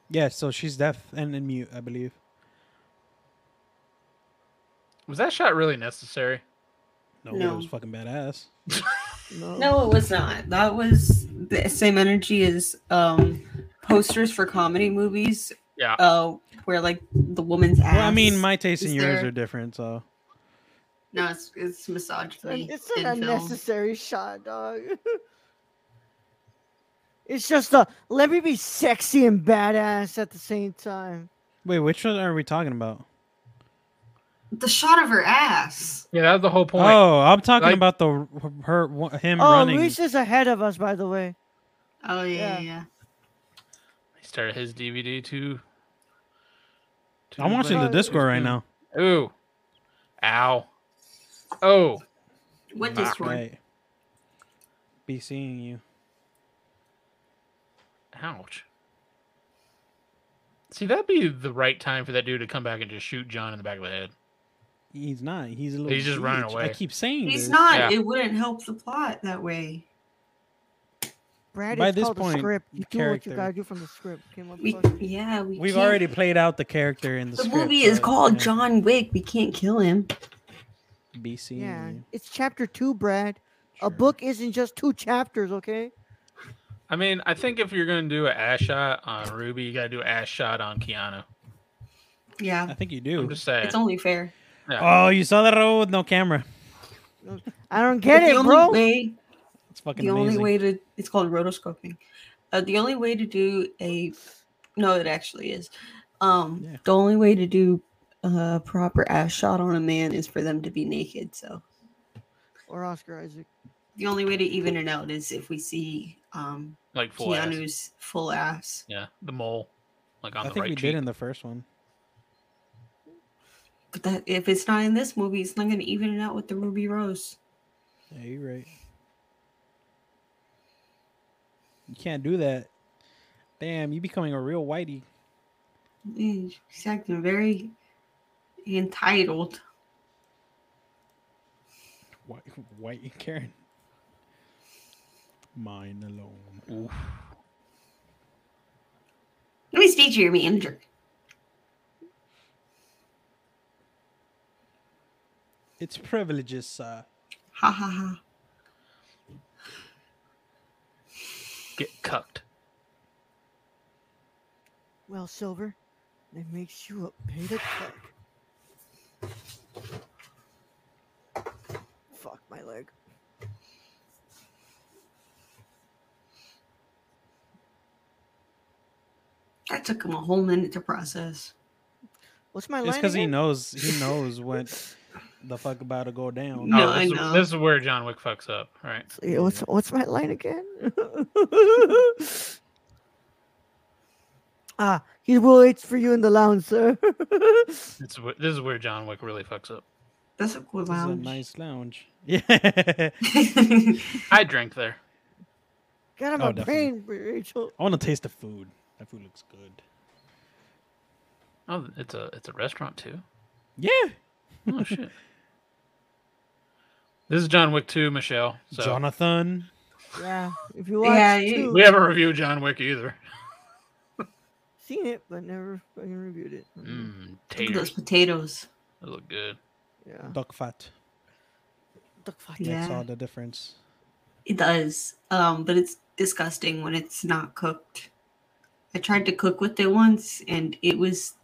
Yeah, so she's deaf and, and mute, I believe. Was that shot really necessary? No, it No. was fucking badass. No, it was not. That was the same energy as um posters for comedy movies. Yeah. Uh, where like the woman's ass. Well, I mean, my taste and Is yours there- are different, so no, it's it's misogyny. It's an in film. unnecessary shot, dog. it's just a let me be sexy and badass at the same time. wait, which one are we talking about? The shot of her ass. Yeah, that was the whole point. Oh, I'm talking Like- about the her wa- him oh, running. Luis is ahead of us, by the way. Oh Yeah. yeah, yeah. yeah. He started his DVD too. I'm Too watching late. the Right. Discord right now. Ooh. Ow. Oh. What Discord? Right. Be seeing you. Ouch. See, that'd be the right time for that dude to come back and just shoot John in the back of the head. He's not. He's a little. He's just running bitch. I away. keep saying He's this. not. Yeah. It wouldn't help the plot that way. Brad, By it's this called the point, script. You do what character. you gotta do from the script. Okay, We motherfucker? yeah we. We've can't- already played out the character in the. The script, movie is so, called yeah. John Wick. We can't kill him. Be seeing yeah, you. it's chapter two, Brad. Sure. A book isn't just two chapters, okay? I mean, I think if you're going to do an ass shot on Ruby, you got to do an ass shot on Keanu. Yeah, I think you I'm do. just saying. it's only fair. Oh, you saw that roll with no camera. I don't get the it, only bro. way It's fucking the only amazing. way to it's called rotoscoping uh, the only way to do a no it actually is um Yeah. the only way to do a proper ass shot on a man is for them to be naked so Or Oscar Isaac. the only way to even it out is if we see um like full ass. keanu's full ass Yeah, the mole. Like on I the think right we cheek. did in the first one. but that if it's not in this movie it's not going to even it out with the ruby rose Yeah, you're right. You can't do that. Damn, you becoming a real whitey. Mm, she's acting very entitled White, white Karen. Mine alone. Oof. let me speak to your manager It's privileges, sir. ha ha ha Get cucked. Well, Silver, it makes you a paid cuck. Fuck my leg. that took him a whole minute to process What's my It's leg? because he knows he knows what the fuck about to go down. No, oh, I this, know. Is, this is where John Wick fucks up. All right. Yeah, What's what's my line again? ah, he will wait for you in the lounge, sir. It's, wh- this is where John Wick really fucks up. that's a cool This is a lounge nice lounge. Yeah. I drank there. Got him Oh, a definitely. brain, Rachel. I want to taste the food. That food looks good. Oh, it's a it's a restaurant too. Yeah. Oh shit. This is John Wick 2, Michelle. So Jonathan. Yeah, if you watch, Yeah, you- too, we haven't reviewed John Wick either. seen it but never fucking reviewed it. Mm. Mmm, Look at those taters. potatoes. They look good. Yeah, Duck fat. the fuck. That's Yeah. all the difference. It does. Um, but it's disgusting when it's not cooked. I tried to cook with it once and it was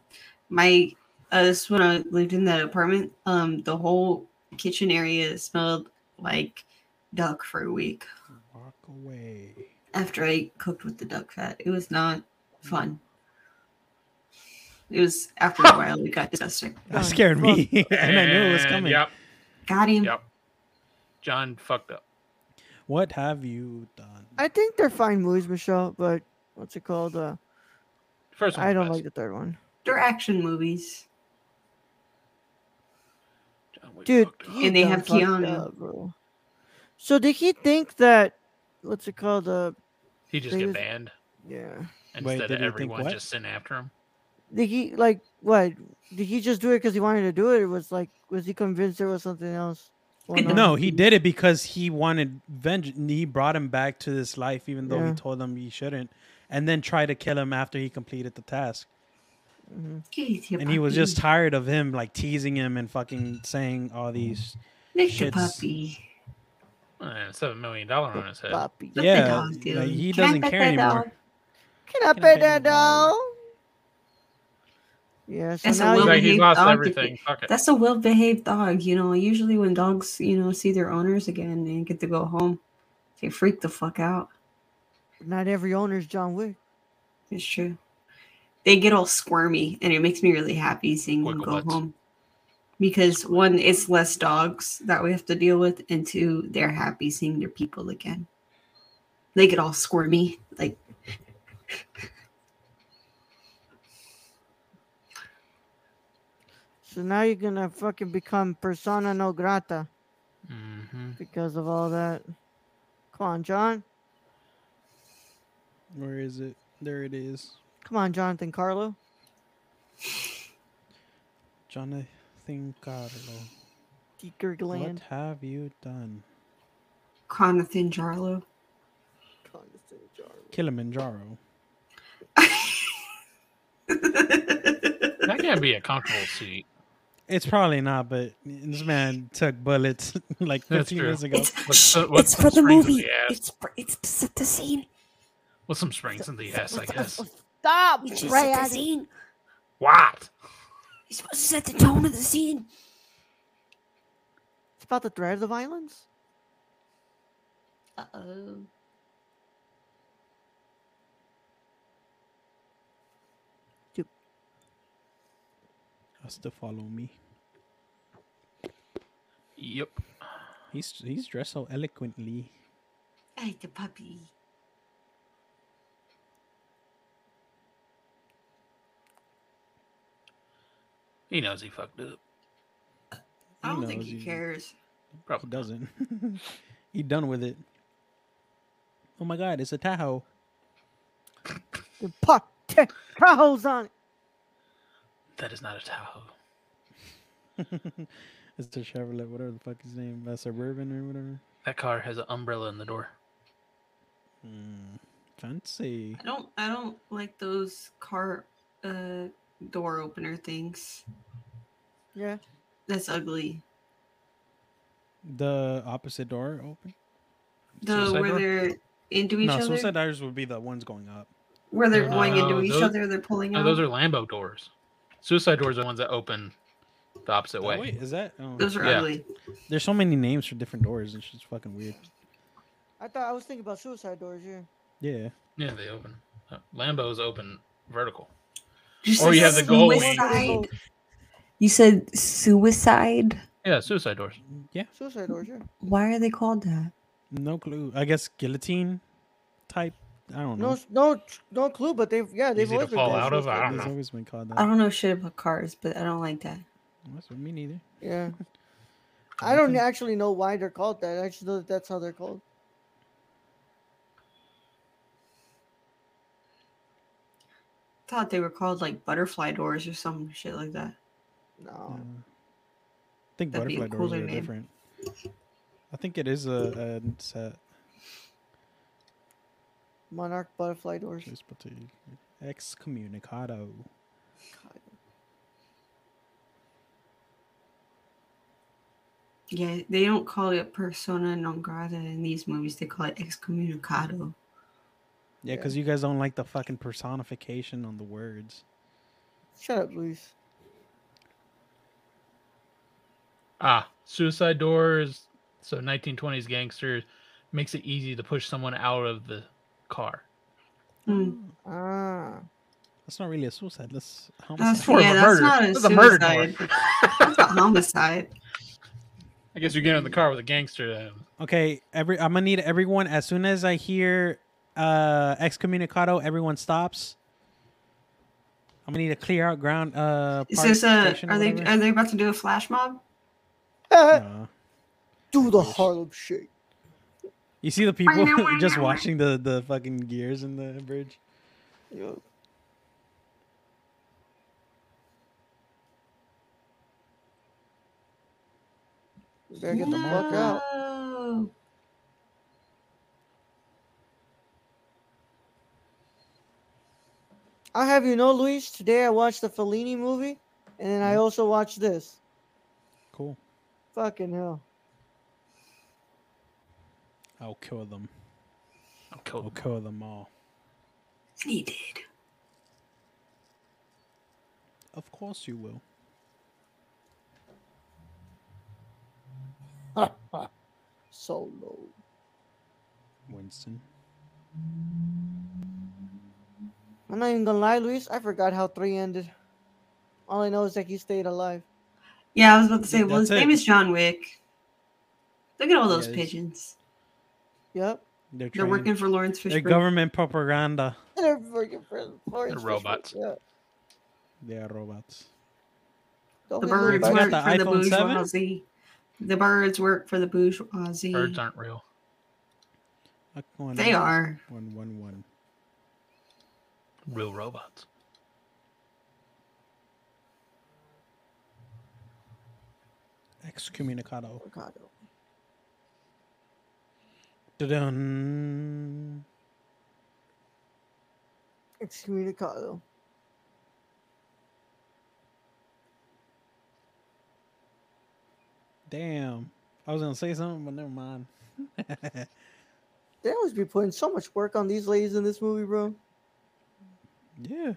my uh, this is when I lived in that apartment. Um, the whole kitchen area smelled like duck for a week Walk away. after I cooked with the duck fat. It was not fun. It was after a while we got disgusting. That scared me, and I knew it was And coming. Yep, Got him. yep. John fucked up. What have you done? I think they're fine movies, Michelle, but what's it called? Uh, First one, I don't like the third one. They're action movies. John Wick Dude, fucked up. you And they done have fucked Keanu. up, bro. So did he think that what's it called? Uh, he just they get was- banned yeah. instead Wait, of did he think everyone what? just sent after him. Did he like what? Did he just do it because he wanted to do it? Or was like was he convinced there was something else? going on? No, he did it because he wanted vengeance. He brought him back to this life, even though Yeah. he told him he shouldn't, and then tried to kill him after he completed the task. Mhm. Get your And he was puppy. just tired of him like teasing him and fucking saying all these. Lick the shits. puppy. Uh, Seven million dollar on his head. Puppy. Let the yeah, dog do like, it. he Can I doesn't pet care that anymore. dog? Can I Can I pay pay that the doll? Yeah. So That's a now He's little you- like, he Well, lost he- I'll everything. Fuck it. That's a well-behaved dog. You know, usually when dogs, you know, see their owners again, they get to go home. They freak the fuck out. not every owner's John Wick. It's true. They get all squirmy, and it makes me really happy seeing them Wiggle go butts. home. Because one, it's less dogs that we have to deal with, and two, they're happy seeing their people again. They get all squirmy, like. So now you're gonna fucking become persona no grata Mm-hmm. because of all that. Come on, John. Where is it? There it is. Come on, Jonathan Carlo. Jonathan Carlo. Deeker What Gland. have you done? Conathan Jarlow. Kilimanjaro. That can't be a comfortable seat. It's probably not, but this man took bullets like That's 15 true. years ago. It's, What's shh, the- what's it's the for the strings in movie. the ass? it's for, it's to set the scene. With some springs in the ass, I guess. Stop, It's to set the Brad. scene. What? It's supposed to set the tone of the scene. It's about the threat of the violence. Uh oh. Has to follow me. Yep. He's he's dressed so eloquently. Hey, the puppy. He knows he fucked up. I He don't think knows he he- cares. He Probably does. Oh, doesn't. he done with it. Oh my god, it's a Tahoe. The puck. Tech, Tahoe's on it. That is not a Tahoe. it's a Chevrolet, whatever the fuck his name, a suburban or whatever. That car has an umbrella in the door. Mm, fancy. I don't I don't like those car uh door opener things. Yeah. That's ugly. The opposite door open. The Suicide where door? they're into each no, other suicide divers would be the ones going up. where they're going No, into each those- other, they're pulling No, out. those are Lambo doors. Suicide doors are the ones that open the opposite Oh, way. wait, is that? Oh. Those are Yeah. ugly. There's so many names for different doors. It's just fucking weird. I thought I was thinking about suicide doors here. Yeah. Yeah, they open. Uh, Lambos open vertical. Just Or like you have the goal wing. suicide. You said suicide. Yeah, suicide doors. Suicide doors, yeah. Why are they called that? No clue. I guess guillotine type. I don't No, know. s- no, t- no clue. But they've yeah, they've Easy to always been fall called out of, I suicide don't It's know. always been called that. I don't know shit about cars, but I don't like that. That's what me neither. doors. Yeah. I don't Okay. actually know why they're called that. I just know that that's how they're called. thought they were called like butterfly doors or some shit like that. No. Yeah. I think That'd be a butterfly doors cooler are name. different. I think it is a, a set. Monarch butterfly doors. It's supposed to be Excommunicado. Yeah, they don't call it persona non grata in these movies. They call it excommunicado. Yeah, Yeah. because you guys don't like the fucking personification on the words. Shut up, Luis. Ah, suicide doors. So 1920s gangsters makes it Hmm. Hmm. easy to push someone out of the car. Mm. Ah. That's not really a suicide. That's homicide. That's, more of yeah, a that's murder. not a This is a murder suicide. That's a homicide. I guess you get in the car with a gangster. uh, Then. Okay, every I'm gonna need everyone as soon as I hear uh excommunicado, everyone stops. I'm gonna need to clear out ground. Uh, Is park this a? station or Are they whatever. are they about to do a flash mob? No. Do the Harlem Shake. You see the people just watching the the fucking gears in the bridge. Yo. We Better get the fuck out. No. I'll have you know, Luis, today I watched the Fellini movie, and then I also watched this. Cool. Fucking hell. I'll kill them. I'll I'll kill kill them all. He did. Of course you will. So low. Winston. I'm not even gonna lie, Luis. I forgot how three ended. All I know is that he stayed alive. Yeah, I was about to say. Yeah, Well, his that's name it. is John Wick. Look at all those Yeah, he's- pigeons. Yep. They're, They're trying- working for Lawrence They're Fishburne. government propaganda. They're freaking friends. Lawrence Fishburne, robots. Yeah. They are robots. Don't the we lose birds by- got work the for the iPhone 7? bourgeoisie. The birds work for the bourgeoisie. Birds aren't real. Uh, come on, They one, are. One, one, one. Real robots. Excommunicado. Ricardo. Dun. Excommunicado. Damn. I was gonna say something, but never mind. They always be putting so much work on these ladies in this movie, bro. yeah.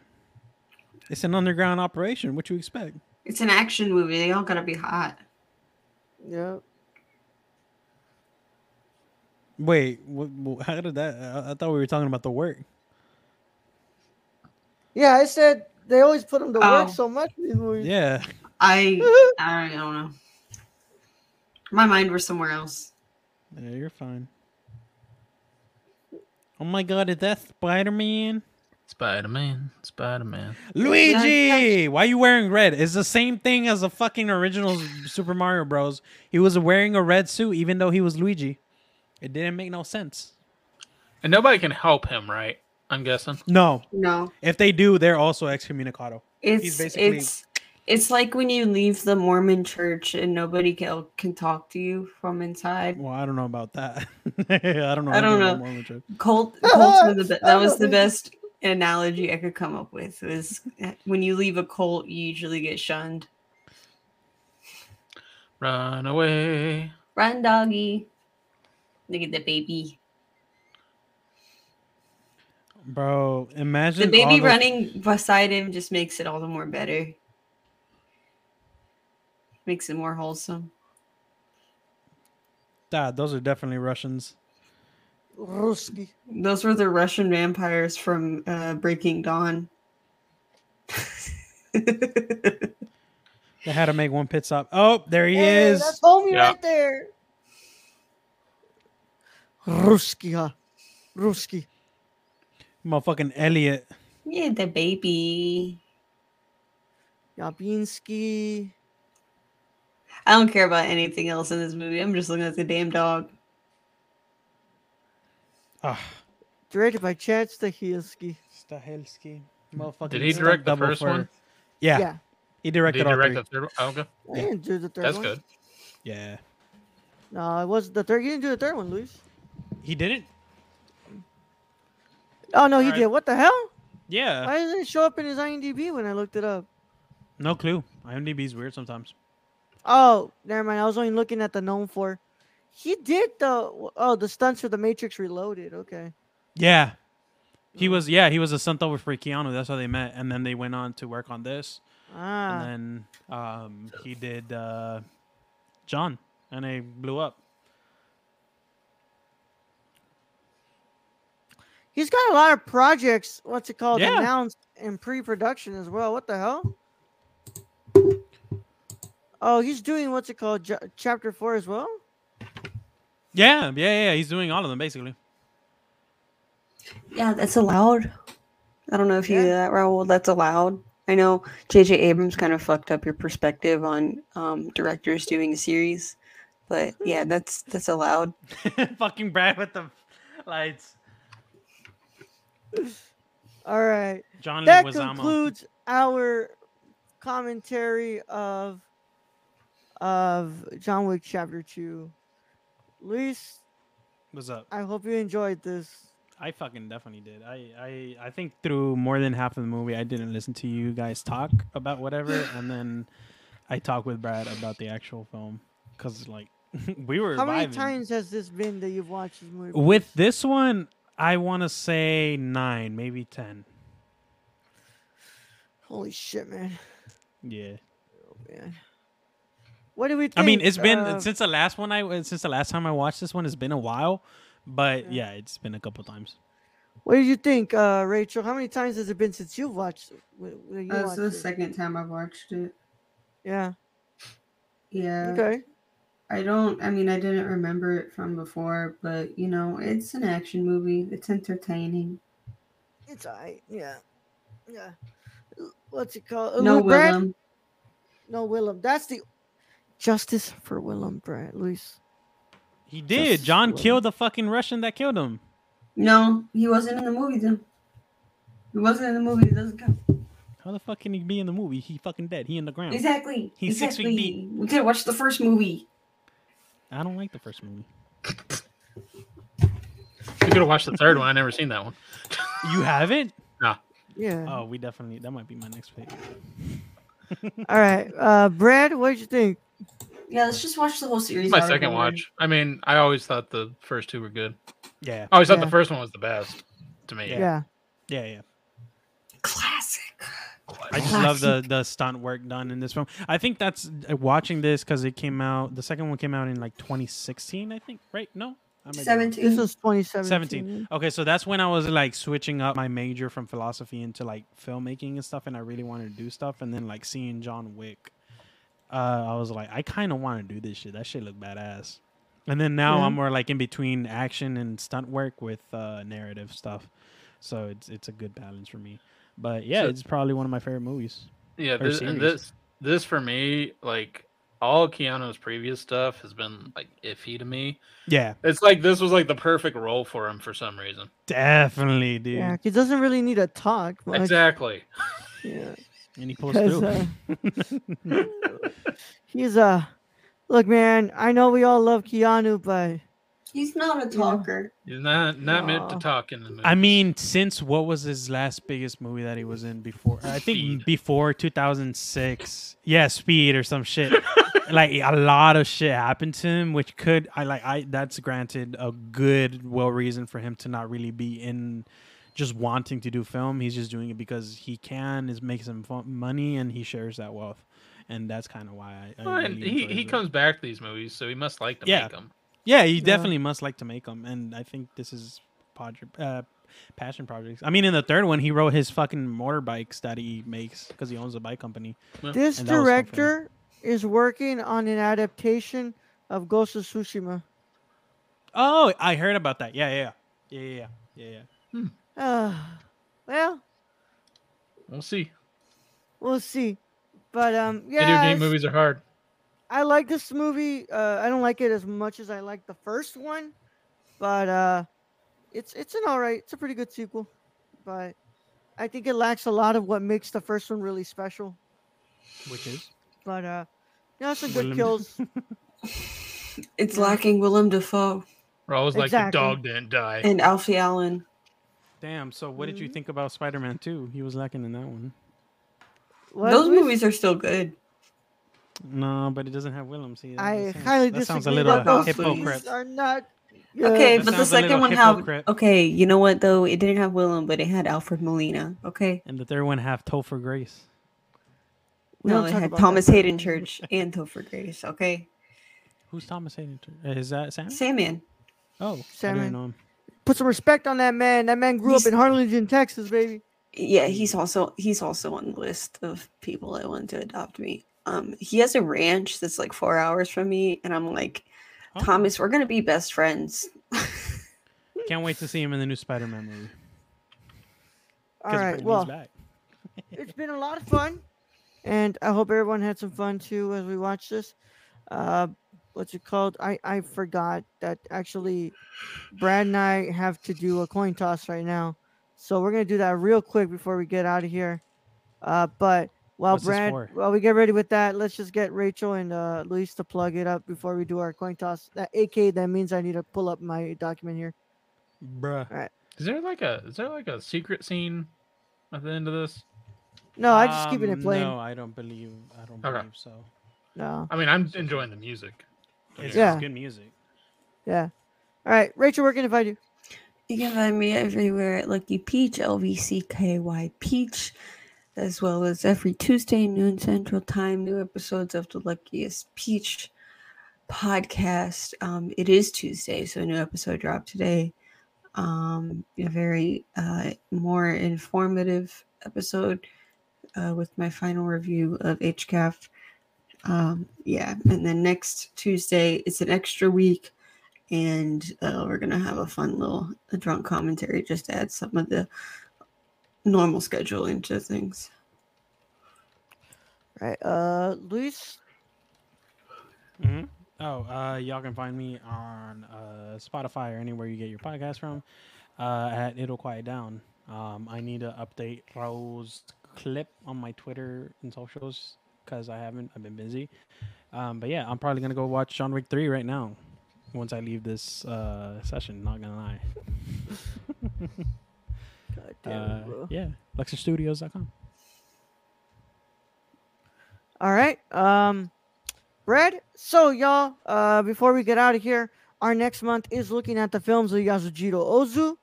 It's an underground operation. What you expect? It's an action movie. They all gotta be hot. Yeah. Wait, what, how did that? I, I thought we were talking about the work. Yeah, I said they always put them to Oh. work so much in these movies. Yeah. I I don't know. My mind was somewhere else. Yeah, you're fine. Oh my god, is that Spider Man? Spider Man. Spider Man. Luigi! Why you wearing red? It's the same thing as the fucking original Super Mario Bros. He was wearing a red suit even though he was Luigi. It didn't make no sense. And nobody can help him, right? I'm guessing. No. No, If they do, they're also excommunicado. it's basically- it's it's like when you leave the Mormon church and nobody can can talk to you from inside. Well, I don't know about that. I don't know. I don't anything know. about Mormon church. Colt, Colts were the be- that was the best analogy I could come up with. Is when you leave a cult, you usually get shunned. Run away. Run, doggy. Look at the baby. Bro, The imagine all baby the- running beside him just makes it all the more better. Makes it more wholesome. Dad, those are definitely Russians. Ruski. Those were the Russian vampires from uh, Breaking Dawn. They had to make one pit stop. Oh, there he Hey, is. That's homie Yeah. right there. Ruski, huh? Ruski. Motherfucking Elliot. yeah, the baby. Yabinski. I don't care about anything else in this movie. I'm just looking at the damn dog. Ah, Directed by Chad Stahelski. Stahelski. Motherfucking Did he stunt direct the double first for- one? Yeah, Yeah. he Did directed he all direct three. the third one? Oh, okay. I didn't do the third That's one. good. Yeah, No, it was the third. He didn't do the third one, Luis. he didn't. Oh no, he Alright. did. What the hell? Yeah, Why didn't it show up in his IMDb when I looked it up? no clue. IMDb is weird sometimes. Oh, never mind. I was only looking at the known for. He did the oh the stunts for the Matrix Reloaded. Okay. Yeah, he was. Yeah, he was a stunt double for Keanu. That's how they met, and then they went on to work on this. Ah, And then um, he did uh, John, and they blew up. He's got a lot of projects. What's it called? Yeah. Announced in pre-production as well. What the hell? Oh, he's doing what's it called? Ch- chapter four as well. Yeah, yeah, yeah. He's doing all of them basically. Yeah, that's allowed. I don't know if you Yeah. knew that, Raul. That's allowed. I know J.J. Abrams kind of fucked up your perspective on um, directors doing a series, but yeah, that's that's allowed. Fucking Brad with the lights. All right. John that Leguizamo. concludes our commentary of of John Wick Chapter Two. Luis, What's up? I hope you enjoyed this. I fucking definitely did. I, I I think through more than half of the movie, I didn't listen to you guys talk about whatever, and then I talked with Brad about the actual film because like we were. How many vibing. times has this been that you've watched this movie? With this one, I want to say nine, maybe ten. Holy shit, man! Yeah. man. What do we? Think? I mean, it's been uh, since the last one. I since the last time I watched this one, it's been a while. But yeah, it's been a couple times. what did you think, uh, Rachel? How many times has it been since you've watched? wh- when you That's watched the it? second time I've watched it. Yeah. Yeah. Okay. I don't, I mean, I didn't remember it from before, but you know, it's an action movie. It's entertaining. It's alright. Yeah. Yeah. L- What's it called? Uh, No Lou Brad- Willem. No Willem. That's the justice for Willem Brad Luis. He did. Justice John Willem. killed the fucking Russian that killed him. No, he wasn't in the movie, though. He wasn't in the movie. It doesn't count. How the fuck can he be in the movie? He fucking dead. He in the ground. Hmm. Exactly. He's six exactly. feet deep. We could watch the first movie. I don't like the first movie. You could have watched the third one. I never seen that one. You haven't? Yeah. Oh, we definitely. That might be my next pick. All right. Uh, Brad, what did you think? Yeah, let's just watch the whole series. It's my out of second order. watch. I mean, I always thought the first two were good. Yeah. I always thought Yeah. the first one was the best to me. Yeah. Yeah. Yeah, yeah. Classic. I just love the the stunt work done in this film. I think that's uh, watching this because it came out. The second one came out in like 2016, I think. Right? No, I might be wrong. This 17. was 2017. 17 okay so that's when i was like switching up my major from philosophy into like filmmaking and stuff and i really wanted to do stuff and then like seeing john wick uh, i was like i kind of want to do this shit that shit look badass and then now Yeah. i'm more like in between action and stunt work with uh, narrative stuff so it's it's a good balance for me but yeah So- it's probably one of my favorite movies Yeah, Or this, and series. this this for me, like all Keanu's previous stuff has been like iffy to me. yeah It's like this was like the perfect role for him for some reason. definitely dude Yeah. He doesn't really need a talk. much. Exactly. Yeah. and he pulls Because, uh, through He's uh, look, man. I know we all love Keanu, but He's not a talker. He's not not meant to Aw. talk in the movie. I mean, since what was his last biggest movie that he was in before? I think Speed. before 2006. Yeah, Speed or some shit. like a lot of shit happened to him, which could I like I that's granted a good well reason for him to not really be in just wanting to do film. He's just doing it because he can. It makes him fun, money, and he shares that wealth, and that's kind of why I. I Well, and really he, enjoy he it. comes back to these movies, so he must like to Yeah. make them. Yeah, you definitely must like to make them, and I think this is project, uh, passion projects. I mean, in the third one, he wrote his fucking motorbikes that he makes because he owns a bike company. this And that was something. director is working on an adaptation of Ghost of Tsushima. Oh, I heard about that. Yeah, yeah, yeah, yeah, yeah, yeah. yeah. Uh, well, We'll see. we'll see. But um, yeah, Video game it's- movies are hard. I like this movie. Uh, I don't like it as much as I like the first one, but uh, it's it's an all right. It's a pretty good sequel, but I think it lacks a lot of what makes the first one really special. Which is But uh, yeah, some good Willem. kills. It's lacking Willem Dafoe We're always like the Exactly. dog didn't die. and Alfie Allen. damn. So, what did you think about Spider Man Two? He was lacking in that one. What Those was- movies are still good. No, but it doesn't have Willem. See, that I makes sense. highly that disagree. sounds a with little about those movies hypocrite. Are not. Okay, good. That but the sounds a little second one had hypocrite. okay. You know what though? It didn't have Willem, but it had Alfred Molina. Okay, And the third one have Topher Grace. We no, don't it talk had about Thomas that. Hayden Church and Topher Grace. Okay, Who's Thomas Hayden? Tur- Is that Sam? Sandman. Oh, I Salmon. didn't know him. Put some respect on that man. That man grew He's- up in Harlingen, Texas, baby. yeah he's also he's also on the list of people that want to adopt me um he has a ranch that's like four hours from me and i'm like Oh, thomas we're gonna be best friends Can't wait to see him in the new Spider-Man movie. All 'cause right. Brittany's Well, back. it's been a lot of fun, and I hope everyone had some fun too as we watch this. Uh, what's it called? I I forgot that actually, Brad and I have to do a coin toss right now, so we're gonna do that real quick before we get out of here. Uh, but while What's this Brad, for? while we get ready with that, let's just get Rachel and uh, Luis to plug it up before we do our coin toss. That AK that means I need to pull up my document here. bruh. Is there like a is there like a secret scene at the end of this? No, I just keeping Um, it plain. No, I don't believe. I don't Okay. believe so. no. I mean, I'm enjoying the music. Don't It's, get me Yeah. it's good music. Yeah. All right, Rachel, where can I find you? you can find me everywhere at lucky peach l-v-c-k-y peach as well as every tuesday noon central time new episodes of the luckiest peach podcast um it is tuesday so a new episode dropped today um a very uh more informative episode uh, with my final review of hcaf um yeah and then next tuesday it's an extra week and uh, we're gonna have a fun little a drunk commentary just to add some of the normal schedule into things All right, uh, Luis. hmm Oh, uh, y'all can find me on uh, Spotify or anywhere you get your podcast from uh, at It'll Quiet Down. Um, I need to update Raul's clip on my Twitter and socials because I haven't. I've been busy. Um, but yeah, I'm probably going to go watch John Wick 3 right now once I leave this uh, session, not going to lie. God Uh, damn, bro. yeah, LexerStudios.com. All right, um, Brad. So y'all, uh, before we get out of here, our next month is looking at the films of Yasujiro Ozu,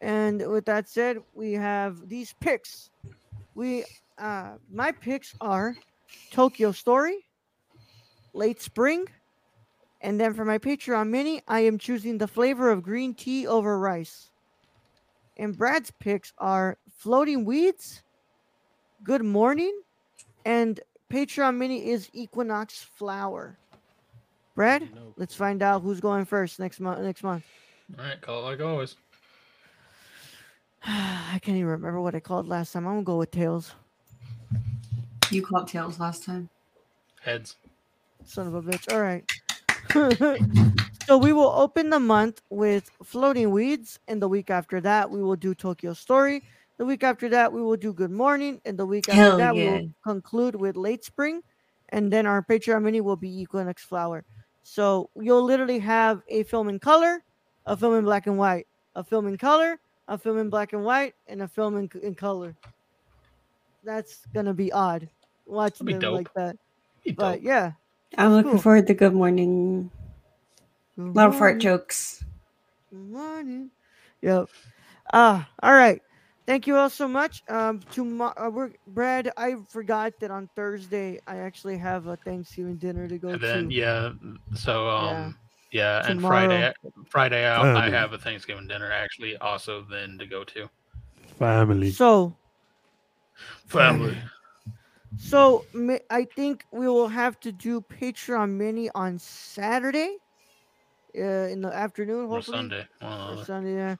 and with that said, we have these picks. We, uh, my picks are Tokyo Story, Late Spring, and then for my Patreon mini, I am choosing the flavor of green tea over rice. And Brad's picks are Floating Weeds, Good Morning, and Patreon mini is Equinox Flower. Brad, No. let's find out who's going first next month. Next month, All right, call it like always. I can't even remember what I called last time. I'm gonna go with tails. you called tails last time Heads. Son of a bitch. All right. so we will open the month with Floating Weeds, and the week after that we will do Tokyo Story. The week after that we will do Good Morning, and the week after Hell that yeah. we'll conclude with Late Spring, and then our Patreon mini will be Equinox Flower. So you'll literally have a film in color, a film in black and white, a film in color, a film in black and white, and a film in, in color. That's gonna be odd watching be them dope. like that. Be But dope. yeah. i'm looking Cool. forward to good morning a lot of fart jokes Good morning. Yep. Ah, all right. Thank you all so much. Um, tomorrow, uh, we're Brad. I forgot that on Thursday I actually have a Thanksgiving dinner to go And then to. yeah, so um yeah, and Tomorrow. Friday Friday I, I Family. have a Thanksgiving dinner actually also then to go to. Family. So, Family. so ma- I think we will have to do Patreon mini on Saturday, uh, in the afternoon, Or hopefully. Sunday. One or the Or other. Sunday, yeah.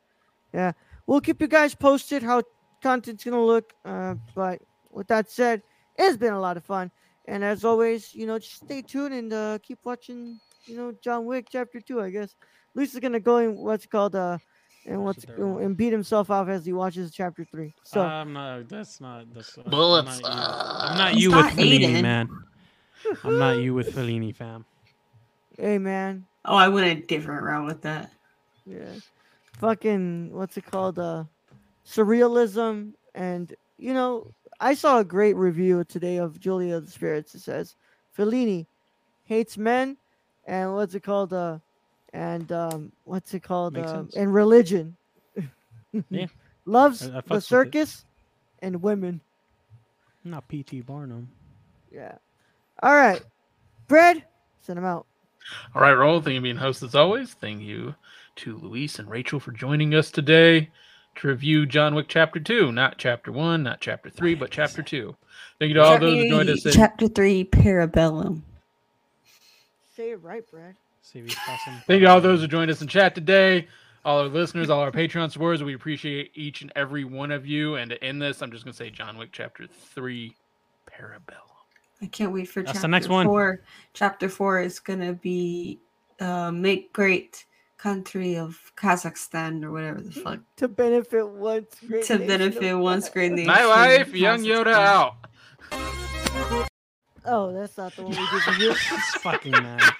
Yeah. We'll keep you guys posted how content's gonna look. Uh, but with that said, it's been a lot of fun. And as always, you know, just stay tuned and uh, keep watching, you know, John Wick chapter two, I guess. Lisa's gonna go in what's called uh and Watch what's the third one. and beat himself off as he watches chapter three. So um, no, that's not. That's, uh, I'm Bullets, not you. uh, I'm not it's you not with Fellini, Aiden. man. I'm not you with Fellini, fam. hey man, oh i went a different route with that yeah. Fucking what's it called? Uh surrealism and you know, I saw a great review today of Julia of the Spirits. It says Fellini hates men and what's it called? Uh, and um, what's it called? Makes Um sense. and religion. Yeah. Loves I- I fucks with the it. circus and women. Not P.T. Barnum. Yeah. All right. Brad, send him out. All right, roll. Thank you for being host as always. Thank you to Luis and Rachel for joining us today to review John Wick Chapter 2. Not Chapter 1, not Chapter 3, but Chapter 2. Thank you to all those who joined us. In- Chapter three, Parabellum. Say it right, Brad. See if he's passing. Thank you to all those who joined us in chat today. All our listeners, all our Patreon supporters, we appreciate each and every one of you. And to end this, I'm just going to say John Wick Chapter 3, Parabellum. I can't wait for That's the chapter next one. four. Chapter four is gonna be uh, make great country of Kazakhstan or whatever Hmm. the fuck To benefit once. great to nation benefit of- one screen nation. Night life, young Kazakhstan. Yoda out. Oh, that's not the one we did. It's fucking man.